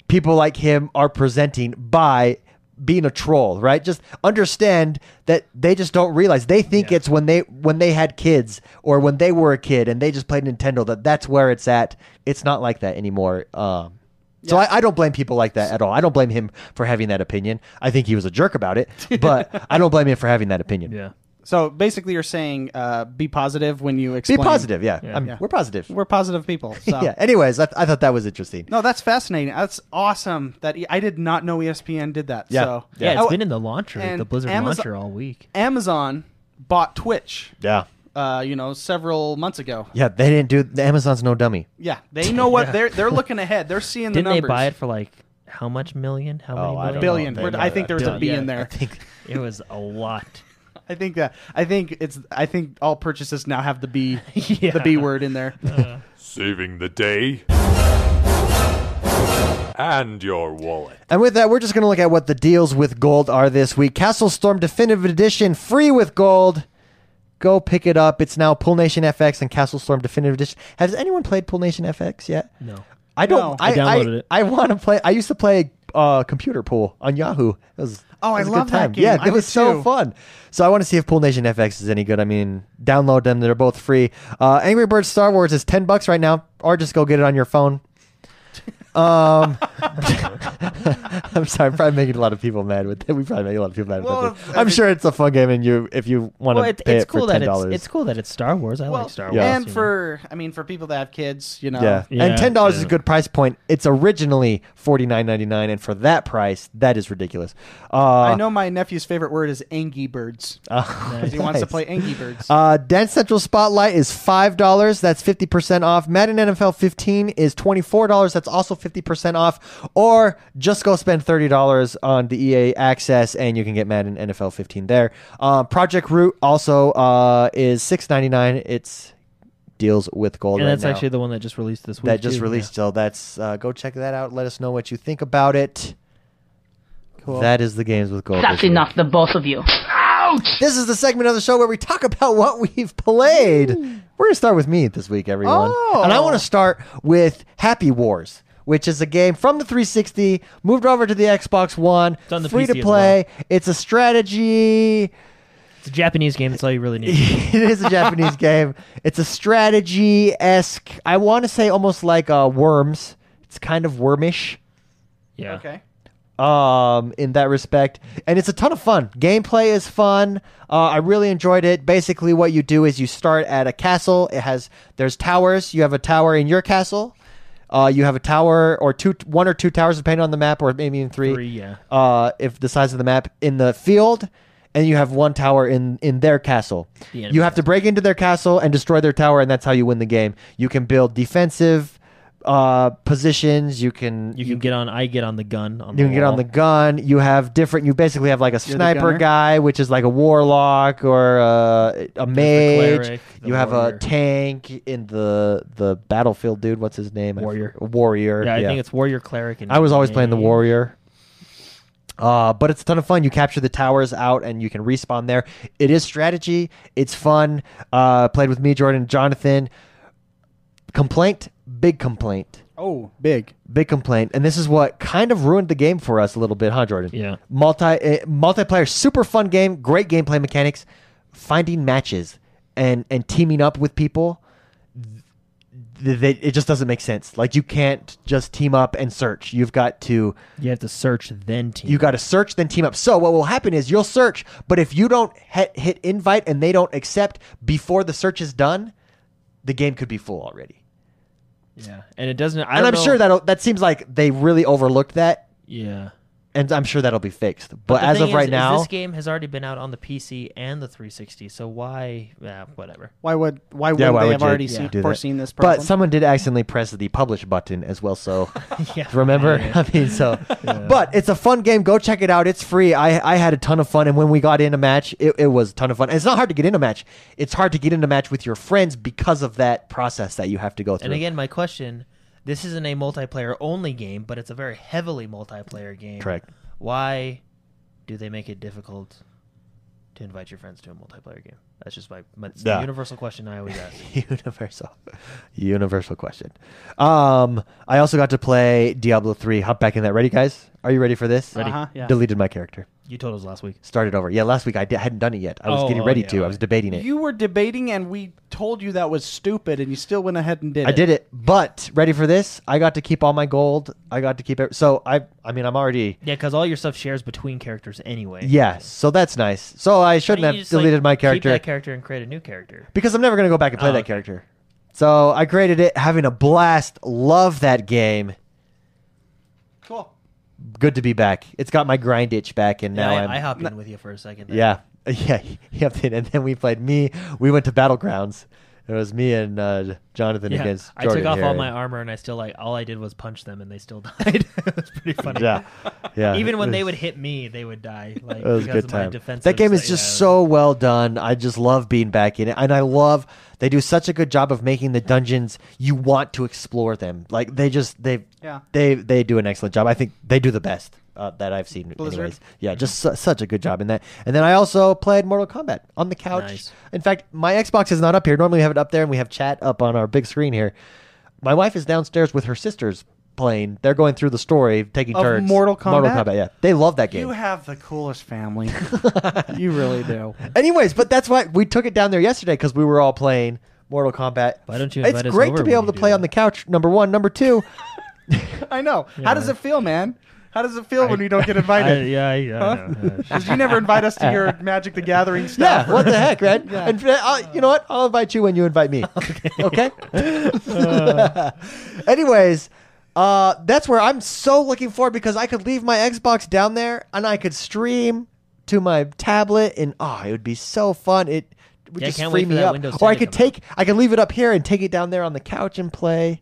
[SPEAKER 1] people like him are presenting by being a troll, right? Just understand that they just don't realize. They think it's when they when they had kids or when they were a kid and they just played Nintendo that that's where it's at. It's not like that anymore. Um, so I, I don't blame people like that at all. I don't blame him for having that opinion. I think he was a jerk about it, but I don't blame him for having that opinion.
[SPEAKER 3] Yeah.
[SPEAKER 2] So basically, you're saying uh, be positive when you
[SPEAKER 1] Be
[SPEAKER 2] explain.
[SPEAKER 1] positive, yeah.
[SPEAKER 3] Yeah.
[SPEAKER 1] I'm-
[SPEAKER 2] Yeah.
[SPEAKER 1] We're positive.
[SPEAKER 2] We're positive people. So.
[SPEAKER 1] yeah. Anyways, I, th- I thought that was interesting.
[SPEAKER 2] No, that's fascinating. That's awesome. That e- I did not know ESPN did that.
[SPEAKER 1] Yeah.
[SPEAKER 2] So
[SPEAKER 3] Yeah, it's
[SPEAKER 2] Oh,
[SPEAKER 3] been in the launcher,
[SPEAKER 2] and
[SPEAKER 3] the Blizzard
[SPEAKER 2] Amazon-
[SPEAKER 3] launcher all week.
[SPEAKER 2] Amazon bought Twitch,
[SPEAKER 1] Yeah.
[SPEAKER 2] uh, you know, several months ago.
[SPEAKER 1] Yeah, they didn't do the Amazon's no dummy.
[SPEAKER 2] Yeah, they know what
[SPEAKER 3] Yeah.
[SPEAKER 2] they're they're looking ahead. They're seeing the
[SPEAKER 3] Didn't
[SPEAKER 2] numbers.
[SPEAKER 3] they buy it for like how much million? How many
[SPEAKER 1] Oh, I don't know.
[SPEAKER 2] billion?
[SPEAKER 1] They
[SPEAKER 2] We're-
[SPEAKER 1] know
[SPEAKER 2] I think
[SPEAKER 1] that.
[SPEAKER 2] there was a
[SPEAKER 3] Billion.
[SPEAKER 2] B in
[SPEAKER 3] Yeah,
[SPEAKER 2] there. I think,
[SPEAKER 3] It was a lot.
[SPEAKER 2] that I think it's I think all purchases now have the B
[SPEAKER 3] Yeah.
[SPEAKER 2] the B word in there.
[SPEAKER 4] saving the day and your wallet.
[SPEAKER 1] And with that, we're just going to look at what the deals with gold are this week. Castle Storm Definitive Edition, free with gold. Go pick it up. It's now Pool Nation FX and Castle Storm Definitive Edition. Has anyone played Pool Nation FX yet?
[SPEAKER 3] No.
[SPEAKER 1] I
[SPEAKER 2] No.
[SPEAKER 1] don't. I,
[SPEAKER 3] I downloaded it.
[SPEAKER 1] I want to play. I used to play uh, computer pool on Yahoo. It was
[SPEAKER 2] Oh,
[SPEAKER 1] it
[SPEAKER 2] I
[SPEAKER 1] was a
[SPEAKER 2] love
[SPEAKER 1] good
[SPEAKER 2] that
[SPEAKER 1] time.
[SPEAKER 2] game.
[SPEAKER 1] Yeah,
[SPEAKER 2] I
[SPEAKER 1] it
[SPEAKER 2] do
[SPEAKER 1] was so
[SPEAKER 2] too.
[SPEAKER 1] fun. So I want to see if Pool Nation FX is any good. I mean, download them. They're both free. Uh, Angry Birds Star Wars is ten bucks right now, or just go get it on your phone. Um, I'm sorry, I'm probably making a lot of people mad with that. We probably make a lot of people mad
[SPEAKER 5] Well,
[SPEAKER 1] with
[SPEAKER 5] I
[SPEAKER 1] that. I'm
[SPEAKER 5] mean-
[SPEAKER 1] sure it's a fun game, and you if you want to
[SPEAKER 3] Well, it,
[SPEAKER 1] pay
[SPEAKER 3] it's
[SPEAKER 1] it
[SPEAKER 3] cool
[SPEAKER 1] for ten
[SPEAKER 3] that it's,
[SPEAKER 1] dollars,
[SPEAKER 3] it's cool that it's Star Wars. I like Star Wars.
[SPEAKER 1] Yeah.
[SPEAKER 2] and
[SPEAKER 3] you know.
[SPEAKER 2] for I mean, for people that have kids, you know,
[SPEAKER 1] Yeah.
[SPEAKER 3] Yeah,
[SPEAKER 1] and ten dollars is
[SPEAKER 3] yeah.
[SPEAKER 1] a good price point. It's originally forty nine ninety nine, and for that price, that is ridiculous. Uh,
[SPEAKER 2] I know my nephew's favorite word is Angie Birds because he wants to
[SPEAKER 1] nice.
[SPEAKER 2] play Angie Birds.
[SPEAKER 1] Uh, Dance Central Spotlight is five dollars. That's fifty percent off. Madden NFL 15 is twenty four dollars. That's also fifty percent off. Or just go spend thirty dollars on the EA Access, and you can get Madden NFL 15 there. Uh, Project Root also uh, is six ninety nine. It's deals with gold.
[SPEAKER 3] and
[SPEAKER 1] right
[SPEAKER 3] that's
[SPEAKER 1] now.
[SPEAKER 3] actually the one that just released this week.
[SPEAKER 1] that just
[SPEAKER 3] too.
[SPEAKER 1] released. So that's uh, go check that out. Let us know what you think about it.
[SPEAKER 2] Cool.
[SPEAKER 1] That is the games with gold.
[SPEAKER 6] That's
[SPEAKER 1] this week.
[SPEAKER 6] enough, the both of you.
[SPEAKER 1] This is the segment of the show where we talk about what we've played. We're going to start with me this week, everyone.
[SPEAKER 2] Oh.
[SPEAKER 1] And I want to start with Happy Wars, which is a game from the 360, moved over to the Xbox One,
[SPEAKER 3] on the
[SPEAKER 1] free
[SPEAKER 3] PC
[SPEAKER 1] to
[SPEAKER 3] as
[SPEAKER 1] play. It's a strategy.
[SPEAKER 3] Yeah. It's a Japanese game. That's all you really need.
[SPEAKER 1] it is a Japanese game. It's a strategy esque, I want to say almost like uh, Worms. It's kind of wormish
[SPEAKER 3] Yeah.
[SPEAKER 2] okay.
[SPEAKER 1] um, in that respect. And it's a ton of fun. Gameplay is fun. Uh, I really enjoyed it. Basically, what you do is you start at a castle. It has there's towers. You have a tower in your castle. Uh, you have a tower or two, one or two towers, depending on the map, or maybe even three.
[SPEAKER 3] Three, yeah.
[SPEAKER 1] Uh, if the size of the map in the field, and you have one tower in in their castle.
[SPEAKER 3] The enemy
[SPEAKER 1] you have to break into their castle and destroy their tower, and that's how you win the game. You can build defensive uh positions. You can
[SPEAKER 3] You can get on. I get on the gun. On
[SPEAKER 1] you
[SPEAKER 3] the
[SPEAKER 1] can get on
[SPEAKER 3] wall.
[SPEAKER 1] the gun. You have different. You basically have like a
[SPEAKER 2] the
[SPEAKER 1] sniper
[SPEAKER 2] gunner.
[SPEAKER 1] guy, which is like a warlock or uh, a, a mage.
[SPEAKER 3] cleric, the
[SPEAKER 1] you have
[SPEAKER 3] warrior.
[SPEAKER 1] a tank in the the battlefield dude. What's his name? I f-
[SPEAKER 3] Warrior.
[SPEAKER 1] Warrior.
[SPEAKER 3] Yeah, I think it's warrior cleric. And
[SPEAKER 1] I was always playing the
[SPEAKER 3] mage.
[SPEAKER 1] warrior. Uh, but it's a ton of fun. You capture the towers out and you can respawn there. It is strategy. It's fun. Uh, played with me, Jordan, and Jonathan. Complaint, big complaint
[SPEAKER 2] Oh, big.
[SPEAKER 1] big complaint, and this is what kind of ruined the game for us a little bit, huh, Jordan?
[SPEAKER 3] Yeah.
[SPEAKER 1] Multi uh, multiplayer, super fun game, great gameplay mechanics, finding matches and and teaming up with people. Th- th- it just doesn't make sense. Like you can't just team up and search. You've got to
[SPEAKER 3] You have to search then team.
[SPEAKER 1] you got to search then team up. So what will happen is you'll search, but if you don't he- hit invite and they don't accept before the search is done, the game could be full already.
[SPEAKER 3] yeah, and it doesn't. I
[SPEAKER 1] And
[SPEAKER 3] don't
[SPEAKER 1] I'm
[SPEAKER 3] know-
[SPEAKER 1] sure that that seems like they really overlooked that
[SPEAKER 3] Yeah.
[SPEAKER 1] and I'm sure that'll be fixed. But,
[SPEAKER 3] the
[SPEAKER 1] as
[SPEAKER 3] thing
[SPEAKER 1] of
[SPEAKER 3] is-
[SPEAKER 1] right
[SPEAKER 3] is
[SPEAKER 1] now,
[SPEAKER 3] this game has already been out on the PC and the 360. So why? Nah, whatever.
[SPEAKER 2] Why would why would
[SPEAKER 1] yeah,
[SPEAKER 2] they
[SPEAKER 1] why would
[SPEAKER 2] have
[SPEAKER 1] you
[SPEAKER 2] already
[SPEAKER 1] do
[SPEAKER 2] seen,
[SPEAKER 1] that?
[SPEAKER 2] foreseen this problem?
[SPEAKER 1] But someone did accidentally press the publish button as well. So
[SPEAKER 3] Yeah.
[SPEAKER 1] remember, I mean, so. But it's a fun game. Go check it out. It's free. I I had a ton of fun, and when we got in a match, it, it was a ton of fun. And it's not hard to get in a match. It's hard to get in a match with your friends because of that process that you have to go through.
[SPEAKER 3] And again, my question: This isn't a multiplayer only game, but it's a very heavily multiplayer game.
[SPEAKER 1] Correct.
[SPEAKER 3] Why do they make it difficult to invite your friends to a multiplayer game? That's just my, my it's the
[SPEAKER 1] Yeah.
[SPEAKER 3] universal question I always ask.
[SPEAKER 1] universal universal question um i also got to play diablo 3 hop back in that ready guys are you ready for this
[SPEAKER 2] Ready. Uh-huh, yeah.
[SPEAKER 1] deleted my character
[SPEAKER 3] You told us last week.
[SPEAKER 1] started over. Yeah, last week I, did, hadn't done it yet. I was
[SPEAKER 3] Oh,
[SPEAKER 1] getting
[SPEAKER 3] oh,
[SPEAKER 1] ready
[SPEAKER 3] yeah,
[SPEAKER 1] to. I
[SPEAKER 3] okay.
[SPEAKER 1] was debating it.
[SPEAKER 2] you were debating, and we told you that was stupid, and you still went ahead and did it.
[SPEAKER 1] I did it, but ready for this? I got to keep all my gold. I got to keep it. So I, I mean, I'm already.
[SPEAKER 3] Yeah, because all your stuff shares between characters anyway.
[SPEAKER 1] Yeah, so that's nice. So I
[SPEAKER 3] Why don't
[SPEAKER 1] shouldn't
[SPEAKER 3] you
[SPEAKER 1] have
[SPEAKER 3] just, like,
[SPEAKER 1] deleted my
[SPEAKER 3] Keep
[SPEAKER 1] character
[SPEAKER 3] that character and create a new character.
[SPEAKER 1] because I'm never gonna go back and play
[SPEAKER 3] Oh,
[SPEAKER 1] that
[SPEAKER 3] okay.
[SPEAKER 1] character. So I created it, having a blast. Love that game.
[SPEAKER 2] Cool.
[SPEAKER 1] Good to be back. It's got my grind itch back, and now
[SPEAKER 3] yeah,
[SPEAKER 1] I'm.
[SPEAKER 3] I, I hop in with you for a second. there.
[SPEAKER 1] yeah, yeah, yeah. And then we played me. We went to battlegrounds. It was me and uh, Jonathan
[SPEAKER 3] Yeah,
[SPEAKER 1] against.
[SPEAKER 3] I took
[SPEAKER 1] Jordan
[SPEAKER 3] off
[SPEAKER 1] here.
[SPEAKER 3] all my armor and I still like all I did was punch them and they still died. it was pretty funny.
[SPEAKER 1] Yeah, yeah.
[SPEAKER 3] Even when
[SPEAKER 1] It
[SPEAKER 3] they
[SPEAKER 1] was-
[SPEAKER 3] would hit me, they would die. Like
[SPEAKER 1] It was a
[SPEAKER 3] because
[SPEAKER 1] good
[SPEAKER 3] of my
[SPEAKER 1] time.
[SPEAKER 3] defensive
[SPEAKER 1] That game is
[SPEAKER 3] sta-
[SPEAKER 1] just
[SPEAKER 3] yeah,
[SPEAKER 1] so well done. I just love being back in it, and I love they do such a good job of making the dungeons you want to explore them. Like they just they
[SPEAKER 2] Yeah.
[SPEAKER 1] they they do an excellent job. I think they do the best uh, that I've seen.
[SPEAKER 2] Blizzard?
[SPEAKER 1] Anyways, yeah, just su- such a good job in that. And then I also played Mortal Kombat on the couch.
[SPEAKER 3] Nice.
[SPEAKER 1] In fact, my Xbox is not up here. Normally we have it up there, and we have chat up on our big screen here. My wife is downstairs with her sisters playing. They're going through the story, taking
[SPEAKER 2] Of
[SPEAKER 1] turns.
[SPEAKER 2] Mortal Kombat?
[SPEAKER 1] yeah, they love that game.
[SPEAKER 2] You have the coolest family. you really do.
[SPEAKER 1] Anyways, but that's why we took it down there yesterday because we were all playing Mortal Kombat.
[SPEAKER 3] Why don't you
[SPEAKER 1] It's
[SPEAKER 3] invite us
[SPEAKER 1] great
[SPEAKER 3] over
[SPEAKER 1] to be
[SPEAKER 3] when
[SPEAKER 1] able to
[SPEAKER 3] you do
[SPEAKER 1] play on
[SPEAKER 3] that?
[SPEAKER 1] the couch. Number one, number two,
[SPEAKER 2] I know. How does it feel, man? How does it feel when we don't get
[SPEAKER 3] I,
[SPEAKER 2] invited?
[SPEAKER 3] yeah, yeah. I
[SPEAKER 2] Huh?
[SPEAKER 3] know, yeah, sh-
[SPEAKER 2] 'Cause you never invite us to your Magic the Gathering stuff.
[SPEAKER 1] Yeah, what the heck, right? And uh, I'll- you know what? I'll invite you when you invite me. Okay.
[SPEAKER 3] Uh.
[SPEAKER 1] Anyways, uh, that's where I'm so looking forward because I could leave my Xbox down there and I could stream to my tablet, and oh, it would be so fun. It would
[SPEAKER 3] Yeah, I
[SPEAKER 1] just
[SPEAKER 3] can't
[SPEAKER 1] free
[SPEAKER 3] wait for
[SPEAKER 1] me
[SPEAKER 3] that
[SPEAKER 1] up.
[SPEAKER 3] Windows
[SPEAKER 1] Or I
[SPEAKER 3] 10 to
[SPEAKER 1] could
[SPEAKER 3] come out.
[SPEAKER 1] take, I could leave it up here and take it down there on the couch and play.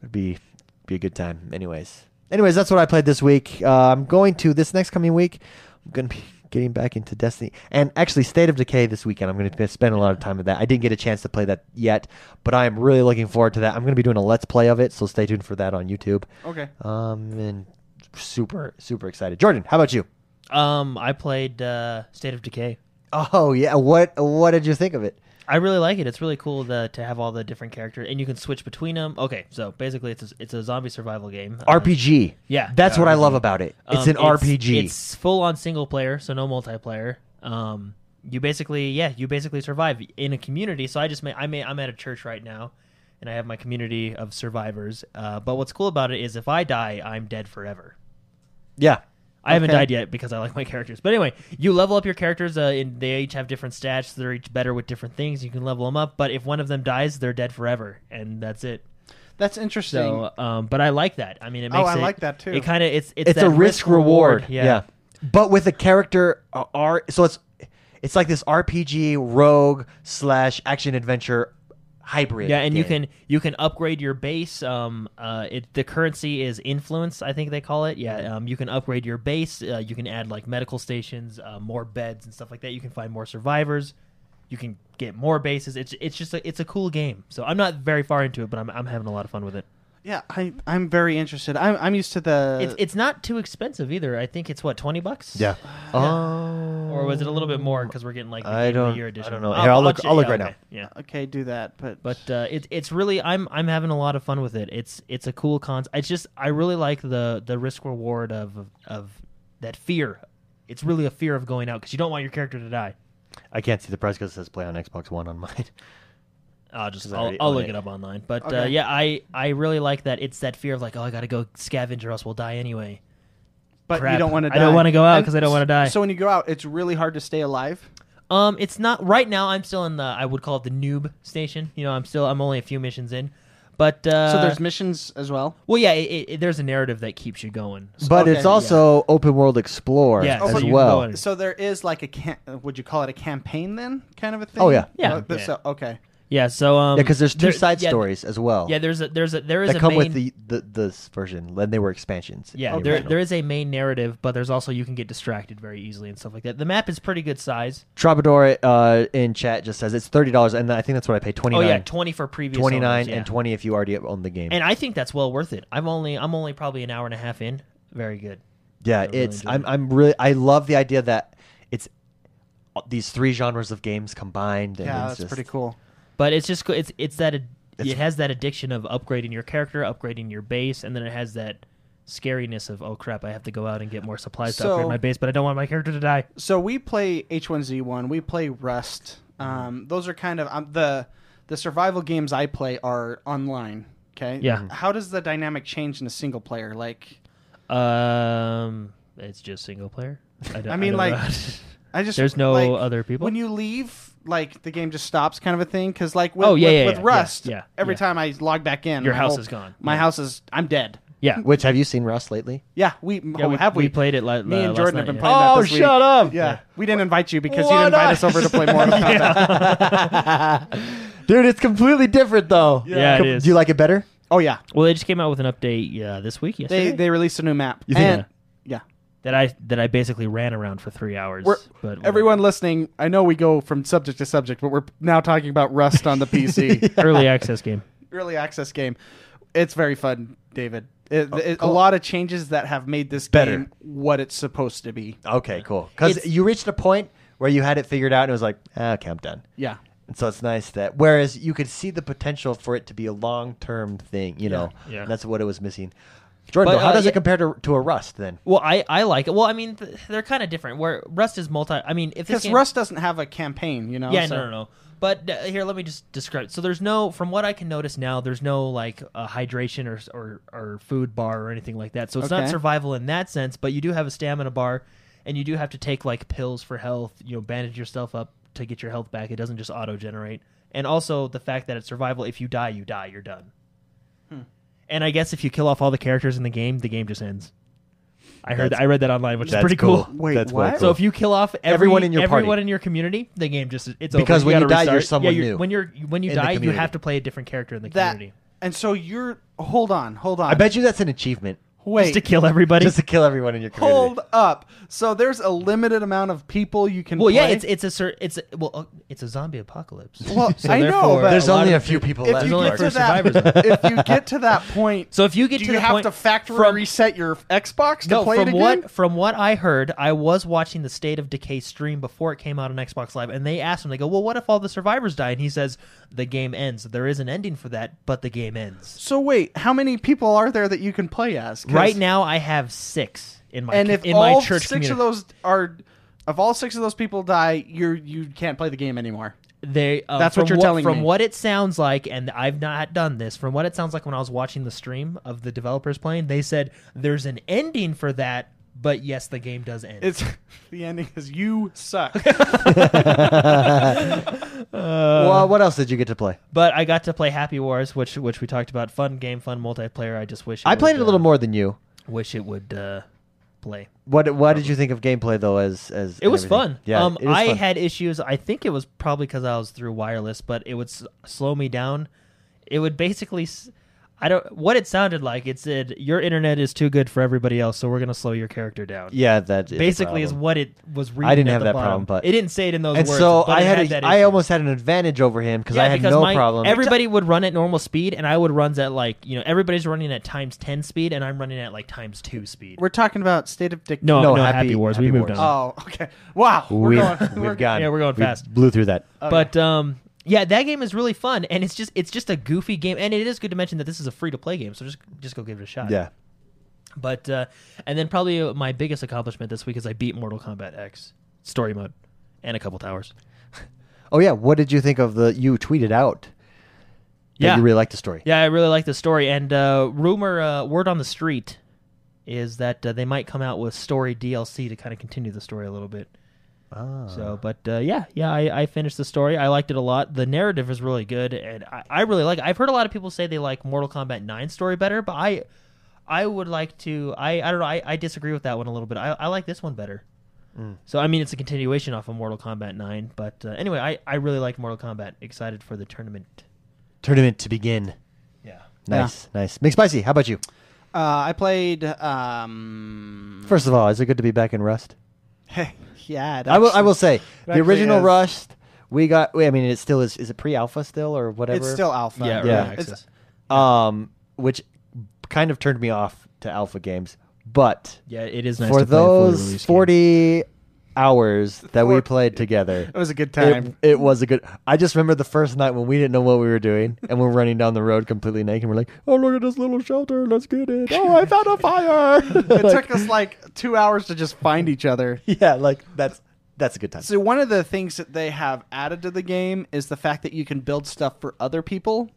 [SPEAKER 1] It'd be be a good time. Anyways, anyways, that's what I played this week. Uh, I'm going to this next coming week. I'm gonna be getting back into Destiny and actually State of Decay this weekend. I'm gonna spend a lot of time with that. I didn't get a chance to play that yet, but I am really looking forward to that. I'm gonna be doing a let's play of it, so stay tuned for that on YouTube.
[SPEAKER 2] Okay.
[SPEAKER 1] Um, and super super excited. Jordan, how about you?
[SPEAKER 3] um, I played uh, State of Decay.
[SPEAKER 1] Oh yeah, what what did you think of it?
[SPEAKER 3] I really like it. It's really cool the, to have all the different characters, and you can switch between them. Okay, so basically, it's a, it's a zombie survival game. Uh,
[SPEAKER 1] RPG.
[SPEAKER 3] yeah,
[SPEAKER 1] that's
[SPEAKER 3] yeah,
[SPEAKER 1] what I
[SPEAKER 3] RPG.
[SPEAKER 1] love about it. It's
[SPEAKER 3] Um,
[SPEAKER 1] an RPG.
[SPEAKER 3] It's full on single player, so no multiplayer. Um, you basically, yeah, you basically survive in a community. So I just, may, I may, I'm at a church right now, and I have my community of survivors. Uh, but what's cool about it is if I die, I'm dead forever.
[SPEAKER 1] yeah.
[SPEAKER 3] I haven't
[SPEAKER 1] Okay.
[SPEAKER 3] died yet because I like my characters. But anyway, you level up your characters. Uh, and they each have different stats. They're each better with different things. You can level them up. But if one of them dies, they're dead forever, and that's it.
[SPEAKER 2] That's interesting.
[SPEAKER 3] So, um, but I like that. I mean, it
[SPEAKER 2] Oh,
[SPEAKER 3] makes
[SPEAKER 2] I
[SPEAKER 3] it-
[SPEAKER 2] like that too.
[SPEAKER 3] It kind of it's it's,
[SPEAKER 1] it's
[SPEAKER 3] that
[SPEAKER 1] a risk reward.
[SPEAKER 3] Yeah.
[SPEAKER 1] But with a character uh, R, so it's it's like this RPG rogue slash action adventure hybrid.
[SPEAKER 3] Yeah, and you
[SPEAKER 1] game.
[SPEAKER 3] can you can upgrade your base. Um, uh, it, the currency is influence, I think they call it.
[SPEAKER 1] Mm-hmm.
[SPEAKER 3] Yeah, um, you can upgrade your base. Uh, you can add like medical stations, uh, more beds and stuff like that. You can find more survivors. You can get more bases. It's it's just a, it's a cool game. So I'm not very far into it, but I'm I'm having a lot of fun with it.
[SPEAKER 2] yeah, I, I'm very interested. I'm, I'm used to the.
[SPEAKER 3] It's it's not too expensive either. I think it's what twenty bucks.
[SPEAKER 1] Uh, Yeah. Oh.
[SPEAKER 3] Or was it a little bit more because we're getting like the
[SPEAKER 1] I
[SPEAKER 3] Game of the
[SPEAKER 1] don't-
[SPEAKER 3] year
[SPEAKER 1] I
[SPEAKER 3] edition?
[SPEAKER 1] don't know. Here, I'll look-
[SPEAKER 3] ch-
[SPEAKER 1] I'll look right
[SPEAKER 3] okay.
[SPEAKER 1] now.
[SPEAKER 3] Yeah.
[SPEAKER 2] okay, do that, but
[SPEAKER 3] but uh, it's it's really I'm I'm having a lot of fun with it. It's it's a cool con. It's just I really like the the risk reward of of that fear. It's really a fear of going out because you don't want your character to die.
[SPEAKER 1] I can't see the price because it says play on Xbox One on mine.
[SPEAKER 3] I'll just
[SPEAKER 1] 'Cause I
[SPEAKER 3] I'll,
[SPEAKER 1] already
[SPEAKER 3] I'll
[SPEAKER 1] own
[SPEAKER 3] look
[SPEAKER 1] it.
[SPEAKER 3] it. up online. But uh,
[SPEAKER 2] Okay.
[SPEAKER 3] yeah, I I really like that. It's that fear of like oh I gotta go scavenge or else we'll die anyway.
[SPEAKER 2] but you
[SPEAKER 3] crap.
[SPEAKER 2] don't want
[SPEAKER 3] I
[SPEAKER 2] to.
[SPEAKER 3] don't wanna go out
[SPEAKER 2] And
[SPEAKER 3] 'cause I don't wanna die.
[SPEAKER 2] So when you go out, it's really hard to stay alive.
[SPEAKER 3] Um, it's not right now. I'm still in the I would call it the noob station. You know, I'm still I'm only a few missions in. But uh,
[SPEAKER 2] so there's missions as well.
[SPEAKER 3] well, yeah, it, it, there's a narrative that keeps you going. So-
[SPEAKER 1] But
[SPEAKER 2] Okay,
[SPEAKER 1] it's also open world explore
[SPEAKER 3] Yeah,
[SPEAKER 1] as
[SPEAKER 2] so you can
[SPEAKER 1] well.
[SPEAKER 3] go in.
[SPEAKER 2] So there is like a cam- would you call it a campaign then, kind of a thing?
[SPEAKER 1] Oh, yeah.
[SPEAKER 3] Yeah.
[SPEAKER 2] Uh, th-
[SPEAKER 3] Yeah.
[SPEAKER 2] So, okay.
[SPEAKER 3] yeah, so um,
[SPEAKER 1] Yeah, because there's two
[SPEAKER 3] there-
[SPEAKER 1] side
[SPEAKER 3] yeah,
[SPEAKER 1] stories as well.
[SPEAKER 3] Yeah, there's a there's a there is
[SPEAKER 1] that
[SPEAKER 3] a
[SPEAKER 1] come
[SPEAKER 3] main,
[SPEAKER 1] with the, the this version. Then they were expansions.
[SPEAKER 3] yeah
[SPEAKER 1] in the
[SPEAKER 3] there
[SPEAKER 1] original.
[SPEAKER 3] there is a main narrative, but there's also you can get distracted very easily and stuff like that. The map is pretty good size.
[SPEAKER 1] Troubadour uh, in chat just says it's thirty dollars, and I think that's what I paid twenty
[SPEAKER 3] Oh
[SPEAKER 1] nine.
[SPEAKER 3] yeah, twenty for previous
[SPEAKER 1] twenty nine
[SPEAKER 3] owners, yeah.
[SPEAKER 1] and twenty if you already own the game.
[SPEAKER 3] And I think that's well worth it. I'm only I'm only probably an hour and a half in. Very good.
[SPEAKER 1] Yeah,
[SPEAKER 3] really
[SPEAKER 1] it's
[SPEAKER 3] enjoyed
[SPEAKER 1] I'm
[SPEAKER 3] it.
[SPEAKER 1] I'm really I love the idea that it's these three genres of games combined. And
[SPEAKER 2] Yeah,
[SPEAKER 1] it's
[SPEAKER 2] that's
[SPEAKER 1] just-
[SPEAKER 2] pretty cool.
[SPEAKER 3] But it's just co- it's it's that ad-
[SPEAKER 1] It's-
[SPEAKER 3] it has that addiction of upgrading your character, upgrading your base, and then it has that scariness of oh crap, I have to go out and get more supplies to upgrade
[SPEAKER 2] So-
[SPEAKER 3] my base, but I don't want my character to die.
[SPEAKER 2] So we play H1Z1. We play Rust. Um, those are kind of um, the the survival games I play are online. Okay.
[SPEAKER 3] Yeah.
[SPEAKER 1] Mm-hmm.
[SPEAKER 3] Mhm.
[SPEAKER 2] How does the dynamic change in a single player? Like,
[SPEAKER 3] Um, it's just single player. I, don't,
[SPEAKER 2] I mean,
[SPEAKER 3] don't
[SPEAKER 2] like,
[SPEAKER 3] know.
[SPEAKER 2] I just
[SPEAKER 3] There's no
[SPEAKER 2] like,
[SPEAKER 3] other people?
[SPEAKER 2] when you leave. Like the game just stops, kind of a thing. Because like with,
[SPEAKER 3] Oh, yeah,
[SPEAKER 2] with,
[SPEAKER 3] yeah,
[SPEAKER 2] with
[SPEAKER 3] yeah,
[SPEAKER 2] Rust,
[SPEAKER 3] yeah, yeah,
[SPEAKER 2] every
[SPEAKER 3] yeah.
[SPEAKER 2] time I log back in,
[SPEAKER 3] Your
[SPEAKER 2] my
[SPEAKER 3] house
[SPEAKER 2] whole-
[SPEAKER 3] is gone.
[SPEAKER 2] My
[SPEAKER 3] Yeah.
[SPEAKER 2] house is I'm dead.
[SPEAKER 3] yeah.
[SPEAKER 1] Which have you seen Rust lately?
[SPEAKER 2] Yeah, we
[SPEAKER 3] Yeah,
[SPEAKER 2] oh, have we,
[SPEAKER 3] played it. La-
[SPEAKER 2] Me
[SPEAKER 3] la-
[SPEAKER 2] and
[SPEAKER 3] last
[SPEAKER 2] Jordan
[SPEAKER 3] night,
[SPEAKER 2] have been
[SPEAKER 3] yeah.
[SPEAKER 2] playing that this week.
[SPEAKER 1] up!
[SPEAKER 2] Um, Yeah. we didn't invite you because
[SPEAKER 1] Why
[SPEAKER 2] you didn't invite
[SPEAKER 1] not?
[SPEAKER 2] us over to play Mortal Kombat.
[SPEAKER 1] Dude, it's completely different though.
[SPEAKER 3] Yeah, it
[SPEAKER 1] Com-
[SPEAKER 3] is.
[SPEAKER 1] Do you like it better?
[SPEAKER 2] Oh yeah,
[SPEAKER 3] Well, they just came out with an update yeah, this week yesterday
[SPEAKER 2] they they released a new map.
[SPEAKER 1] think-
[SPEAKER 2] And- yeah.
[SPEAKER 3] that I that I basically ran around for three hours.
[SPEAKER 2] We're,
[SPEAKER 3] but
[SPEAKER 2] everyone listening, I know we go from subject to subject, but we're now talking about Rust on the PC,
[SPEAKER 3] whatever. early access game.
[SPEAKER 2] early access game. It's very fun, David. It,
[SPEAKER 3] Oh,
[SPEAKER 2] it- A lot of changes that have made this
[SPEAKER 1] Better.
[SPEAKER 2] game what it's supposed to be.
[SPEAKER 1] Okay, cool. Because
[SPEAKER 3] It's-
[SPEAKER 1] you reached a point where you had it figured out and it was like, ah, okay, I'm done.
[SPEAKER 2] Yeah,
[SPEAKER 1] And so it's nice that whereas you could see the potential for it to be a long term thing, you know,
[SPEAKER 3] Yeah.
[SPEAKER 1] And that's what it was missing. Jordan,
[SPEAKER 3] But,
[SPEAKER 1] though, how
[SPEAKER 3] uh,
[SPEAKER 1] does
[SPEAKER 3] yeah-
[SPEAKER 1] it compare to, to a Rust then?
[SPEAKER 3] Well, I, I like it. Well, I mean, th- they're kind of different. Where Rust is multi. I mean, if
[SPEAKER 2] Because
[SPEAKER 3] this game,
[SPEAKER 2] Rust doesn't have a campaign, you know.
[SPEAKER 3] yeah,
[SPEAKER 2] so-
[SPEAKER 3] no, no, no. But uh, here, let me just describe. So there's no, from what I can notice now, there's no like uh, hydration or, or or food bar or anything like that. So it's
[SPEAKER 2] Okay.
[SPEAKER 3] not survival in that sense, but you do have a stamina bar, and you do have to take like pills for health. You know, bandage yourself up to get your health back. It doesn't just auto generate. And also the fact that it's survival. If you die, you die. You're done.
[SPEAKER 2] Hmm.
[SPEAKER 3] And I guess if you kill off all the characters in the game, the game just ends. I heard,
[SPEAKER 1] That's-
[SPEAKER 3] that, I read that online, which is
[SPEAKER 1] That's
[SPEAKER 3] pretty cool.
[SPEAKER 2] Wait,
[SPEAKER 1] That's
[SPEAKER 2] what?
[SPEAKER 1] Cool.
[SPEAKER 3] So if you kill off every-
[SPEAKER 1] Everyone in your
[SPEAKER 3] everyone
[SPEAKER 1] party.
[SPEAKER 3] in your community, the game just it's
[SPEAKER 1] Because
[SPEAKER 3] over.
[SPEAKER 1] when
[SPEAKER 3] gotta
[SPEAKER 1] you die, you're
[SPEAKER 3] restart.
[SPEAKER 1] someone
[SPEAKER 3] yeah,
[SPEAKER 1] new
[SPEAKER 3] When you're when you
[SPEAKER 1] in the
[SPEAKER 3] die, you
[SPEAKER 1] community.
[SPEAKER 3] have to play a different character in the
[SPEAKER 2] That.
[SPEAKER 3] community
[SPEAKER 2] And so you're hold on, hold on.
[SPEAKER 1] I bet you that's an achievement
[SPEAKER 2] Wait.
[SPEAKER 3] just to kill everybody.
[SPEAKER 1] just to kill everyone in your community.
[SPEAKER 2] Hold up. So there's a limited amount of people you can.
[SPEAKER 3] well, yeah,
[SPEAKER 2] play?
[SPEAKER 3] it's it's a cer- it's a, well uh, it's a zombie apocalypse.
[SPEAKER 2] Well, I know,
[SPEAKER 3] therefore,
[SPEAKER 2] but-
[SPEAKER 1] There's
[SPEAKER 3] lot
[SPEAKER 1] only
[SPEAKER 3] of-
[SPEAKER 1] a few people
[SPEAKER 2] if
[SPEAKER 1] left.
[SPEAKER 2] you
[SPEAKER 3] only
[SPEAKER 2] get
[SPEAKER 3] for
[SPEAKER 2] to that.
[SPEAKER 3] survivors.
[SPEAKER 2] if you get to that point,
[SPEAKER 3] So if you get
[SPEAKER 2] do
[SPEAKER 3] to
[SPEAKER 2] you
[SPEAKER 3] the
[SPEAKER 2] have
[SPEAKER 3] point
[SPEAKER 2] to factory
[SPEAKER 3] from-
[SPEAKER 2] reset your Xbox to
[SPEAKER 3] No,
[SPEAKER 2] play
[SPEAKER 3] from
[SPEAKER 2] it again?
[SPEAKER 3] what from what I heard, I was watching the State of Decay stream before it came out on Xbox Live, and they asked him, they go, "Well, what if all the survivors die?" And he says, "The game ends. There is an ending for that, but the game ends."
[SPEAKER 2] So wait, how many people are there that you can play as? 'Cause-
[SPEAKER 3] Right now, I have six in my
[SPEAKER 2] and if
[SPEAKER 3] in
[SPEAKER 2] all
[SPEAKER 3] my church
[SPEAKER 2] six
[SPEAKER 3] community.
[SPEAKER 2] of those are, if all six of those people die, you're you can't play the game anymore.
[SPEAKER 3] They uh,
[SPEAKER 2] That's what
[SPEAKER 3] from
[SPEAKER 2] you're telling
[SPEAKER 3] From
[SPEAKER 2] me.
[SPEAKER 3] what it sounds like, and I've not done this. From what it sounds like when I was watching the stream of the developers playing, they said there's an ending for that, but yes, the game does end.
[SPEAKER 2] It's the ending is you suck.
[SPEAKER 1] well, what else did you get to play?
[SPEAKER 3] but I got to play Happy Wars, which which we talked about. Fun game, fun multiplayer. I just wish it
[SPEAKER 1] I played
[SPEAKER 3] would,
[SPEAKER 1] it a little
[SPEAKER 3] uh,
[SPEAKER 1] more than you.
[SPEAKER 3] Wish it would uh, play.
[SPEAKER 1] What What did you think of gameplay though? As as
[SPEAKER 3] It was
[SPEAKER 1] everything?
[SPEAKER 3] fun.
[SPEAKER 1] Yeah,
[SPEAKER 3] um,
[SPEAKER 1] it was
[SPEAKER 3] I
[SPEAKER 1] fun.
[SPEAKER 3] had issues. I think it was probably because I was through wireless, but it would s- slow me down. It would basically, s- I don't what it sounded like. It said your internet is too good for everybody else, so we're gonna slow your character down.
[SPEAKER 1] yeah that is a
[SPEAKER 3] basically is
[SPEAKER 1] problem.
[SPEAKER 3] what it was. Reading
[SPEAKER 1] didn't
[SPEAKER 3] at
[SPEAKER 1] have
[SPEAKER 3] the
[SPEAKER 1] that
[SPEAKER 3] bottom.
[SPEAKER 1] problem, but-
[SPEAKER 3] it didn't say it in those
[SPEAKER 1] And
[SPEAKER 3] words.
[SPEAKER 1] so
[SPEAKER 3] but
[SPEAKER 1] I
[SPEAKER 3] it
[SPEAKER 1] had,
[SPEAKER 3] had
[SPEAKER 1] a,
[SPEAKER 3] that
[SPEAKER 1] I
[SPEAKER 3] issue.
[SPEAKER 1] almost had an advantage over him because
[SPEAKER 3] Yeah,
[SPEAKER 1] I had
[SPEAKER 3] because
[SPEAKER 1] no
[SPEAKER 3] my-
[SPEAKER 1] problem.
[SPEAKER 3] Everybody would run at normal speed, and I would runs at like you know everybody's running at times ten speed, and I'm running at like times two speed.
[SPEAKER 2] We're talking about state of dick.
[SPEAKER 3] No,
[SPEAKER 1] No,
[SPEAKER 3] no, Happy,
[SPEAKER 1] Happy-
[SPEAKER 3] Wars. we
[SPEAKER 1] Happy
[SPEAKER 3] moved
[SPEAKER 1] Wars.
[SPEAKER 3] on.
[SPEAKER 2] Oh, okay. Wow. We're
[SPEAKER 1] we,
[SPEAKER 2] going.
[SPEAKER 1] have
[SPEAKER 2] we're-
[SPEAKER 1] gone.
[SPEAKER 3] yeah, we're going
[SPEAKER 1] We
[SPEAKER 3] fast.
[SPEAKER 1] Blew through that.
[SPEAKER 3] But um, yeah, that game is really fun, and it's just it's just a goofy game, and it is good to mention that this is a free to play game, so just just go give it a shot.
[SPEAKER 1] yeah,
[SPEAKER 3] But uh, and then probably uh, my biggest accomplishment this week is I beat Mortal Kombat X story mode and a couple towers.
[SPEAKER 1] Oh yeah, what did you think of the? You tweeted out that
[SPEAKER 3] Yeah.
[SPEAKER 1] you really liked the story.
[SPEAKER 3] Yeah, I really like the story, and uh, rumor uh, word on the street is that uh, they might come out with story DLC to kind of continue the story a little bit.
[SPEAKER 1] Ah.
[SPEAKER 3] So, but uh, yeah, yeah, I, I finished the story. I liked it a lot. The narrative is really good, and I, I really like. I've heard a lot of people say they like Mortal Kombat Nine story better, but I I would like to. I I don't know. I, I disagree with that one a little bit. I, I like this one better.
[SPEAKER 2] Mm.
[SPEAKER 3] So I mean, it's a continuation off of Mortal Kombat Nine, but uh, anyway, I I really liked Mortal Kombat. Excited for the tournament.
[SPEAKER 1] Tournament to begin.
[SPEAKER 3] Yeah.
[SPEAKER 1] Nice, nice. McSpicy, how about you?
[SPEAKER 2] Uh, I played. Um,
[SPEAKER 1] First of all, is it good to be back in Rust?
[SPEAKER 2] yeah. it
[SPEAKER 1] I will. I
[SPEAKER 2] actually-
[SPEAKER 1] will say the
[SPEAKER 2] actually
[SPEAKER 1] original
[SPEAKER 2] is.
[SPEAKER 1] Rust. We got. I mean, it still is. Is it pre-alpha still or whatever?
[SPEAKER 2] It's still alpha.
[SPEAKER 3] Yeah.
[SPEAKER 1] Yeah.
[SPEAKER 3] early
[SPEAKER 2] It's-
[SPEAKER 3] access.
[SPEAKER 1] Um, which kind of turned me off to alpha games, but
[SPEAKER 3] Yeah, it is nice
[SPEAKER 1] for
[SPEAKER 3] to play a fully
[SPEAKER 1] those
[SPEAKER 3] released game.
[SPEAKER 1] 40 hours that we
[SPEAKER 2] For-
[SPEAKER 1] played together
[SPEAKER 2] It was a good
[SPEAKER 1] it,
[SPEAKER 2] time.
[SPEAKER 1] it was a good i just remember the first night when we didn't know what we were doing and we're running down the road completely naked and we're like oh look at this little shelter let's get it oh i found a fire
[SPEAKER 2] It took us like two hours to just find each other.
[SPEAKER 1] yeah like that's that's a good time
[SPEAKER 2] So one of the things that they have added to the game is the fact that you can build stuff for other people.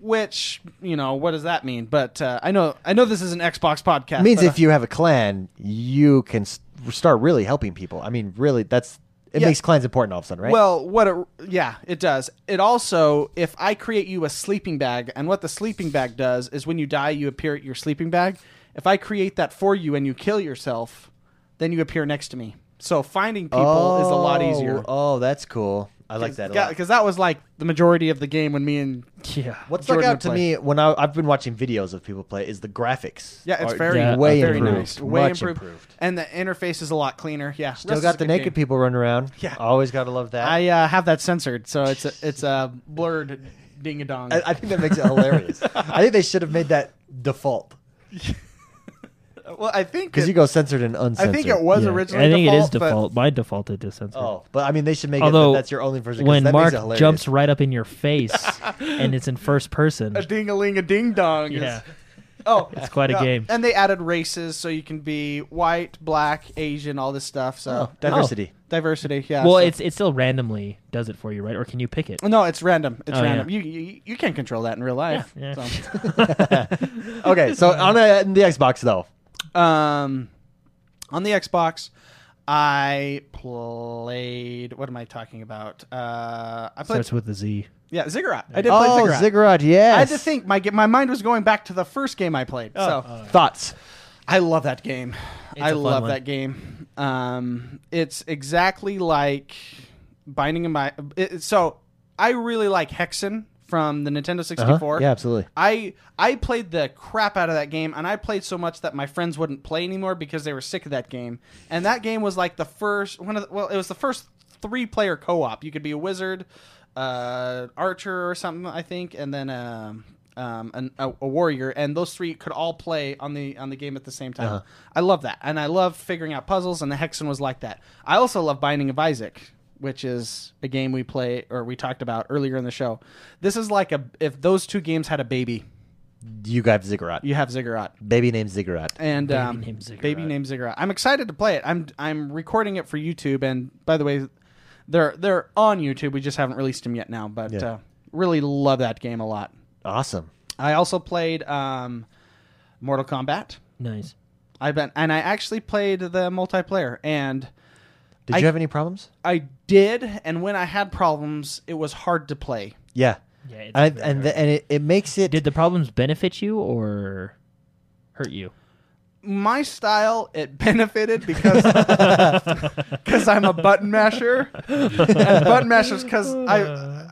[SPEAKER 2] Which you know, what does that mean? But uh, I know, I know this is an Xbox podcast.
[SPEAKER 1] it means
[SPEAKER 2] but,
[SPEAKER 1] if you have a clan you can s- start really helping people i mean really that's it
[SPEAKER 2] Yeah.
[SPEAKER 1] makes clans important all of a sudden right
[SPEAKER 2] Well, what it yeah, it does. It also if I create you a sleeping bag and what the sleeping bag does is when you die you appear at your sleeping bag. If I create that for you and you kill yourself, then you appear next to me. So finding people is a lot easier.
[SPEAKER 1] oh that's cool i like that a lot.
[SPEAKER 2] Cuz that was like the majority of the game when me and
[SPEAKER 3] Yeah.
[SPEAKER 1] What stuck
[SPEAKER 2] Jordan
[SPEAKER 1] out
[SPEAKER 2] would
[SPEAKER 1] to
[SPEAKER 2] play.
[SPEAKER 1] me when I, I've been watching videos of people play is the graphics.
[SPEAKER 2] Yeah, it's
[SPEAKER 1] are
[SPEAKER 2] very
[SPEAKER 3] yeah,
[SPEAKER 1] way
[SPEAKER 2] very
[SPEAKER 1] improved,
[SPEAKER 2] nice. Way
[SPEAKER 1] much
[SPEAKER 2] improved. And the interface is a lot cleaner. Yeah.
[SPEAKER 1] Still got the naked people running around.
[SPEAKER 2] Yeah.
[SPEAKER 1] always gotta love that.
[SPEAKER 2] I uh, have that censored, so it's a, it's a blurred ding a dong.
[SPEAKER 1] I, I think that makes it hilarious. I think they should have made that default
[SPEAKER 2] well, I think
[SPEAKER 1] because
[SPEAKER 2] it-
[SPEAKER 1] you go censored and
[SPEAKER 2] I
[SPEAKER 1] uncensored.
[SPEAKER 2] think it was
[SPEAKER 3] Yeah.
[SPEAKER 2] originally.
[SPEAKER 3] I think
[SPEAKER 2] default,
[SPEAKER 3] it is
[SPEAKER 2] but-
[SPEAKER 3] default. Mine defaulted to censored.
[SPEAKER 1] Oh, but I mean they should make it
[SPEAKER 3] Although
[SPEAKER 1] that that's your only version. 'cause
[SPEAKER 3] when
[SPEAKER 1] that
[SPEAKER 3] Mark
[SPEAKER 1] makes it hilarious.
[SPEAKER 3] jumps right up in your face and it's in first person.
[SPEAKER 2] a ding a ling a ding dong.
[SPEAKER 3] Yeah.
[SPEAKER 2] Oh,
[SPEAKER 3] It's quite a
[SPEAKER 2] yeah.
[SPEAKER 3] game.
[SPEAKER 2] And they added races, so you can be white, black, Asian, all this stuff. So
[SPEAKER 1] Oh, diversity.
[SPEAKER 2] diversity, yeah.
[SPEAKER 3] Well,
[SPEAKER 2] so-
[SPEAKER 3] it's it still randomly does it for you, right? Or can you pick it?
[SPEAKER 2] no, it's random. It's
[SPEAKER 3] Oh, yeah.
[SPEAKER 2] random. You, you you can't control that in real life.
[SPEAKER 3] Yeah, yeah.
[SPEAKER 2] So.
[SPEAKER 1] okay, so on uh, the Xbox though,
[SPEAKER 2] Um, on the Xbox, I played. What am I talking about? Uh, I played.
[SPEAKER 3] Starts with a Z.
[SPEAKER 2] yeah, Ziggurat. I did
[SPEAKER 1] oh
[SPEAKER 2] play Ziggurat.
[SPEAKER 1] Ziggurat, yes.
[SPEAKER 2] I had to think. My ge- my mind was going back to the first game I played. so
[SPEAKER 1] Thoughts?
[SPEAKER 2] I love that game.
[SPEAKER 3] Oh, a
[SPEAKER 2] I
[SPEAKER 3] fun
[SPEAKER 2] love
[SPEAKER 3] one.
[SPEAKER 2] that game. Um, it's exactly like Binding of My. It, so I really like Hexen from the Nintendo
[SPEAKER 1] Uh-huh.
[SPEAKER 2] 64.
[SPEAKER 1] Yeah, absolutely.
[SPEAKER 2] I I played the crap out of that game, and I played so much that my friends wouldn't play anymore because they were sick of that game. And that game was like the first one of the, well, it was the first three player co op. You could be a wizard, uh, archer or something, I think, and then um, um, an, a, a warrior, and those three could all play on the on the game at the same time. I love that, and I love figuring out puzzles. And the Hexen was like that. I also love Binding of Isaac which is a game we play or we talked about earlier in the show. This is like a if those two games had a baby,
[SPEAKER 1] You got Ziggurat.
[SPEAKER 2] you have Ziggurat
[SPEAKER 1] Baby named Ziggurat.
[SPEAKER 2] and
[SPEAKER 3] Baby
[SPEAKER 2] um,
[SPEAKER 3] named Ziggurat.
[SPEAKER 2] baby named Ziggurat. I'm excited to play it. I'm I'm recording it for YouTube, and by the way, they're they're on YouTube. We just haven't released them yet now, but
[SPEAKER 1] Yeah.
[SPEAKER 2] uh, really love that game a lot.
[SPEAKER 1] Awesome.
[SPEAKER 2] I also played um, Mortal Kombat.
[SPEAKER 3] Nice.
[SPEAKER 2] I've been and I actually played the multiplayer and.
[SPEAKER 1] Did
[SPEAKER 2] I-
[SPEAKER 1] you have any problems?
[SPEAKER 2] I did, and when I had problems, it was hard to play.
[SPEAKER 1] Yeah,
[SPEAKER 3] Yeah, it's
[SPEAKER 1] and
[SPEAKER 3] very
[SPEAKER 1] and,
[SPEAKER 3] hard.
[SPEAKER 1] the, and it, it makes it.
[SPEAKER 3] did the problems benefit you or hurt you?
[SPEAKER 2] my style it benefited because because I'm a button masher and button mashers because I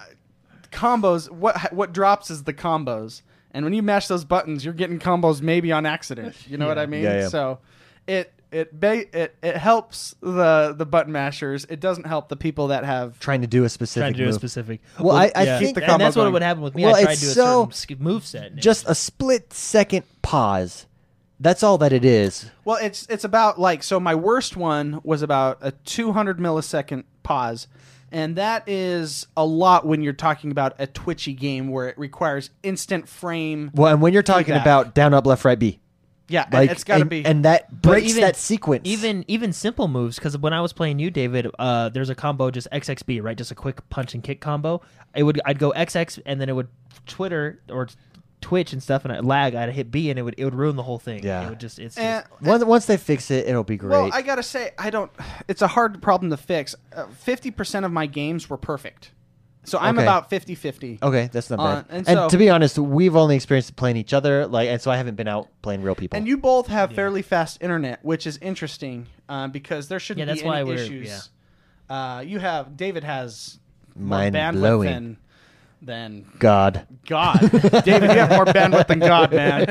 [SPEAKER 2] combos what what drops is the combos and when you mash those buttons you're getting combos maybe on accident you know what I mean
[SPEAKER 1] Yeah, yeah.
[SPEAKER 2] so it it ba- it it helps the the button mashers it doesn't help the people that have
[SPEAKER 1] trying to do a specific
[SPEAKER 3] trying to do
[SPEAKER 1] move.
[SPEAKER 3] a specific.
[SPEAKER 1] Well, I- I think-
[SPEAKER 2] Keep the
[SPEAKER 3] and
[SPEAKER 2] combo
[SPEAKER 3] that's what
[SPEAKER 2] going.
[SPEAKER 3] would happen with me.
[SPEAKER 1] Well,
[SPEAKER 3] I tried
[SPEAKER 1] it's
[SPEAKER 3] to do a
[SPEAKER 1] so-
[SPEAKER 3] certain sk- move set. and it
[SPEAKER 1] Just a split second pause. That's all that it is.
[SPEAKER 2] Well, it's it's about like so. My worst one was about a 200 millisecond pause, and that is a lot when you're talking about a twitchy game where it requires instant frame.
[SPEAKER 1] Well, and when you're talking
[SPEAKER 2] Feedback.
[SPEAKER 1] about down, up, left, right, B,
[SPEAKER 2] Yeah, and
[SPEAKER 1] like
[SPEAKER 2] it's got to
[SPEAKER 1] and-
[SPEAKER 2] be.
[SPEAKER 1] and that
[SPEAKER 3] But
[SPEAKER 1] breaks that sequence.
[SPEAKER 3] Even even simple moves, because when I was playing you, David, uh, there's a combo just XXB, right? Just a quick punch and kick combo. It would I'd go XX and then it would Twitter or Twitch and stuff, and I lag. I'd hit B and it would it would ruin the whole thing.
[SPEAKER 1] Yeah.
[SPEAKER 3] it would just it's
[SPEAKER 2] Eh,
[SPEAKER 3] just,
[SPEAKER 1] once, once they fix it, it'll be great.
[SPEAKER 2] well, I gotta say, I don't. It's a hard problem to fix. Uh, Fifty percent of my games were perfect, so I'm
[SPEAKER 1] Okay.
[SPEAKER 2] about 50-50.
[SPEAKER 1] okay, that's not
[SPEAKER 2] Uh,
[SPEAKER 1] bad.
[SPEAKER 2] and
[SPEAKER 1] And,
[SPEAKER 2] so-
[SPEAKER 1] to be honest, we've only experienced playing each other, like, and so I haven't been out playing real people.
[SPEAKER 2] And you both have fairly fast internet, which is interesting uh, because there shouldn't
[SPEAKER 3] Yeah, that's
[SPEAKER 2] be
[SPEAKER 3] why
[SPEAKER 2] any
[SPEAKER 3] we're-
[SPEAKER 2] issues. Uh, you have David has more
[SPEAKER 1] Mind
[SPEAKER 2] bandwidth
[SPEAKER 1] blowing.
[SPEAKER 2] than than
[SPEAKER 1] God,
[SPEAKER 2] God. David, you have more bandwidth than God, man.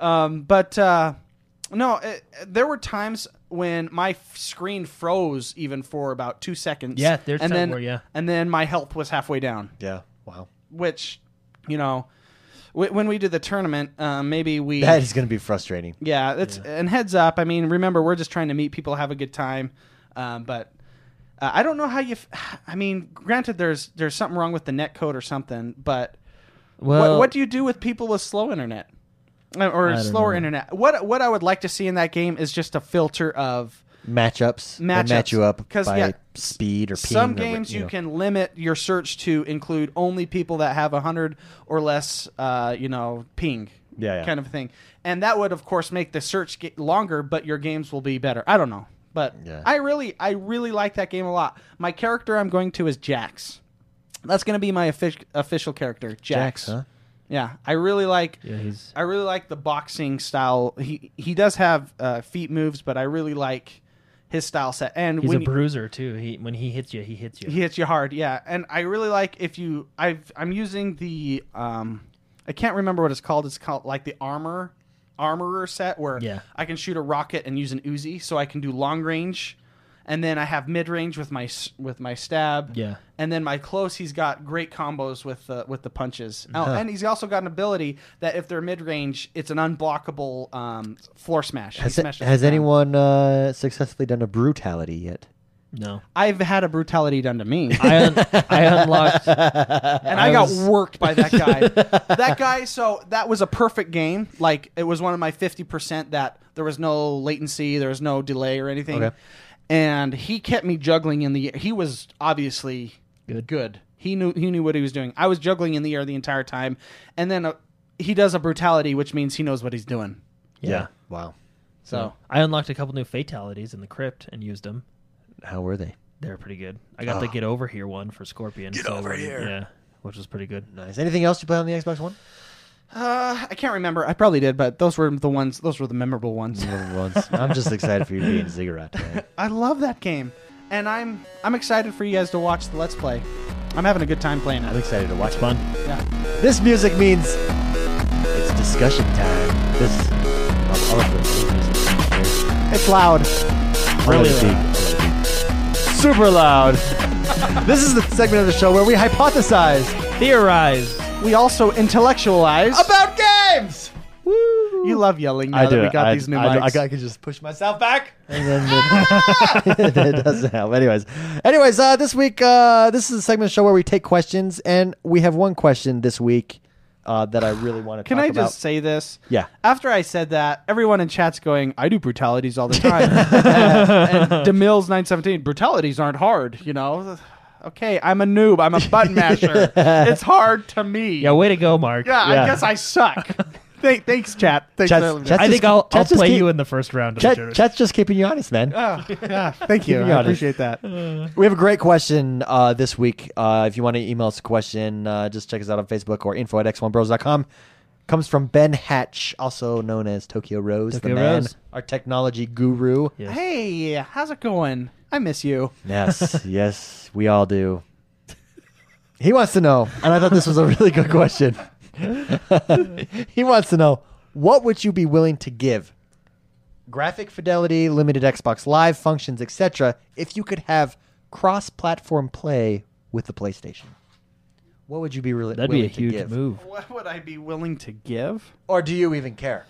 [SPEAKER 2] um, but uh, no, it, there were times when my f- screen froze even for about two seconds.
[SPEAKER 3] Yeah, there's
[SPEAKER 2] and
[SPEAKER 3] time
[SPEAKER 2] then
[SPEAKER 3] where, yeah.
[SPEAKER 2] and then my health was halfway down
[SPEAKER 1] yeah, wow,
[SPEAKER 2] which you know w- when we do the tournament uh, maybe we
[SPEAKER 1] that is going to be frustrating.
[SPEAKER 2] yeah it's and heads up i mean remember we're just trying to meet people have a good time um, but uh, i don't know how you f- i mean granted there's there's something wrong with the net code or something but what,
[SPEAKER 3] well.
[SPEAKER 2] what do you do with people with slow internet Uh, or
[SPEAKER 3] don't
[SPEAKER 2] slower
[SPEAKER 3] know.
[SPEAKER 2] internet what what i would like to see in that game is just a filter of
[SPEAKER 1] Matchups, they
[SPEAKER 2] Matchups,
[SPEAKER 1] match you up
[SPEAKER 2] 'cause,
[SPEAKER 1] by
[SPEAKER 2] yeah,
[SPEAKER 1] speed or ping
[SPEAKER 2] some
[SPEAKER 1] or,
[SPEAKER 2] games you,
[SPEAKER 1] know.
[SPEAKER 2] can limit your search to include only people that have 100 or less uh, you know ping
[SPEAKER 1] Yeah, yeah.
[SPEAKER 2] kind of thing and that would of course make the search get longer but your games will be better i don't know but
[SPEAKER 1] Yeah.
[SPEAKER 2] i really i really like that game a lot my character i'm going to is jax that's going to be my offic- official character
[SPEAKER 1] Jax,
[SPEAKER 2] jax,
[SPEAKER 1] huh?
[SPEAKER 2] yeah i really like
[SPEAKER 3] Yeah, he's-
[SPEAKER 2] I really like the boxing style. He he does have uh, feet moves, but I really like his style set. And
[SPEAKER 3] He's
[SPEAKER 2] when
[SPEAKER 3] a
[SPEAKER 2] you-
[SPEAKER 3] bruiser too. He when he hits you, he hits you.
[SPEAKER 2] he hits you hard, yeah. And I really like if you I've I'm using the um I can't remember what it's called. It's called like the armor armorer set where
[SPEAKER 3] Yeah.
[SPEAKER 2] I can shoot a rocket and use an Uzi so I can do long range and then I have mid range with my s- with my stab.
[SPEAKER 3] Yeah.
[SPEAKER 2] And then my close he's got great combos with the with the punches. Oh, and he's also got an ability that if they're mid range, it's an unblockable um floor smash. He
[SPEAKER 1] Has,
[SPEAKER 2] smashes
[SPEAKER 1] has
[SPEAKER 2] the ground.
[SPEAKER 1] anyone uh, successfully done a brutality yet?
[SPEAKER 3] No.
[SPEAKER 2] I've had a brutality done to me,
[SPEAKER 3] I, un- I unlocked.
[SPEAKER 2] and I, got
[SPEAKER 3] was-
[SPEAKER 2] worked by that guy. that guy. So that was a perfect game. Like it was one of my fifty percent that there was no latency, there was no delay or anything.
[SPEAKER 1] Okay.
[SPEAKER 2] And he kept me juggling in the. He was obviously
[SPEAKER 3] Good.
[SPEAKER 2] Good. He knew he knew what he was doing. I was juggling in the air the entire time, and then uh, he does a brutality, which means he knows what he's doing.
[SPEAKER 3] Yeah.
[SPEAKER 1] Wow.
[SPEAKER 2] So
[SPEAKER 3] I unlocked a couple new fatalities in the crypt and used them.
[SPEAKER 1] How were they?
[SPEAKER 3] They're pretty good. I got the get over here one for Scorpion. Get
[SPEAKER 1] over here.
[SPEAKER 3] Yeah, which was pretty good.
[SPEAKER 1] Nice. Anything else you play on the Xbox One?
[SPEAKER 2] uh, I can't remember. I probably did, but those were the ones. Those were the memorable ones.
[SPEAKER 1] I'm just excited for you to be in Ziggurat today.
[SPEAKER 2] I love that game, and I'm I'm excited for you guys to watch the Let's Play. I'm having a good time playing
[SPEAKER 1] I'm
[SPEAKER 2] it.
[SPEAKER 1] excited to watch it.
[SPEAKER 3] Fun.
[SPEAKER 2] Yeah.
[SPEAKER 1] This music means it's discussion time. This. um, I'll, I'll put music.
[SPEAKER 2] It's loud.
[SPEAKER 1] Really Super loud. this is the segment of the show where we hypothesize
[SPEAKER 3] Theorize.
[SPEAKER 2] We also intellectualize
[SPEAKER 1] about games. Woo!
[SPEAKER 2] You love yelling. Now that We got these new
[SPEAKER 1] I,
[SPEAKER 2] mics.
[SPEAKER 1] I, I could just push myself back, and then it, then it doesn't help. Anyways, anyways, uh, this week, uh, this is a segment of the show where we take questions, and we have one question this week uh, that I really want to
[SPEAKER 2] Can
[SPEAKER 1] talk
[SPEAKER 2] I
[SPEAKER 1] about.
[SPEAKER 2] just say this?
[SPEAKER 1] Yeah.
[SPEAKER 2] After I said that, everyone in chat's going, I do brutalities all the time. and, and DeMille's 917, brutalities aren't hard, you know? Okay, I'm a noob. I'm a button masher. it's hard to me.
[SPEAKER 3] Yeah, way to go, Mark.
[SPEAKER 2] Yeah,
[SPEAKER 1] yeah.
[SPEAKER 2] I guess I suck. Th- thanks, chat. Thanks,
[SPEAKER 1] Chat's-
[SPEAKER 2] for-
[SPEAKER 1] chat's-
[SPEAKER 3] I think
[SPEAKER 1] Just-
[SPEAKER 3] I'll, I'll
[SPEAKER 1] just
[SPEAKER 3] play
[SPEAKER 1] keep-
[SPEAKER 3] you in the first round of the
[SPEAKER 1] Chet,
[SPEAKER 3] tournament.
[SPEAKER 1] Chet's just keeping you honest, man.
[SPEAKER 2] Oh, yeah, thank you.
[SPEAKER 1] Keeping you
[SPEAKER 2] I
[SPEAKER 1] honest.
[SPEAKER 2] appreciate that.
[SPEAKER 3] Uh,
[SPEAKER 1] We have a great question uh, this week. Uh, if you want to email us a question, uh, just check us out on Facebook or info at x1bros.com. Comes from Ben Hatch, also known as Tokyo Rose, the
[SPEAKER 3] Tokyo
[SPEAKER 1] man,
[SPEAKER 3] Rose.
[SPEAKER 1] our technology guru.
[SPEAKER 3] Yeah.
[SPEAKER 2] Hey, how's it going? I miss you.
[SPEAKER 1] Yes, yes, we all do. He wants to know, and I thought this was a really good question. he wants to know what would you be willing to give? Graphic fidelity, limited Xbox Live functions, etc. If you could have cross-platform play with the PlayStation, what would you be really
[SPEAKER 3] That'd be
[SPEAKER 1] willing
[SPEAKER 3] a
[SPEAKER 1] to
[SPEAKER 3] huge
[SPEAKER 1] give?
[SPEAKER 3] move.
[SPEAKER 2] What would I be willing to give?
[SPEAKER 1] Or do you even care?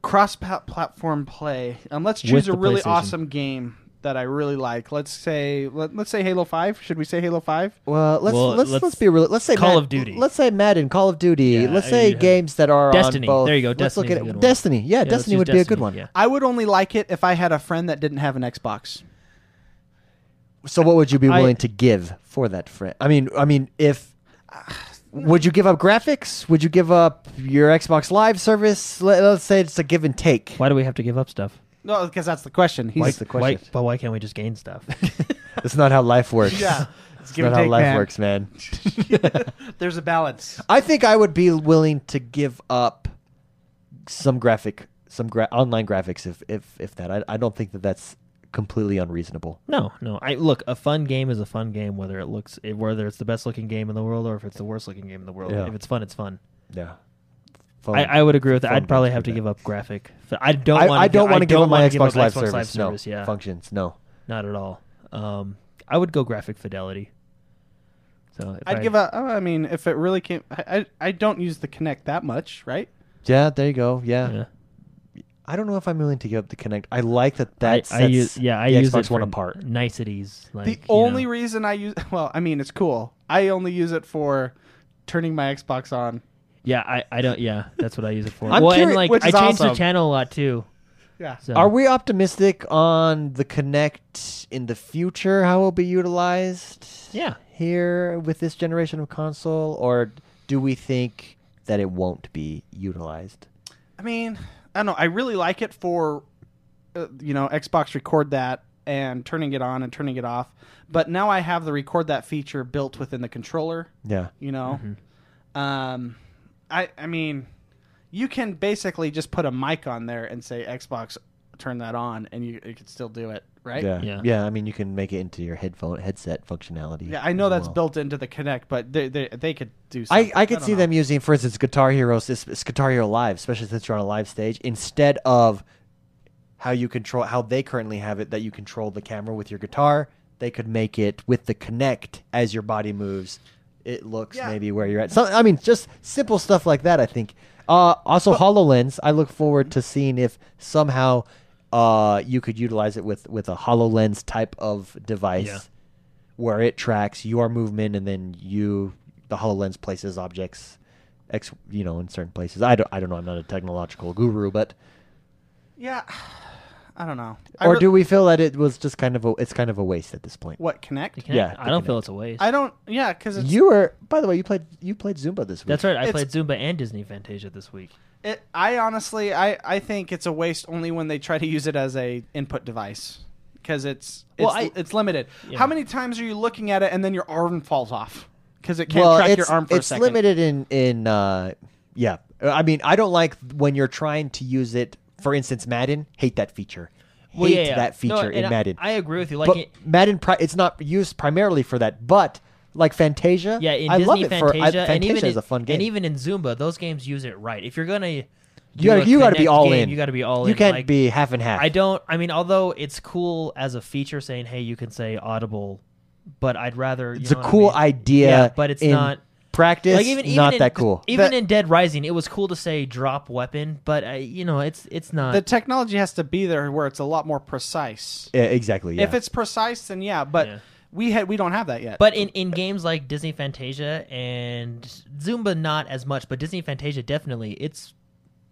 [SPEAKER 2] cross pa- platform play. Um, let's
[SPEAKER 3] With
[SPEAKER 2] choose a
[SPEAKER 3] the
[SPEAKER 2] really
[SPEAKER 3] PlayStation.
[SPEAKER 2] awesome game that I really like. Let's say let, let's say Halo Five. Should we say Halo Five?
[SPEAKER 1] Well, let's
[SPEAKER 3] Well,
[SPEAKER 1] let's, let's
[SPEAKER 3] let's-
[SPEAKER 1] be real. Let's say
[SPEAKER 3] Call
[SPEAKER 1] Mad-
[SPEAKER 3] of Duty.
[SPEAKER 1] Let's say Madden, Call of Duty.
[SPEAKER 3] Yeah,
[SPEAKER 1] let's
[SPEAKER 3] I-
[SPEAKER 1] say
[SPEAKER 3] yeah.
[SPEAKER 1] games that are
[SPEAKER 3] Destiny.
[SPEAKER 1] On both.
[SPEAKER 3] There you go.
[SPEAKER 1] Let's look at
[SPEAKER 3] Destiny's a good
[SPEAKER 1] it.
[SPEAKER 3] one.
[SPEAKER 1] Destiny. Yeah,
[SPEAKER 3] let's
[SPEAKER 1] Destiny
[SPEAKER 3] use
[SPEAKER 1] would be a good
[SPEAKER 3] Destiny,
[SPEAKER 1] one.
[SPEAKER 3] yeah.
[SPEAKER 2] I would only like it if I had a friend that didn't have an Xbox.
[SPEAKER 1] So what would you be
[SPEAKER 3] I-
[SPEAKER 1] willing to give for that friend? I mean, I mean, if would you give up graphics? Would you give up your Xbox Live service? Let, let's say it's a give and take.
[SPEAKER 3] Why do we have to give up stuff?
[SPEAKER 2] No, because that's the question. He's
[SPEAKER 1] What's the
[SPEAKER 3] Why,
[SPEAKER 1] question?
[SPEAKER 3] but why can't we just gain stuff?
[SPEAKER 1] That's not how life works.
[SPEAKER 2] yeah. It's
[SPEAKER 1] That's
[SPEAKER 2] give
[SPEAKER 1] not
[SPEAKER 2] and
[SPEAKER 1] how
[SPEAKER 2] take,
[SPEAKER 1] life
[SPEAKER 2] man.
[SPEAKER 1] works, man.
[SPEAKER 2] There's a balance.
[SPEAKER 1] I think I would be willing to give up some graphic, some gra- online graphics, if if if that. I, I don't think that that's completely unreasonable.
[SPEAKER 3] no, no. I look. A fun game is a fun game, whether it looks, whether it's the best looking game in the world or if it's the worst looking game in the world.
[SPEAKER 1] Yeah.
[SPEAKER 3] If it's fun, it's fun.
[SPEAKER 1] Yeah.
[SPEAKER 3] I, I would agree with that.
[SPEAKER 1] phone
[SPEAKER 3] I'd probably
[SPEAKER 1] games
[SPEAKER 3] have to
[SPEAKER 1] do
[SPEAKER 3] give
[SPEAKER 1] that.
[SPEAKER 3] up graphic. F- I don't.
[SPEAKER 1] I,
[SPEAKER 3] wanna
[SPEAKER 1] I
[SPEAKER 3] gi-
[SPEAKER 1] don't want to give up my
[SPEAKER 3] wanna
[SPEAKER 1] Xbox, Live,
[SPEAKER 3] Xbox
[SPEAKER 1] service.
[SPEAKER 3] service,
[SPEAKER 1] No
[SPEAKER 3] Yeah,
[SPEAKER 1] functions. No.
[SPEAKER 3] not at all. Um, I would go graphic fidelity. So if
[SPEAKER 2] I'd
[SPEAKER 3] I-
[SPEAKER 2] give a. oh, I mean, if it really came, I I, I don't use the Kinect that much, right?
[SPEAKER 1] Yeah, there you go. Yeah.
[SPEAKER 3] Yeah.
[SPEAKER 1] I don't know if I'm willing to give up the Connect. I like that that
[SPEAKER 3] I,
[SPEAKER 1] sets
[SPEAKER 3] I use yeah. I
[SPEAKER 1] the
[SPEAKER 3] use
[SPEAKER 1] Xbox
[SPEAKER 3] it
[SPEAKER 1] One
[SPEAKER 3] for
[SPEAKER 1] apart.
[SPEAKER 3] Niceties. Like,
[SPEAKER 2] The
[SPEAKER 3] you
[SPEAKER 2] only
[SPEAKER 3] know.
[SPEAKER 2] reason I use well, I mean, it's cool. I only use it for turning my Xbox on.
[SPEAKER 3] yeah. I, I don't yeah. That's what I use it for.
[SPEAKER 1] I'm
[SPEAKER 3] well,
[SPEAKER 1] curi-
[SPEAKER 3] and like
[SPEAKER 2] which
[SPEAKER 3] I
[SPEAKER 2] is
[SPEAKER 3] changed
[SPEAKER 2] awesome.
[SPEAKER 3] the channel a lot too.
[SPEAKER 2] Yeah.
[SPEAKER 3] So.
[SPEAKER 1] Are we optimistic on the Connect in the future? How it will be utilized?
[SPEAKER 3] Yeah.
[SPEAKER 1] Here with this generation of console, or do we think that it won't be utilized?
[SPEAKER 2] I mean, I don't know. I really like it for, uh, you know, Xbox record that and turning it on and turning it off. But now I have the record that feature built within the controller.
[SPEAKER 1] Yeah.
[SPEAKER 2] You know,
[SPEAKER 1] Mm-hmm.
[SPEAKER 2] um, I I mean, you can basically just put a mic on there and say Xbox, turn that on, and you, you could still do it, right?
[SPEAKER 1] Yeah. yeah.
[SPEAKER 3] Yeah.
[SPEAKER 1] I mean, you can make it into your headphone headset functionality.
[SPEAKER 2] Yeah, I know
[SPEAKER 1] as
[SPEAKER 2] that's
[SPEAKER 1] well.
[SPEAKER 2] built into the Kinect, but they they, they could do.
[SPEAKER 1] I,
[SPEAKER 2] Something.
[SPEAKER 1] I could
[SPEAKER 2] don't
[SPEAKER 1] see
[SPEAKER 2] know.
[SPEAKER 1] them using, for instance, Guitar Hero's this, this Guitar Hero Live, especially since you're on a live stage, instead of how you control how they currently have it that you control the camera with your guitar. They could make it with the Connect as your body moves. It looks
[SPEAKER 2] Yeah.
[SPEAKER 1] maybe where you're at. So, I mean, just simple stuff like that. I think. Uh, also, Hololens. I look forward to seeing if somehow uh, you could utilize it with with a Hololens type of device,
[SPEAKER 3] Yeah.
[SPEAKER 1] where it tracks your movement and then you the Hololens places objects, ex you know in certain places. I don't I don't know. I'm not a technological guru, but
[SPEAKER 2] Yeah, I don't know. I
[SPEAKER 1] or
[SPEAKER 2] re-
[SPEAKER 1] do we feel that it was just kind of a it's kind of a waste at this point?
[SPEAKER 2] what connect?
[SPEAKER 3] Can I-
[SPEAKER 1] Yeah,
[SPEAKER 3] I
[SPEAKER 1] the
[SPEAKER 3] don't feel
[SPEAKER 1] Kinect.
[SPEAKER 3] it's a waste.
[SPEAKER 2] I don't. Yeah, because it's
[SPEAKER 1] You were by the way you played you played Zumba this week.
[SPEAKER 3] That's right. I
[SPEAKER 2] It's-
[SPEAKER 3] played Zumba and Disney Fantasia this week.
[SPEAKER 2] It, I honestly, I, I think it's a waste only when they try to use it as a input device because it's it's,
[SPEAKER 3] Well, I-
[SPEAKER 2] it's limited.
[SPEAKER 3] Yeah.
[SPEAKER 2] How many times are you looking at it and then your arm falls off because it can't track your arm for
[SPEAKER 1] it's
[SPEAKER 2] a second?
[SPEAKER 1] limited in in uh, yeah. I mean, I don't like when you're trying to use it. For instance, Madden hate that feature. Hate
[SPEAKER 3] Well, yeah, yeah.
[SPEAKER 1] that feature
[SPEAKER 3] No,
[SPEAKER 1] in
[SPEAKER 3] and I-
[SPEAKER 1] Madden.
[SPEAKER 3] I agree with you. Like,
[SPEAKER 1] but
[SPEAKER 3] it-
[SPEAKER 1] Madden, pri- it's not used primarily for that. But like Fantasia,
[SPEAKER 3] Yeah, in
[SPEAKER 1] I
[SPEAKER 3] Disney
[SPEAKER 1] love it
[SPEAKER 3] Fantasia,
[SPEAKER 1] for I,
[SPEAKER 3] and
[SPEAKER 1] Fantasia
[SPEAKER 3] even
[SPEAKER 1] is a fun game.
[SPEAKER 3] And even in Zumba, those games use it right. If you're gonna, do
[SPEAKER 1] you gotta,
[SPEAKER 3] a
[SPEAKER 1] you gotta be
[SPEAKER 3] Kinect
[SPEAKER 1] all
[SPEAKER 3] game,
[SPEAKER 1] in.
[SPEAKER 3] You gotta be all in.
[SPEAKER 1] You can't
[SPEAKER 3] Like,
[SPEAKER 1] be half and half.
[SPEAKER 3] I don't. I mean, although it's cool as a feature, saying hey, you can say audible, but I'd rather. you
[SPEAKER 1] It's
[SPEAKER 3] know
[SPEAKER 1] a
[SPEAKER 3] what I
[SPEAKER 1] cool
[SPEAKER 3] mean?
[SPEAKER 1] idea,
[SPEAKER 3] Yeah, but it's
[SPEAKER 1] in
[SPEAKER 3] not.
[SPEAKER 1] practice.
[SPEAKER 3] Like even, even
[SPEAKER 1] not
[SPEAKER 3] in-
[SPEAKER 1] that cool.
[SPEAKER 3] Even
[SPEAKER 2] The-
[SPEAKER 3] in Dead Rising, it was cool to say drop weapon, but uh, you know it's it's not.
[SPEAKER 2] the technology has to be there where it's a lot more precise.
[SPEAKER 1] Yeah, exactly. Yeah.
[SPEAKER 2] If it's precise, then yeah. But
[SPEAKER 3] Yeah.
[SPEAKER 2] we had we don't have that yet.
[SPEAKER 3] But in, in games like Disney Fantasia and Zumba, not as much, but Disney Fantasia definitely, it's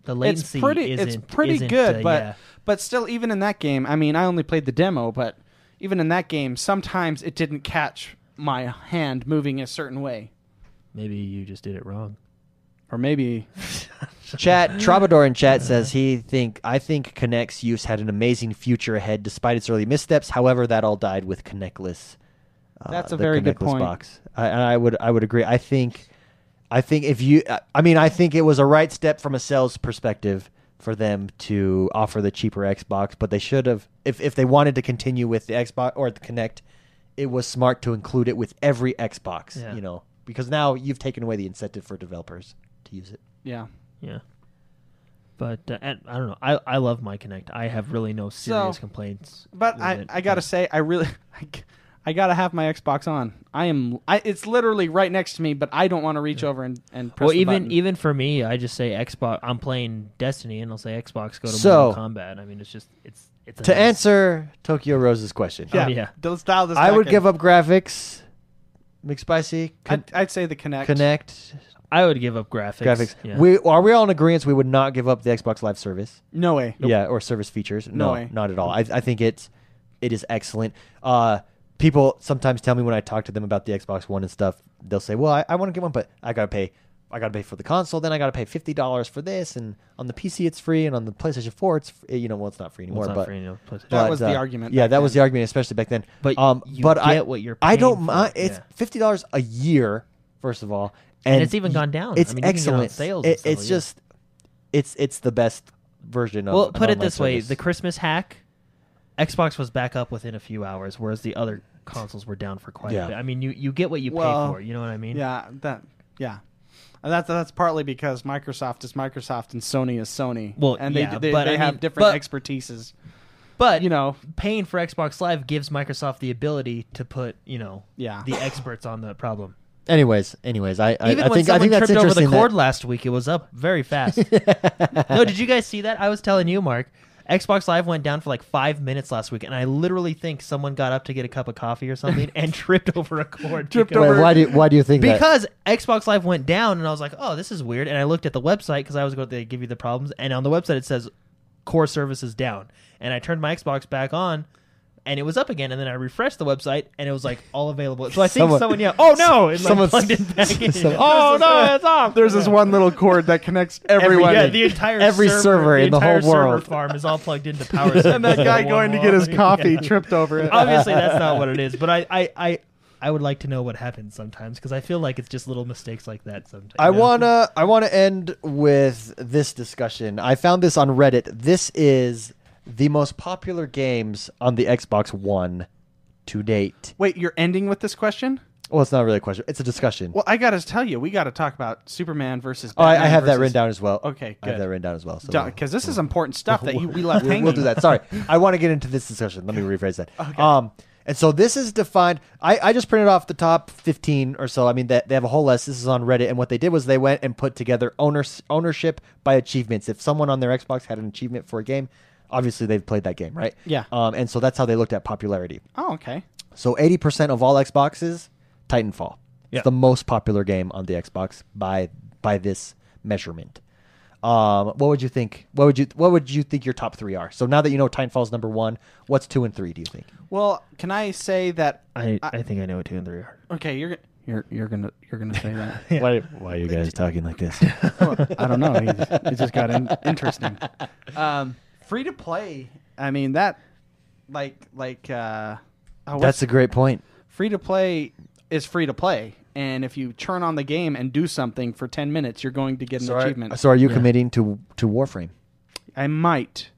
[SPEAKER 3] the
[SPEAKER 2] it's
[SPEAKER 3] latency
[SPEAKER 2] pretty
[SPEAKER 3] isn't
[SPEAKER 2] it's pretty
[SPEAKER 3] isn't,
[SPEAKER 2] good.
[SPEAKER 3] uh,
[SPEAKER 2] but
[SPEAKER 3] yeah.
[SPEAKER 2] but still, even in that game, I mean, I only played the demo, but even in that game, sometimes it didn't catch my hand moving a certain way,
[SPEAKER 3] maybe you just did it wrong.
[SPEAKER 2] or maybe
[SPEAKER 1] Chat Troubadour in chat says he think I think Kinect's use had an amazing future ahead despite its early missteps. However, that all died with Kinectless. Uh,
[SPEAKER 2] That's a
[SPEAKER 1] the
[SPEAKER 2] very good
[SPEAKER 1] Kinectless
[SPEAKER 2] point.
[SPEAKER 1] Box. I, and I would I would agree. I think I think if you I- I mean I think it was a right step from a sales perspective for them to offer the cheaper Xbox, but they should have if if they wanted to continue with the Xbox or the Kinect, it was smart to include it with every Xbox.
[SPEAKER 3] Yeah.
[SPEAKER 1] You know because now you've taken away the incentive for developers to use it.
[SPEAKER 2] yeah.
[SPEAKER 3] Yeah. But uh, and, I don't know. I, I love my Connect. I have really no serious
[SPEAKER 2] So-
[SPEAKER 3] complaints.
[SPEAKER 2] But
[SPEAKER 3] with
[SPEAKER 2] I,
[SPEAKER 3] it,
[SPEAKER 2] I gotta say, I really, I, g- I gotta have my Xbox on. I am, I, it's literally right next to me, but I don't want to reach over and and press
[SPEAKER 3] Well,
[SPEAKER 2] the
[SPEAKER 3] even
[SPEAKER 2] button.
[SPEAKER 3] even for me, I just say Xbox. I'm playing Destiny, and I'll say Xbox. Go to
[SPEAKER 1] So-
[SPEAKER 3] Mortal Kombat. I mean, it's just it's it's a
[SPEAKER 1] to
[SPEAKER 3] nice-
[SPEAKER 1] answer Tokyo Rose's question,
[SPEAKER 3] Oh, yeah.
[SPEAKER 2] d- Let's dial this.
[SPEAKER 1] I would give
[SPEAKER 2] up.
[SPEAKER 1] up graphics, McSpicy, con-
[SPEAKER 2] I'd, I'd say the connect.
[SPEAKER 1] Connect,
[SPEAKER 3] I would give up graphics.
[SPEAKER 1] graphics.
[SPEAKER 3] Yeah.
[SPEAKER 1] We are we all in agreement? We would not give up the Xbox Live service,
[SPEAKER 2] No way.
[SPEAKER 1] yeah, or service features.
[SPEAKER 2] No
[SPEAKER 1] No,
[SPEAKER 2] way.
[SPEAKER 1] not at all. I, I think it's it is excellent. Uh, people sometimes tell me when I talk to them about the Xbox One and stuff, they'll say, "Well, I, I want to get one, but I gotta pay." I gotta pay for the console, then I gotta pay fifty dollars for this, and on the PC it's free, and on the PlayStation Four it's f- you know well it's not free
[SPEAKER 3] Well,
[SPEAKER 1] anymore,
[SPEAKER 3] it's not
[SPEAKER 1] but
[SPEAKER 3] for, you know, PlayStation.
[SPEAKER 2] That
[SPEAKER 1] But, uh,
[SPEAKER 2] was the argument
[SPEAKER 1] Yeah,
[SPEAKER 2] back
[SPEAKER 1] that was
[SPEAKER 2] then.
[SPEAKER 1] the argument, especially back then.
[SPEAKER 3] But
[SPEAKER 1] um,
[SPEAKER 3] you
[SPEAKER 1] but I
[SPEAKER 3] get what you're
[SPEAKER 1] I
[SPEAKER 3] paying
[SPEAKER 1] don't
[SPEAKER 3] for,
[SPEAKER 1] mind. It's
[SPEAKER 3] yeah.
[SPEAKER 1] fifty dollars a year, first of all, and,
[SPEAKER 3] it's even gone down. I
[SPEAKER 1] It's
[SPEAKER 3] mean, you can get it on
[SPEAKER 1] excellent.
[SPEAKER 3] sales
[SPEAKER 1] It-
[SPEAKER 3] and stuff
[SPEAKER 1] it's
[SPEAKER 3] like that.
[SPEAKER 1] just, it's it's the best version of.
[SPEAKER 3] Well,
[SPEAKER 1] an
[SPEAKER 3] put it
[SPEAKER 1] online
[SPEAKER 3] this way:
[SPEAKER 1] service.
[SPEAKER 3] the Christmas hack, Xbox was back up within a few hours, whereas the other consoles were down for quite
[SPEAKER 1] Yeah.
[SPEAKER 3] a bit. I mean, you, you get what you
[SPEAKER 2] Well,
[SPEAKER 3] pay for. You know what I mean?
[SPEAKER 2] Yeah, that. Yeah, and that's that's partly because Microsoft is Microsoft and Sony is Sony.
[SPEAKER 3] Well,
[SPEAKER 2] and they
[SPEAKER 3] yeah,
[SPEAKER 2] they,
[SPEAKER 3] but
[SPEAKER 2] they
[SPEAKER 3] I
[SPEAKER 2] have
[SPEAKER 3] mean-
[SPEAKER 2] different
[SPEAKER 3] but-
[SPEAKER 2] expertises.
[SPEAKER 3] But
[SPEAKER 2] You know,
[SPEAKER 3] paying for Xbox Live gives Microsoft the ability to put you know
[SPEAKER 2] Yeah.
[SPEAKER 3] the experts on the problem.
[SPEAKER 1] anyways, anyways, I I,
[SPEAKER 3] Even
[SPEAKER 1] I
[SPEAKER 3] when
[SPEAKER 1] think I
[SPEAKER 3] someone
[SPEAKER 1] think that's
[SPEAKER 3] tripped over
[SPEAKER 1] interesting.
[SPEAKER 3] the cord
[SPEAKER 1] that-
[SPEAKER 3] last week, it was up very fast. no, did you guys see that? I was telling you, Mark. Xbox Live went down for like five minutes last week, and I literally think someone got up to get a cup of coffee or something and tripped over a cord.
[SPEAKER 2] Tripped
[SPEAKER 3] because-
[SPEAKER 2] over
[SPEAKER 1] Wait, why do you, why do you think that?
[SPEAKER 3] because Xbox Live went down, and I was like, "Oh, this is weird." And I looked at the website because I was going to give you the problems, and on the website it says core service is down. And I turned my Xbox back on, and it was up again. And then I refreshed the website, and it was like all available. So I think
[SPEAKER 1] Someone-
[SPEAKER 3] someone, yeah, oh no, and
[SPEAKER 1] someone-
[SPEAKER 3] like, plugged it back in.
[SPEAKER 1] someone-
[SPEAKER 3] oh no, it's off.
[SPEAKER 2] There's this one little cord that connects
[SPEAKER 1] Every-
[SPEAKER 2] everyone.
[SPEAKER 3] yeah, the entire
[SPEAKER 1] Every server
[SPEAKER 3] the
[SPEAKER 1] in the whole
[SPEAKER 3] entire server
[SPEAKER 1] world.
[SPEAKER 3] farm is all plugged into power.
[SPEAKER 2] and that guy going to get his coffee
[SPEAKER 3] Yeah.
[SPEAKER 2] tripped over it.
[SPEAKER 3] Obviously, that's not what it is, but I, I, I, I would like to know what happens sometimes because I feel like it's just little mistakes like that sometimes.
[SPEAKER 1] I
[SPEAKER 3] you know?
[SPEAKER 1] wanna I wanna end with this discussion. I found this on Reddit. This is the most popular games on the Xbox One to date.
[SPEAKER 2] Wait, you're ending with this question?
[SPEAKER 1] Well, it's not really a question. It's a discussion.
[SPEAKER 2] Well, I gotta tell you, we gotta talk about Superman versus.
[SPEAKER 1] oh, I, I
[SPEAKER 2] Batman
[SPEAKER 1] have that
[SPEAKER 2] versus-
[SPEAKER 1] written down as well.
[SPEAKER 2] Okay,
[SPEAKER 1] I have
[SPEAKER 2] good.
[SPEAKER 1] that written down as well. So we'll-
[SPEAKER 2] because this is important stuff that you, we left
[SPEAKER 1] we'll,
[SPEAKER 2] hanging.
[SPEAKER 1] we'll do that. Sorry, I want to get into this discussion. Let me rephrase that. Um, and so this is defined. I, I just printed off the top fifteen or so. I mean, that they have a whole list. This is on Reddit, and what they did was they went and put together owners, ownership by achievements. If someone on their Xbox had an achievement for a game, obviously they've played that game, right?
[SPEAKER 2] Yeah.
[SPEAKER 1] Um, and so that's how they looked at popularity.
[SPEAKER 2] Oh, okay.
[SPEAKER 1] So 80% of all Xboxes, Titanfall.
[SPEAKER 3] Yeah.
[SPEAKER 1] It's the most popular game on the Xbox by by this measurement. Um, what would you think? What would you what would you think your top 3 are? So now that you know Titanfall's number 1, what's 2 and 3 do you think?
[SPEAKER 2] Well, can I say that?
[SPEAKER 3] I, I think I know what two and three are.
[SPEAKER 2] Okay, you're you're you're gonna you're gonna say that.
[SPEAKER 1] Why why are you guys talking like this?
[SPEAKER 2] I don't know. It just, it just got in- interesting. Um, free to play. I mean that, like like uh, oh, what's-
[SPEAKER 1] That's a great point.
[SPEAKER 2] free to play is free to play, and if you turn on the game and do something for ten minutes, you're going to get an
[SPEAKER 1] So are,
[SPEAKER 2] achievement.
[SPEAKER 1] Uh, so are you committing to to Warframe?
[SPEAKER 2] I might.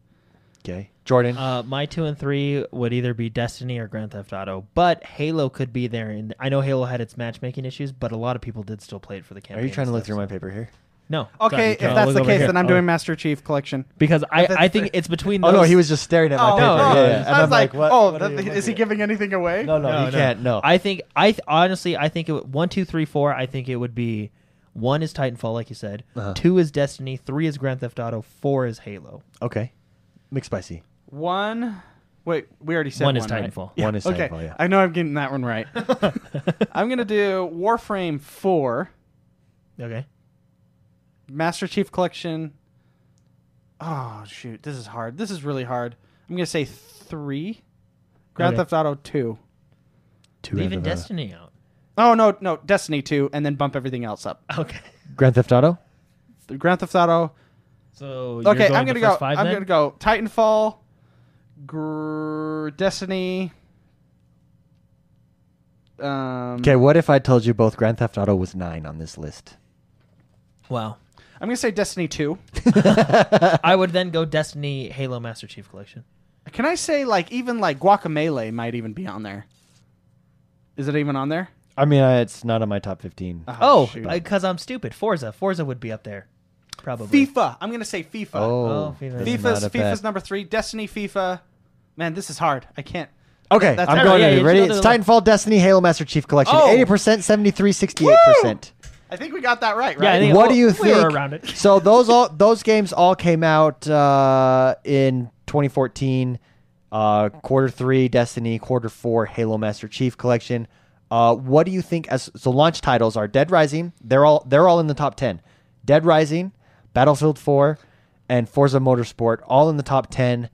[SPEAKER 1] Okay. Jordan.
[SPEAKER 3] Uh, my two and three would either be Destiny or Grand Theft Auto, but Halo could be there. And I know Halo had its matchmaking issues, but a lot of people did still play it for the
[SPEAKER 1] are
[SPEAKER 3] campaign.
[SPEAKER 1] you trying to
[SPEAKER 3] and
[SPEAKER 1] look
[SPEAKER 3] stuff,
[SPEAKER 1] through
[SPEAKER 3] so-
[SPEAKER 1] my paper here?
[SPEAKER 3] No.
[SPEAKER 2] Okay,
[SPEAKER 3] Sorry,
[SPEAKER 2] if
[SPEAKER 3] no,
[SPEAKER 2] that's
[SPEAKER 3] look
[SPEAKER 2] the
[SPEAKER 3] over
[SPEAKER 2] case,
[SPEAKER 3] here.
[SPEAKER 2] then I'm
[SPEAKER 3] Oh.
[SPEAKER 2] doing Master Chief Collection.
[SPEAKER 3] because I,
[SPEAKER 2] that's
[SPEAKER 3] I
[SPEAKER 2] the-
[SPEAKER 3] think it's between.
[SPEAKER 1] Oh no,
[SPEAKER 3] those-
[SPEAKER 1] he was just staring at my
[SPEAKER 2] oh,
[SPEAKER 1] paper.
[SPEAKER 3] no,
[SPEAKER 1] yeah,
[SPEAKER 3] no,
[SPEAKER 1] yeah. And
[SPEAKER 2] I
[SPEAKER 1] I'm
[SPEAKER 2] was like,
[SPEAKER 1] what-
[SPEAKER 2] oh,
[SPEAKER 1] what are
[SPEAKER 2] that-
[SPEAKER 1] you looking
[SPEAKER 2] is he
[SPEAKER 1] at?
[SPEAKER 2] giving anything away?
[SPEAKER 1] No, no, you can't. No.
[SPEAKER 3] I think I th- honestly I think it would, one, two, three, four. I think it would be one is Titanfall, like you said.
[SPEAKER 1] Uh-huh.
[SPEAKER 3] Two is Destiny. Three is Grand Theft Auto. Four is Halo.
[SPEAKER 1] okay. McSpicy.
[SPEAKER 2] One. Wait, we already said one.
[SPEAKER 3] One, is
[SPEAKER 2] right?
[SPEAKER 3] Titanfall.
[SPEAKER 1] One is
[SPEAKER 2] okay,
[SPEAKER 1] Titanfall, yeah.
[SPEAKER 2] I know I'm getting that one right. I'm gonna do Warframe Four,
[SPEAKER 3] Okay.
[SPEAKER 2] Master Chief Collection. Oh shoot, this is hard. This is really hard. I'm gonna say three. Grand
[SPEAKER 3] Okay.
[SPEAKER 2] Theft Auto Two.
[SPEAKER 1] Two
[SPEAKER 3] Leaving
[SPEAKER 1] Grand Theft Auto.
[SPEAKER 3] Destiny out.
[SPEAKER 2] Oh no, no Destiny Two, and then bump everything else up.
[SPEAKER 3] Okay.
[SPEAKER 1] Grand Theft Auto?
[SPEAKER 2] The Grand Theft Auto.
[SPEAKER 3] So
[SPEAKER 2] Okay,
[SPEAKER 3] you're going
[SPEAKER 2] I'm gonna
[SPEAKER 3] the first
[SPEAKER 2] go.
[SPEAKER 3] Five,
[SPEAKER 2] I'm
[SPEAKER 3] then?
[SPEAKER 2] gonna go Titanfall, Gr- Destiny. Um,
[SPEAKER 1] Okay, what if I told you both Grand Theft Auto was nine on this list?
[SPEAKER 3] Wow.
[SPEAKER 2] I'm gonna say Destiny Two.
[SPEAKER 3] I would then go Destiny, Halo, Master Chief Collection.
[SPEAKER 2] Can I say like even like Guacamole might even be on there? Is it even on there?
[SPEAKER 1] I mean, I- it's not on my top 15.
[SPEAKER 3] Oh,
[SPEAKER 2] shoot.
[SPEAKER 3] because I'm stupid. Forza, Forza would be up there, probably. Um,
[SPEAKER 2] FIFA. I'm gonna say FIFA. Uh,
[SPEAKER 1] oh,
[SPEAKER 3] Oh, FIFA.
[SPEAKER 1] that's not
[SPEAKER 2] FIFA's
[SPEAKER 1] a
[SPEAKER 2] FIFA's
[SPEAKER 1] bad-
[SPEAKER 2] number three. Destiny FIFA. Man, this is hard. I can't.
[SPEAKER 1] Okay,
[SPEAKER 2] that's-
[SPEAKER 1] I'm
[SPEAKER 2] yeah,
[SPEAKER 1] going
[SPEAKER 3] yeah,
[SPEAKER 1] to
[SPEAKER 3] you
[SPEAKER 1] ready.
[SPEAKER 3] should go
[SPEAKER 1] It's
[SPEAKER 3] to the-
[SPEAKER 1] Titanfall, Destiny, Halo, Master Chief Collection.
[SPEAKER 2] Oh.
[SPEAKER 1] 80%, 73, 68%.
[SPEAKER 2] I think we got that right,
[SPEAKER 3] Yeah, I
[SPEAKER 2] right?
[SPEAKER 3] think-
[SPEAKER 1] What
[SPEAKER 3] well,
[SPEAKER 1] do you
[SPEAKER 3] we
[SPEAKER 1] think?
[SPEAKER 3] were around it.
[SPEAKER 1] so those all those games all came out uh, in 2014. Uh, quarter three, Destiny. Quarter four, Halo Master Chief Collection. Uh, what do you think? As so, launch titles are Dead Rising. They're all they're all in the top ten. Dead Rising, Battlefield Four, and Forza Motorsport all in the top ten.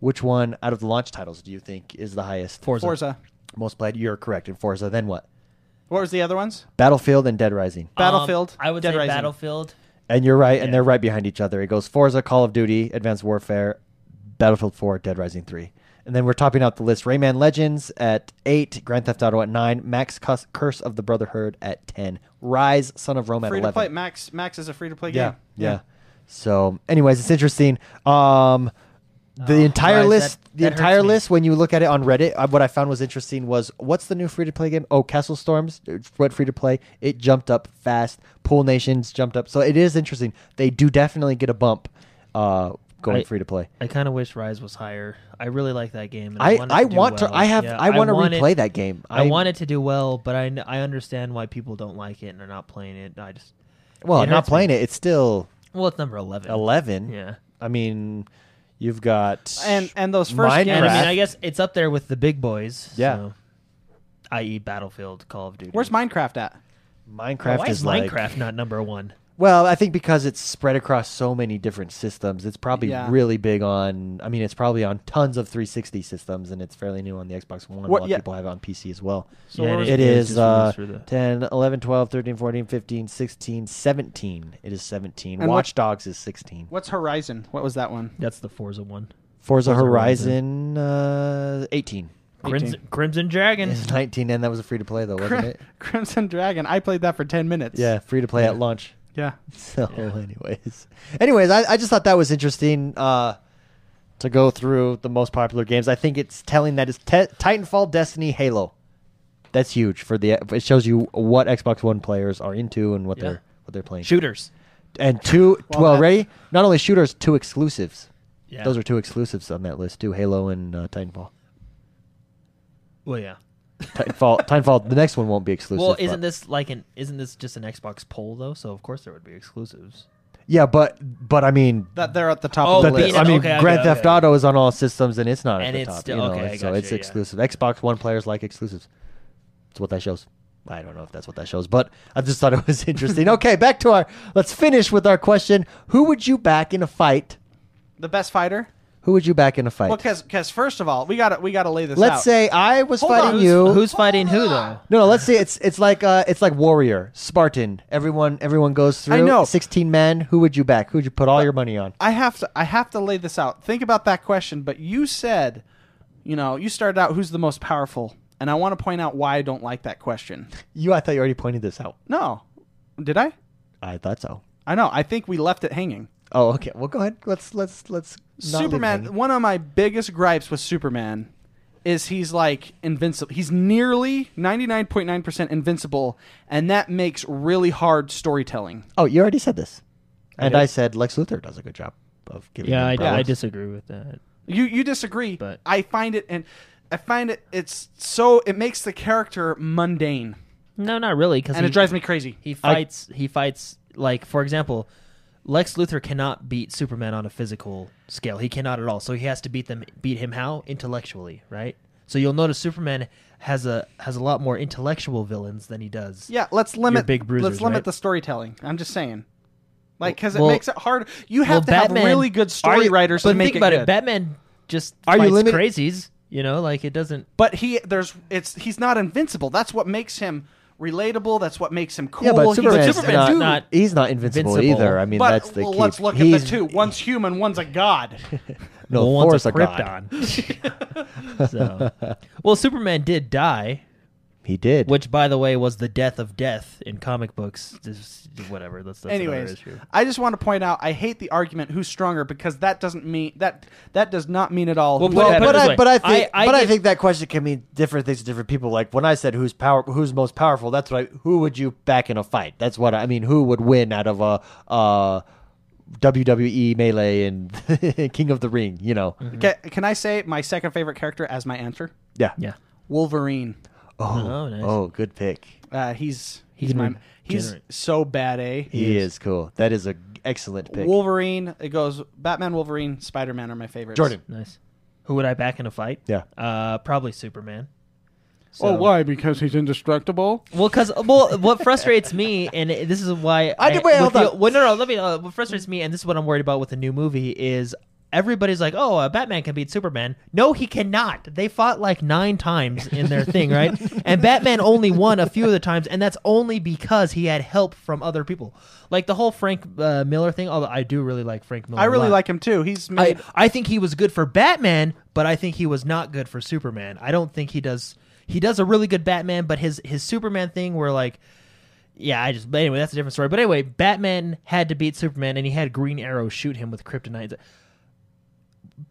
[SPEAKER 1] Which one out of the launch titles do you think is the highest?
[SPEAKER 3] Forza.
[SPEAKER 2] Forza.
[SPEAKER 1] Most played. You're correct. In Forza, then what?
[SPEAKER 2] What was the other ones?
[SPEAKER 1] Battlefield and Dead Rising.
[SPEAKER 2] Battlefield,
[SPEAKER 3] Um, I would
[SPEAKER 2] Dead
[SPEAKER 3] say
[SPEAKER 2] Rising.
[SPEAKER 3] Battlefield.
[SPEAKER 1] And you're right, and
[SPEAKER 3] Yeah.
[SPEAKER 1] they're right behind each other. It goes Forza, Call of Duty, Advanced Warfare, Battlefield 4, Dead Rising 3. And then we're topping out the list Rayman Legends at 8, Grand Theft Auto at 9, Max Cus- Curse of the Brotherhood at 10, Rise, Son of Rome at
[SPEAKER 2] Free to
[SPEAKER 1] 11.
[SPEAKER 2] play. Max. Max is a free to play
[SPEAKER 1] yeah,
[SPEAKER 2] game.
[SPEAKER 1] yeah, So, anyways, it's interesting. Um, the entire
[SPEAKER 3] Oh, Rise,
[SPEAKER 1] list,
[SPEAKER 3] that-
[SPEAKER 1] the
[SPEAKER 3] that hurts
[SPEAKER 1] entire
[SPEAKER 3] me.
[SPEAKER 1] list, when you look at it on Reddit, uh, what I found was interesting was what's the new free to play game? Oh, Castle Storms it went free to play. It jumped up fast. Pool Nations jumped up. So it is interesting. They do definitely get a bump uh, going
[SPEAKER 3] I-
[SPEAKER 1] free to play.
[SPEAKER 3] I kind of wish Rise was higher. I really like that game. And
[SPEAKER 1] I,
[SPEAKER 3] want it
[SPEAKER 1] I
[SPEAKER 3] do
[SPEAKER 1] want to.
[SPEAKER 3] well.
[SPEAKER 1] I have.
[SPEAKER 3] Yeah,
[SPEAKER 1] I want to replay
[SPEAKER 3] it,
[SPEAKER 1] that game.
[SPEAKER 3] I, want it to do well, but I, kn- I understand why people don't like it and are not playing it. I just
[SPEAKER 1] Well,
[SPEAKER 3] it
[SPEAKER 1] not
[SPEAKER 3] hurts me.
[SPEAKER 1] playing it. It's still
[SPEAKER 3] well, it's number eleven.
[SPEAKER 1] eleven.
[SPEAKER 3] Yeah.
[SPEAKER 1] I mean, you've got
[SPEAKER 2] And and those first
[SPEAKER 1] Minecraft.
[SPEAKER 3] And I mean,
[SPEAKER 1] Craft.
[SPEAKER 3] I guess it's up there with the big boys.
[SPEAKER 1] Yeah.
[SPEAKER 3] so- i.e., Battlefield, Call of Duty.
[SPEAKER 2] Where's Minecraft at?
[SPEAKER 1] Minecraft.
[SPEAKER 3] Oh, Why is
[SPEAKER 1] like-
[SPEAKER 3] Minecraft not number one?
[SPEAKER 1] Well, I think because it's spread across so many different systems, it's probably
[SPEAKER 2] Yeah.
[SPEAKER 1] really big on. I mean, it's probably on tons of 360 systems, and it's fairly new on the Xbox One.
[SPEAKER 2] What-
[SPEAKER 1] a lot
[SPEAKER 2] yeah.
[SPEAKER 1] of people have it on PC as well.
[SPEAKER 2] So
[SPEAKER 3] Yeah,
[SPEAKER 2] where
[SPEAKER 3] it
[SPEAKER 2] was-
[SPEAKER 1] It
[SPEAKER 3] Yeah, it's
[SPEAKER 1] is
[SPEAKER 3] just released
[SPEAKER 1] uh,
[SPEAKER 3] through the-
[SPEAKER 1] 10, 11, 12, 13, 14, 15, 16, 17. It is 17.
[SPEAKER 2] And what-
[SPEAKER 1] Watch Dogs is 16.
[SPEAKER 2] What's Horizon? What was that one?
[SPEAKER 3] That's the Forza one.
[SPEAKER 1] Forza
[SPEAKER 3] Forza
[SPEAKER 1] Horizon uh, 18.
[SPEAKER 3] Crimson, Crimson Dragon.
[SPEAKER 1] It's 19, and that was a free to play, though, wasn't it?
[SPEAKER 2] Crimson Dragon. I played that for ten minutes.
[SPEAKER 1] Yeah, free to play at launch.
[SPEAKER 2] Yeah.
[SPEAKER 1] So, anyways, anyways, I, I just thought that was interesting uh, to go through the most popular games. I think it's telling that it's te- Titanfall, Destiny, Halo. That's huge for the. It shows you what Xbox One players are into and what
[SPEAKER 3] Yeah.
[SPEAKER 1] they're what they're playing.
[SPEAKER 3] Shooters.
[SPEAKER 1] and two.
[SPEAKER 2] Well,
[SPEAKER 1] Well,
[SPEAKER 2] that-
[SPEAKER 1] ready? Not only shooters, two exclusives.
[SPEAKER 3] Yeah.
[SPEAKER 1] Those are two exclusives on that list too: Halo and uh, Titanfall.
[SPEAKER 3] Well, yeah.
[SPEAKER 1] Titanfall. Titanfall. The next one won't be exclusive.
[SPEAKER 3] Well,
[SPEAKER 1] but-
[SPEAKER 3] isn't this like an? Isn't this just an Xbox poll though? So of course there would be exclusives.
[SPEAKER 1] Yeah, but but I mean,
[SPEAKER 2] That they're at the top
[SPEAKER 3] Oh,
[SPEAKER 2] of
[SPEAKER 1] but
[SPEAKER 2] the
[SPEAKER 1] the-
[SPEAKER 2] list.
[SPEAKER 1] I mean,
[SPEAKER 3] okay, okay,
[SPEAKER 1] Grand
[SPEAKER 3] okay.
[SPEAKER 1] Theft Auto is on all systems, and it's not at
[SPEAKER 3] And
[SPEAKER 1] the
[SPEAKER 3] it's
[SPEAKER 1] top.
[SPEAKER 3] still-
[SPEAKER 1] you know,
[SPEAKER 3] okay, I
[SPEAKER 1] so
[SPEAKER 3] got
[SPEAKER 1] it's
[SPEAKER 3] you, yeah.
[SPEAKER 1] exclusive. Xbox One players like exclusives. That's what that shows. I don't know if that's what that shows, but I just thought it was interesting. okay, back to our. Let's finish with our question: Who would you back in a fight?
[SPEAKER 2] the best fighter.
[SPEAKER 1] Who would you back in a fight?
[SPEAKER 2] Well, because first of all, we gotta we gotta lay this out.
[SPEAKER 1] let's say I was
[SPEAKER 2] Hold
[SPEAKER 1] fighting
[SPEAKER 2] on,
[SPEAKER 1] you.
[SPEAKER 3] Who's fighting who though?
[SPEAKER 1] no, no, let's say it's it's like uh, it's like warrior, Spartan. Everyone everyone goes through.
[SPEAKER 2] know.
[SPEAKER 1] Sixteen men. Who would you back? Who would you put
[SPEAKER 3] Uh,
[SPEAKER 1] all your money on?
[SPEAKER 2] I have to I have to lay this out. Think about that question, but you said, you know, you started out who's the most powerful, and I want to point out why I don't like that question.
[SPEAKER 1] You, I thought you already pointed this out.
[SPEAKER 2] No. Did I?
[SPEAKER 1] I thought so.
[SPEAKER 2] I know. I think we left it hanging.
[SPEAKER 1] Oh, okay. Well, go ahead. Let's let's let's. not leave it
[SPEAKER 2] Superman,
[SPEAKER 1] hanging.
[SPEAKER 2] one of my biggest gripes with Superman is he's like invincible. He's nearly 99.9% invincible, and that makes really hard storytelling.
[SPEAKER 1] Oh, you already said this, and
[SPEAKER 3] did?
[SPEAKER 1] I said Lex Luthor does a good job of giving.
[SPEAKER 3] Yeah,
[SPEAKER 1] him
[SPEAKER 3] I, I
[SPEAKER 1] problems.
[SPEAKER 3] disagree with that.
[SPEAKER 2] You you disagree,
[SPEAKER 3] But-
[SPEAKER 2] I find it and I find it it's so it makes the character mundane.
[SPEAKER 3] No, not really, because
[SPEAKER 2] And it drives me crazy.
[SPEAKER 3] He
[SPEAKER 1] I-
[SPEAKER 3] fights. he fights. Like for example, Lex Luthor cannot beat Superman on a physical scale. He cannot at all. So he has to beat them. Beat him how? Intellectually, right? So you'll notice Superman has a has a lot more intellectual villains than he does.
[SPEAKER 2] Yeah, let's limit
[SPEAKER 3] big bruisers,
[SPEAKER 2] let's limit
[SPEAKER 3] right?
[SPEAKER 2] the storytelling. I'm just saying. Like cuz
[SPEAKER 3] Well-
[SPEAKER 2] it makes it hard. You have
[SPEAKER 3] Well,
[SPEAKER 2] to
[SPEAKER 3] Batman-
[SPEAKER 2] have really good
[SPEAKER 3] Are
[SPEAKER 2] story
[SPEAKER 3] you-
[SPEAKER 2] writers
[SPEAKER 3] but
[SPEAKER 2] to make
[SPEAKER 3] think
[SPEAKER 2] it
[SPEAKER 3] about
[SPEAKER 2] good.
[SPEAKER 3] it. Batman just
[SPEAKER 1] Are you
[SPEAKER 3] fights
[SPEAKER 1] limit-
[SPEAKER 3] crazies. You know, like it doesn't.
[SPEAKER 2] but he there's it's he's not invincible. That's what makes him relatable. That's what makes him cool.
[SPEAKER 1] Yeah, but
[SPEAKER 2] He's a
[SPEAKER 1] Superman's,
[SPEAKER 3] Superman's
[SPEAKER 1] not,
[SPEAKER 3] not
[SPEAKER 1] He's not invincible,
[SPEAKER 3] invincible.
[SPEAKER 1] either. I mean,
[SPEAKER 2] But
[SPEAKER 1] that's the
[SPEAKER 2] well,
[SPEAKER 1] key.
[SPEAKER 2] let's look
[SPEAKER 1] he's,
[SPEAKER 2] at the two. One's human, one's a god.
[SPEAKER 1] No,
[SPEAKER 3] Well, one's
[SPEAKER 1] Thor's
[SPEAKER 3] a
[SPEAKER 1] a god.
[SPEAKER 3] Krypton. so, well, Superman did die,
[SPEAKER 1] He did.
[SPEAKER 3] which, by the way, was the death of death in comic books. Just, whatever. That's, that's another
[SPEAKER 2] Anyways,
[SPEAKER 3] issue.
[SPEAKER 2] I just want to point out I hate the argument who's stronger because that doesn't mean that that does not mean at all.
[SPEAKER 3] Well,
[SPEAKER 2] who
[SPEAKER 3] put it-
[SPEAKER 2] had
[SPEAKER 3] put
[SPEAKER 2] it.
[SPEAKER 1] but
[SPEAKER 3] it
[SPEAKER 1] I,
[SPEAKER 3] this way.
[SPEAKER 1] but I think,
[SPEAKER 3] I- I
[SPEAKER 1] but I
[SPEAKER 3] give-
[SPEAKER 1] think that question can mean different things to different people. Like when I said who's power, who's most powerful. That's what I. Who would you back in a fight? That's what I, I mean. Who would win out of a, uh WWE melee and King of the Ring? You know,
[SPEAKER 3] Mm-hmm.
[SPEAKER 2] Ca- can, I say my second favorite character as my answer?
[SPEAKER 1] yeah,
[SPEAKER 3] Yeah.
[SPEAKER 2] Wolverine.
[SPEAKER 1] Oh,
[SPEAKER 3] Oh, nice.
[SPEAKER 1] oh, good pick.
[SPEAKER 2] Uh, he's he's
[SPEAKER 3] can
[SPEAKER 2] my
[SPEAKER 3] read.
[SPEAKER 2] he's
[SPEAKER 3] Generate.
[SPEAKER 2] so bad, eh?
[SPEAKER 1] He, is. cool. That is an excellent pick.
[SPEAKER 2] Wolverine. It goes Batman, Wolverine, Spider Man are my favorites.
[SPEAKER 1] Jordan.
[SPEAKER 3] Nice. Who would I back in a fight?
[SPEAKER 1] Yeah.
[SPEAKER 3] Uh, probably Superman.
[SPEAKER 2] Oh,
[SPEAKER 3] So-
[SPEAKER 2] why? Because he's indestructible.
[SPEAKER 3] Well, because well, what frustrates me, and it- this is why
[SPEAKER 1] I did- wait,
[SPEAKER 3] with
[SPEAKER 1] hold
[SPEAKER 3] the-
[SPEAKER 1] on.
[SPEAKER 3] well, no, no, let me. Uh, what frustrates me, and this is what I'm worried about with the new movie, is everybody's like, "Oh, uh, Batman can beat Superman." No, he cannot. They fought like nine times in their thing, right? And Batman only won a few of the times, and that's only because he had help from other people, like the whole Frank uh, Miller thing. Although I do really like Frank Miller.
[SPEAKER 2] I
[SPEAKER 3] a
[SPEAKER 2] really
[SPEAKER 3] lot.
[SPEAKER 2] like him too. He's
[SPEAKER 3] I,
[SPEAKER 2] made.
[SPEAKER 3] I think he was good for Batman, but I think he was not good for Superman. I don't think he does. He does a really good Batman, but his his Superman thing where like, yeah, I just. But anyway, that's a different story. But anyway, Batman had to beat Superman, and he had Green Arrow shoot him with kryptonite.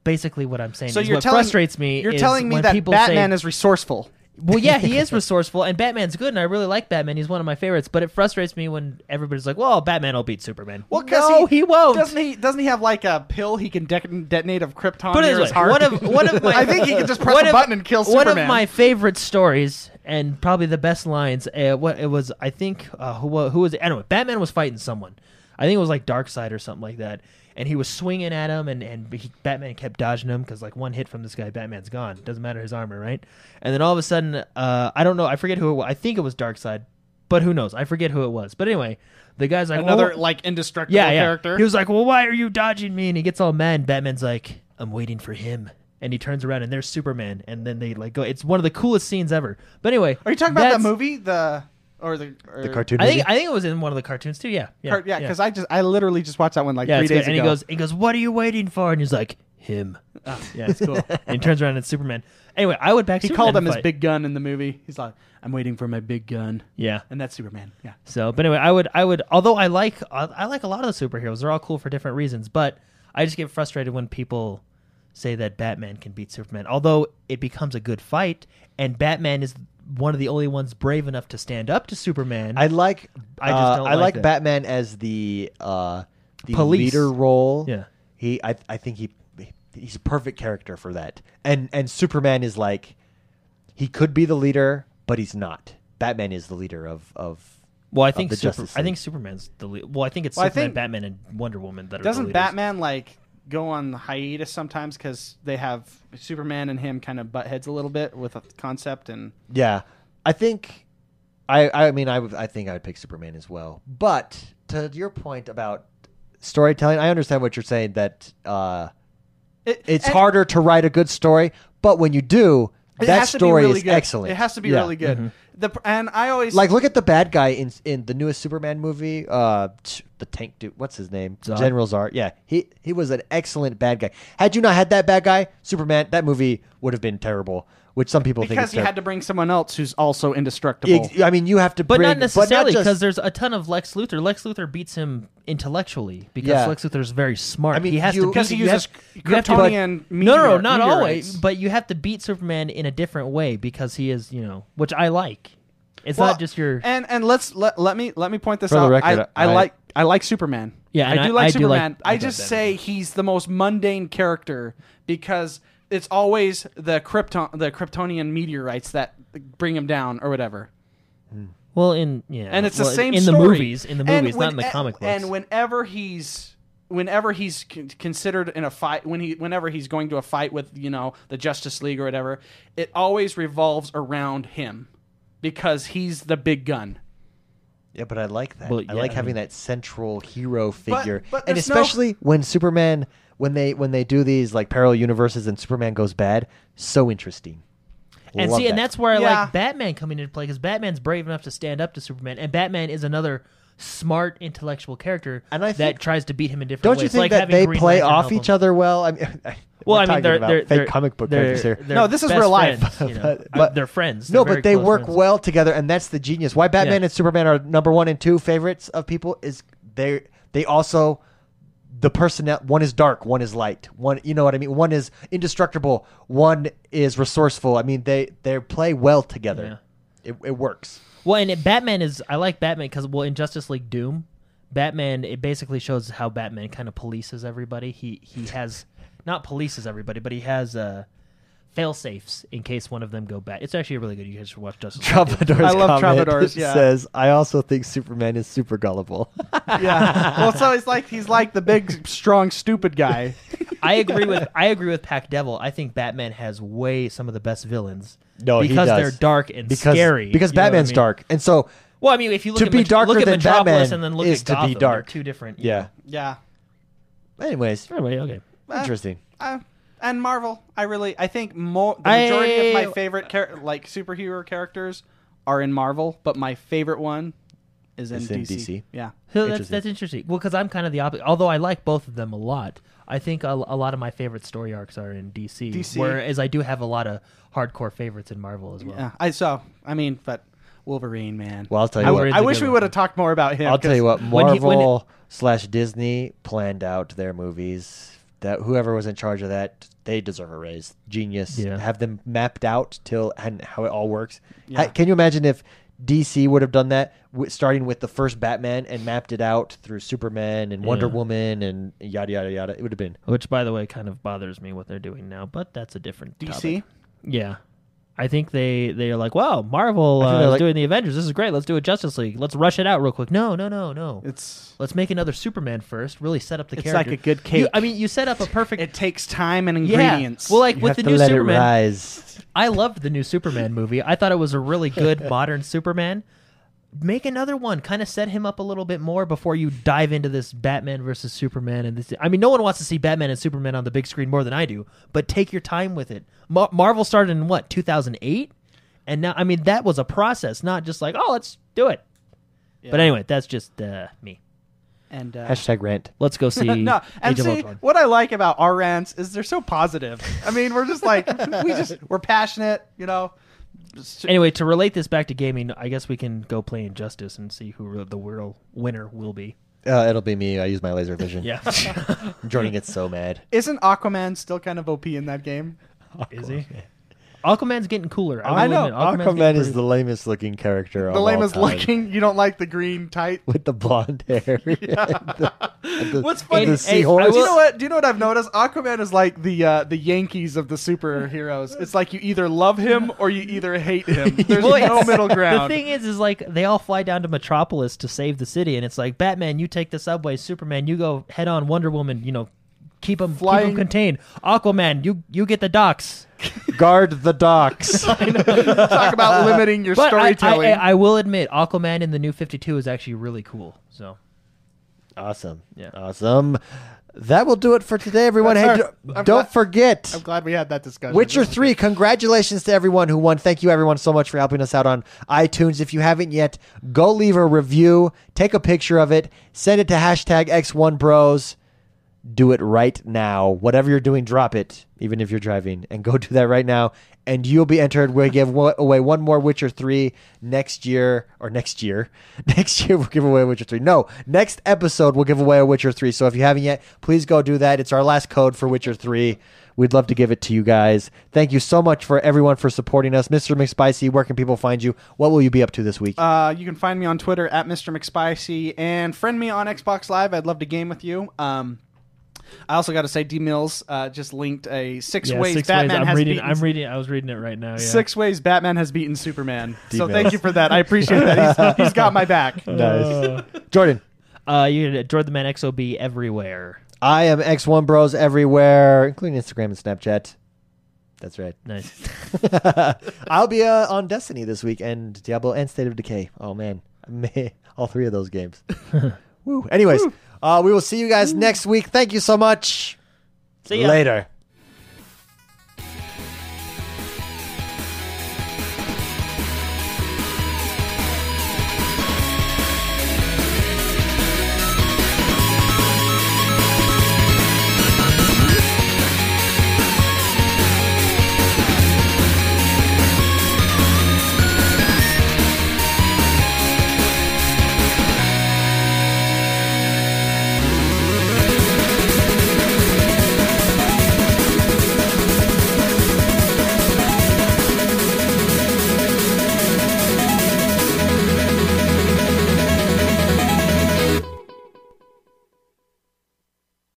[SPEAKER 3] Basically, what I'm saying
[SPEAKER 2] so
[SPEAKER 3] is
[SPEAKER 2] you're
[SPEAKER 3] what
[SPEAKER 2] telling,
[SPEAKER 3] frustrates me.
[SPEAKER 2] You're
[SPEAKER 3] is
[SPEAKER 2] telling me
[SPEAKER 3] when
[SPEAKER 2] that
[SPEAKER 3] people
[SPEAKER 2] Batman
[SPEAKER 3] say,
[SPEAKER 2] is resourceful.
[SPEAKER 3] well, yeah, he is resourceful, and Batman's good, and I really like Batman. He's one of my favorites. But it frustrates me when everybody's like, "Well, Batman will beat Superman."
[SPEAKER 2] Well, 'cause
[SPEAKER 3] no, he, won't.
[SPEAKER 2] Doesn't he? Doesn't he have like a pill he can de- detonate of krypton
[SPEAKER 3] Put it
[SPEAKER 2] near
[SPEAKER 3] this
[SPEAKER 2] his
[SPEAKER 3] way,
[SPEAKER 2] heart?
[SPEAKER 3] one of one of my
[SPEAKER 2] I think he can just press
[SPEAKER 3] one
[SPEAKER 2] a
[SPEAKER 3] of-
[SPEAKER 2] button and kill
[SPEAKER 3] One
[SPEAKER 2] Superman.
[SPEAKER 3] of my favorite stories and probably the best lines. Uh, what it was, I think uh, who wa- who was it? anyway? Batman was fighting someone. I think it was like Darkseid or something like that, and he was swinging at him, and and he, Batman kept dodging him because like one hit from this guy, Batman's gone. Doesn't matter his armor, right? And then all of a sudden, uh, I don't know. I forget who it was. I think it was Darkseid, but who knows? I forget who it was. But anyway, the guy's like
[SPEAKER 2] another
[SPEAKER 3] "Oh,
[SPEAKER 2] like indestructible
[SPEAKER 3] yeah, yeah.
[SPEAKER 2] character.
[SPEAKER 3] He was like, "Well, why are you dodging me?" And he gets all mad. And Batman's like, "I'm waiting for him." And he turns around, and there's Superman. And then they like go. It's one of the coolest scenes ever. But anyway,
[SPEAKER 2] Are you talking about that
[SPEAKER 3] that's-
[SPEAKER 2] movie? The or the or,
[SPEAKER 1] The cartoon.
[SPEAKER 3] I
[SPEAKER 1] movie?
[SPEAKER 3] think I think it was in one of the cartoons too. Yeah, yeah,
[SPEAKER 2] Car- yeah, because I just I literally just watched that one like
[SPEAKER 3] yeah,
[SPEAKER 2] three
[SPEAKER 3] it's good.
[SPEAKER 2] days
[SPEAKER 3] And
[SPEAKER 2] ago.
[SPEAKER 3] he goes, he goes, "What are you waiting for?" And he's like, "Him." Oh, yeah, it's cool. and he turns around, and it's Superman. Anyway, I would back.
[SPEAKER 2] he
[SPEAKER 3] Superman
[SPEAKER 2] called him
[SPEAKER 3] to
[SPEAKER 2] his
[SPEAKER 3] fight.
[SPEAKER 2] big gun in the movie. He's like, I'm waiting for my big gun,
[SPEAKER 3] Yeah.
[SPEAKER 2] and that's Superman. Yeah,
[SPEAKER 3] So, but anyway, I would, I would, although I like, I I like a lot of the superheroes. They're all cool for different reasons, but I just get frustrated when people say that Batman can beat Superman. Although it becomes a good fight, and Batman is one of the only ones brave enough to stand up to Superman.
[SPEAKER 1] I like.
[SPEAKER 3] I just
[SPEAKER 1] uh,
[SPEAKER 3] don't
[SPEAKER 1] I
[SPEAKER 3] like
[SPEAKER 1] like
[SPEAKER 3] that.
[SPEAKER 1] Batman as the uh, the
[SPEAKER 3] Police.
[SPEAKER 1] leader role.
[SPEAKER 3] Yeah.
[SPEAKER 1] He. I. I think he. He's a perfect character for that. And and Superman is like, he could be the leader, but he's not. Batman is the leader of of
[SPEAKER 3] Well, I think
[SPEAKER 1] the
[SPEAKER 3] Super,
[SPEAKER 1] Justice
[SPEAKER 3] I think
[SPEAKER 1] League.
[SPEAKER 3] Superman's the lead. Well, I think it's
[SPEAKER 2] Well, I
[SPEAKER 3] Superman,
[SPEAKER 2] think-
[SPEAKER 3] Batman, and Wonder Woman that are the
[SPEAKER 2] Doesn't
[SPEAKER 3] leaders.
[SPEAKER 2] Batman like go on hiatus sometimes because they have Superman and him kind of butt heads a little bit with a concept and
[SPEAKER 1] Yeah, I think. I I mean I would- I think I would pick Superman as well. But to your point about storytelling, I understand what you're saying that uh,
[SPEAKER 2] it,
[SPEAKER 1] it's
[SPEAKER 2] and
[SPEAKER 1] harder to write a good story. But when you do,
[SPEAKER 2] it
[SPEAKER 1] that
[SPEAKER 2] has to be
[SPEAKER 1] story
[SPEAKER 2] really
[SPEAKER 1] is
[SPEAKER 2] good.
[SPEAKER 1] excellent.
[SPEAKER 2] It has to be
[SPEAKER 1] Yeah. Mm-hmm.
[SPEAKER 2] really good. The pr- and I always
[SPEAKER 1] Like look at the bad guy in in the newest Superman movie, uh, t- the tank dude. What's his name?
[SPEAKER 3] Zod.
[SPEAKER 1] General Zod. Yeah, he he was an excellent bad guy. Had you not had that bad guy, Superman, that movie would have been terrible. Which some people think
[SPEAKER 2] because
[SPEAKER 1] is
[SPEAKER 2] you had to bring someone else who's also indestructible.
[SPEAKER 1] terrible. Ex- I mean, you have to,
[SPEAKER 3] But
[SPEAKER 1] bring,
[SPEAKER 3] not necessarily
[SPEAKER 1] just-
[SPEAKER 3] because there's a ton of Lex Luthor. Lex Luthor beats him intellectually because
[SPEAKER 1] Yeah.
[SPEAKER 3] Lex Luthor's very smart.
[SPEAKER 1] I mean,
[SPEAKER 3] he has
[SPEAKER 1] you-
[SPEAKER 3] to beat
[SPEAKER 2] because he
[SPEAKER 3] you have-
[SPEAKER 2] uses
[SPEAKER 3] you have to-
[SPEAKER 2] Kryptonian
[SPEAKER 3] no, no,
[SPEAKER 2] meteor-
[SPEAKER 3] not
[SPEAKER 2] meteorites.
[SPEAKER 3] always. But you have to beat Superman in a different way because he is, you know, which I like. It's
[SPEAKER 2] Well,
[SPEAKER 3] not just your
[SPEAKER 2] and and let's let, let me let me point this
[SPEAKER 1] For the
[SPEAKER 2] out.
[SPEAKER 1] record,
[SPEAKER 2] I, I,
[SPEAKER 1] I-
[SPEAKER 2] like I like Superman.
[SPEAKER 3] Yeah, and
[SPEAKER 2] I do
[SPEAKER 3] I-
[SPEAKER 2] like
[SPEAKER 3] I do like-
[SPEAKER 2] Superman. I,
[SPEAKER 3] I like
[SPEAKER 2] just
[SPEAKER 3] that.
[SPEAKER 2] say he's the most mundane character because it's always the Krypton the Kryptonian meteorites that bring him down or whatever.
[SPEAKER 3] well in yeah,
[SPEAKER 2] And it's
[SPEAKER 3] well,
[SPEAKER 2] the same
[SPEAKER 3] in the
[SPEAKER 2] story.
[SPEAKER 3] movies, in the
[SPEAKER 2] And
[SPEAKER 3] movies,
[SPEAKER 2] when-
[SPEAKER 3] not in the
[SPEAKER 2] and-
[SPEAKER 3] comic books.
[SPEAKER 2] And whenever he's whenever he's con- considered in a fight when he whenever he's going to a fight with you know the Justice League or whatever, it always revolves around him because he's the big gun.
[SPEAKER 1] Yeah, but I like that.
[SPEAKER 3] Well,
[SPEAKER 1] I
[SPEAKER 3] yeah,
[SPEAKER 1] like
[SPEAKER 3] I
[SPEAKER 1] having that central hero figure,
[SPEAKER 2] but
[SPEAKER 1] and
[SPEAKER 2] there's no-
[SPEAKER 1] especially when Superman, when they when they do these like parallel universes and Superman goes bad, so interesting.
[SPEAKER 3] and
[SPEAKER 1] Love
[SPEAKER 3] see, and
[SPEAKER 1] that.
[SPEAKER 3] that's where I
[SPEAKER 2] Yeah.
[SPEAKER 3] like Batman coming into play because Batman's brave enough to stand up to Superman, and Batman is another smart, intellectual character
[SPEAKER 1] And I think-
[SPEAKER 3] that tries to beat him in different
[SPEAKER 1] Don't
[SPEAKER 3] ways.
[SPEAKER 1] you think
[SPEAKER 3] like
[SPEAKER 1] that
[SPEAKER 3] having
[SPEAKER 1] they
[SPEAKER 3] Green
[SPEAKER 1] play
[SPEAKER 3] Lantern
[SPEAKER 1] off
[SPEAKER 3] help
[SPEAKER 1] each
[SPEAKER 3] him.
[SPEAKER 1] other well? I mean,
[SPEAKER 3] Well,
[SPEAKER 1] we're
[SPEAKER 3] I mean,
[SPEAKER 1] talking
[SPEAKER 3] they're,
[SPEAKER 1] about
[SPEAKER 3] they're
[SPEAKER 1] fake
[SPEAKER 3] they're-
[SPEAKER 1] comic book
[SPEAKER 3] they're-
[SPEAKER 1] characters here.
[SPEAKER 3] they're
[SPEAKER 2] No, this is
[SPEAKER 3] best
[SPEAKER 2] real life.
[SPEAKER 3] friends, you know.
[SPEAKER 1] But-
[SPEAKER 3] Uh,
[SPEAKER 1] but-
[SPEAKER 3] they're friends.
[SPEAKER 1] No,
[SPEAKER 3] They're
[SPEAKER 1] but
[SPEAKER 3] very
[SPEAKER 1] they
[SPEAKER 3] close
[SPEAKER 1] work
[SPEAKER 3] friends.
[SPEAKER 1] well together, and that's the genius. Why Batman
[SPEAKER 3] Yeah.
[SPEAKER 1] and Superman are number one and two favorites of people is they they also the personnel. One is dark, one is light. One, you know what I mean. One is indestructible, one is resourceful. I mean, they they play well together. It, it works.
[SPEAKER 3] Well, and it, Batman is. I like Batman because well, in Justice League Doom, Batman it basically shows how Batman kind of polices everybody. He he has not polices everybody, but he has uh, fail safes in case one of them go bad. It's actually really good. You guys should watch Justice. League Doom.
[SPEAKER 1] Troubadour's
[SPEAKER 2] I love
[SPEAKER 1] comment
[SPEAKER 2] Troubadours, yeah.
[SPEAKER 1] says, "I also think Superman is super gullible."
[SPEAKER 2] yeah. Well, so he's like he's like the big, strong, stupid guy.
[SPEAKER 3] I agree with I agree with Pac Devil. I think Batman has way some of the best villains.
[SPEAKER 1] No, he
[SPEAKER 3] because
[SPEAKER 1] does.
[SPEAKER 3] they're dark and
[SPEAKER 1] because
[SPEAKER 3] scary.
[SPEAKER 1] because
[SPEAKER 3] you know what I
[SPEAKER 1] Batman's
[SPEAKER 3] mean?
[SPEAKER 1] dark, and so
[SPEAKER 3] Well, I mean, if you look
[SPEAKER 1] To
[SPEAKER 3] at
[SPEAKER 1] be
[SPEAKER 3] Met-
[SPEAKER 1] darker
[SPEAKER 3] look at
[SPEAKER 1] than
[SPEAKER 3] Metropolis
[SPEAKER 1] Batman
[SPEAKER 3] and then look
[SPEAKER 1] is
[SPEAKER 3] at
[SPEAKER 1] to be
[SPEAKER 3] Gotham, they're
[SPEAKER 1] dark.
[SPEAKER 3] two different.
[SPEAKER 1] yeah.
[SPEAKER 2] Yeah.
[SPEAKER 1] Anyways,
[SPEAKER 3] Anyway, okay.
[SPEAKER 1] interesting.
[SPEAKER 2] Uh, and Marvel, I really, I think more the
[SPEAKER 3] I-
[SPEAKER 2] majority of my favorite char- like superhero characters are in Marvel, but my favorite one is in,
[SPEAKER 1] Is
[SPEAKER 2] DC.
[SPEAKER 1] in DC.
[SPEAKER 2] Yeah.
[SPEAKER 3] So that's
[SPEAKER 1] Interesting.
[SPEAKER 3] that's interesting. Well, because I'm kind of the opposite. Although I like both of them a lot, I think a, a lot of my favorite story arcs are in DC,
[SPEAKER 2] DC.
[SPEAKER 3] Whereas I do have a lot of hardcore favorites in Marvel as well.
[SPEAKER 2] Yeah. I saw. I mean, but Wolverine, man.
[SPEAKER 1] Oh. Well, I'll tell
[SPEAKER 2] I,
[SPEAKER 1] you what.
[SPEAKER 2] w-
[SPEAKER 3] Wolverine's
[SPEAKER 2] I
[SPEAKER 3] a
[SPEAKER 2] wish
[SPEAKER 3] good
[SPEAKER 2] we
[SPEAKER 3] one.
[SPEAKER 2] would have talked more about him.
[SPEAKER 1] I'll tell you
[SPEAKER 2] 'cause-
[SPEAKER 1] what,
[SPEAKER 3] when he-
[SPEAKER 1] Marvel
[SPEAKER 3] when it-
[SPEAKER 1] slash Disney planned out their movies. That whoever was in charge of that, they deserve a raise. Genius.
[SPEAKER 3] Yeah.
[SPEAKER 1] Have them mapped out till and how it all works.
[SPEAKER 2] Yeah.
[SPEAKER 1] Ha- Can you imagine if DC would have done that, w- starting with the first Batman and mapped it out through Superman and Wonder
[SPEAKER 3] Yeah.
[SPEAKER 1] Woman and yada yada yada? It would have been
[SPEAKER 3] Which, by the way, kind of bothers me what they're doing now. But that's a different
[SPEAKER 2] DC.
[SPEAKER 3] topic. Yeah. I think they they are like, wow, Marvel
[SPEAKER 1] I think
[SPEAKER 3] uh,
[SPEAKER 1] they're
[SPEAKER 3] is
[SPEAKER 1] like-
[SPEAKER 3] doing the Avengers. This is great. Let's do a Justice League. Let's rush it out real quick. No, no, no, no.
[SPEAKER 2] It's
[SPEAKER 3] Let's make another Superman first. Really set up the
[SPEAKER 2] It's like
[SPEAKER 3] character.
[SPEAKER 2] a good
[SPEAKER 3] You-
[SPEAKER 2] cake.
[SPEAKER 3] I mean, you set up a perfect
[SPEAKER 2] it takes time and
[SPEAKER 3] yeah.
[SPEAKER 2] ingredients.
[SPEAKER 3] Well, like
[SPEAKER 1] You have
[SPEAKER 3] with the
[SPEAKER 1] to
[SPEAKER 3] new
[SPEAKER 1] let
[SPEAKER 3] Superman,
[SPEAKER 1] it rise.
[SPEAKER 3] I loved the new Superman movie. I thought it was a really good modern Superman. Make another one, kind of set him up a little bit more before you dive into this Batman versus Superman and this. I mean, no one wants to see Batman and Superman on the big screen more than I do, but take your time with it. Mar- Marvel started in what 2008, and now I mean that was a process, not just like oh let's do it. But anyway, that's just uh, me.
[SPEAKER 2] and uh,
[SPEAKER 1] Hashtag rant.
[SPEAKER 3] Let's go see.
[SPEAKER 2] no, and
[SPEAKER 3] Age of
[SPEAKER 2] see
[SPEAKER 3] Ultron.
[SPEAKER 2] what I like about our rants is they're so positive. I mean, we're just like we just we're passionate, you know. Just-
[SPEAKER 3] Anyway, to relate this back to gaming, I guess we can go play Injustice and see who the real winner will be.
[SPEAKER 1] Uh, it'll be me. I use my laser vision.
[SPEAKER 3] Yeah.
[SPEAKER 1] Jordan gets so mad.
[SPEAKER 2] Isn't Aquaman still kind of OP in that game?
[SPEAKER 3] Is he? Aquaman's getting cooler. I,
[SPEAKER 1] I
[SPEAKER 3] will
[SPEAKER 1] know.
[SPEAKER 3] Admit, Aquaman's getting
[SPEAKER 1] Aquaman is
[SPEAKER 3] pretty-
[SPEAKER 1] the lamest looking character. of
[SPEAKER 2] the
[SPEAKER 1] all
[SPEAKER 2] lamest
[SPEAKER 1] time.
[SPEAKER 2] looking. You don't like the green tight.
[SPEAKER 1] with the blonde hair.
[SPEAKER 2] What's
[SPEAKER 1] funny? the seahorse.
[SPEAKER 2] do you know what? Do you know what I've noticed? Aquaman is like the uh, the Yankees of the superheroes. It's like you either love him or you either hate him. There's
[SPEAKER 3] Well,
[SPEAKER 2] no
[SPEAKER 3] it's-
[SPEAKER 2] middle ground.
[SPEAKER 3] The thing is, is like they all fly down to Metropolis to save the city, and it's like Batman, you take the subway. Superman, you go head on. Wonder Woman, you know, keep them,
[SPEAKER 2] Flying-
[SPEAKER 3] contained. Aquaman, you you get the docks.
[SPEAKER 1] Guard the docks.
[SPEAKER 2] Talk about limiting your
[SPEAKER 3] But I,
[SPEAKER 2] storytelling.
[SPEAKER 3] I- I- I will admit, Aquaman in the New Fifty Two is actually really cool. So
[SPEAKER 1] awesome.
[SPEAKER 3] Yeah.
[SPEAKER 1] Awesome. That will do it for today, everyone.
[SPEAKER 2] That's
[SPEAKER 1] hey,
[SPEAKER 2] our-
[SPEAKER 1] do,
[SPEAKER 2] I'm
[SPEAKER 1] not
[SPEAKER 2] glad-
[SPEAKER 1] forget.
[SPEAKER 2] I'm glad we had that discussion.
[SPEAKER 1] Witcher 3, congratulations to everyone who won. Thank you, everyone, so much for helping us out on iTunes. If you haven't yet, go leave a review, take a picture of it, send it to hashtag X1Bros. Do it right now. Whatever you're doing, drop it, even if you're driving, and go do that right now. And you'll be entered. We'll give wa- away one more Witcher 3 next year, or next year. Next year, we'll give away a Witcher 3. No, next episode, we'll give away a Witcher 3. So if you haven't yet, please go do that. It's our last code for Witcher 3. We'd love to give it to you guys. Thank you so much for everyone for supporting us. Mr. McSpicy, where can people find you? What will you be up to this week?
[SPEAKER 2] Uh, you can find me on Twitter at Mr. McSpicy and friend me on Xbox Live. I'd love to game with you. Um, I also got to say, D Mills uh, just linked a six ways Batman
[SPEAKER 3] I'm
[SPEAKER 2] has
[SPEAKER 3] reading.
[SPEAKER 2] beaten
[SPEAKER 3] I'm reading. I was reading it right now. Yeah.
[SPEAKER 2] six ways Batman has beaten Superman. so
[SPEAKER 1] D-Mills.
[SPEAKER 2] thank you for that. I appreciate that. He's, he's got my back.
[SPEAKER 1] nice. Jordan.
[SPEAKER 3] Uh, you can Droid the Man XOB everywhere.
[SPEAKER 1] I am X1 Bros everywhere, including Instagram and Snapchat. That's right.
[SPEAKER 3] Nice.
[SPEAKER 1] I'll be uh, on Destiny this week and Diablo and State of Decay. Oh man, Meh. all three of those games. Woo. Anyways, Uh, we will see you guys next week. Thank you so much.
[SPEAKER 3] See ya.
[SPEAKER 1] Later.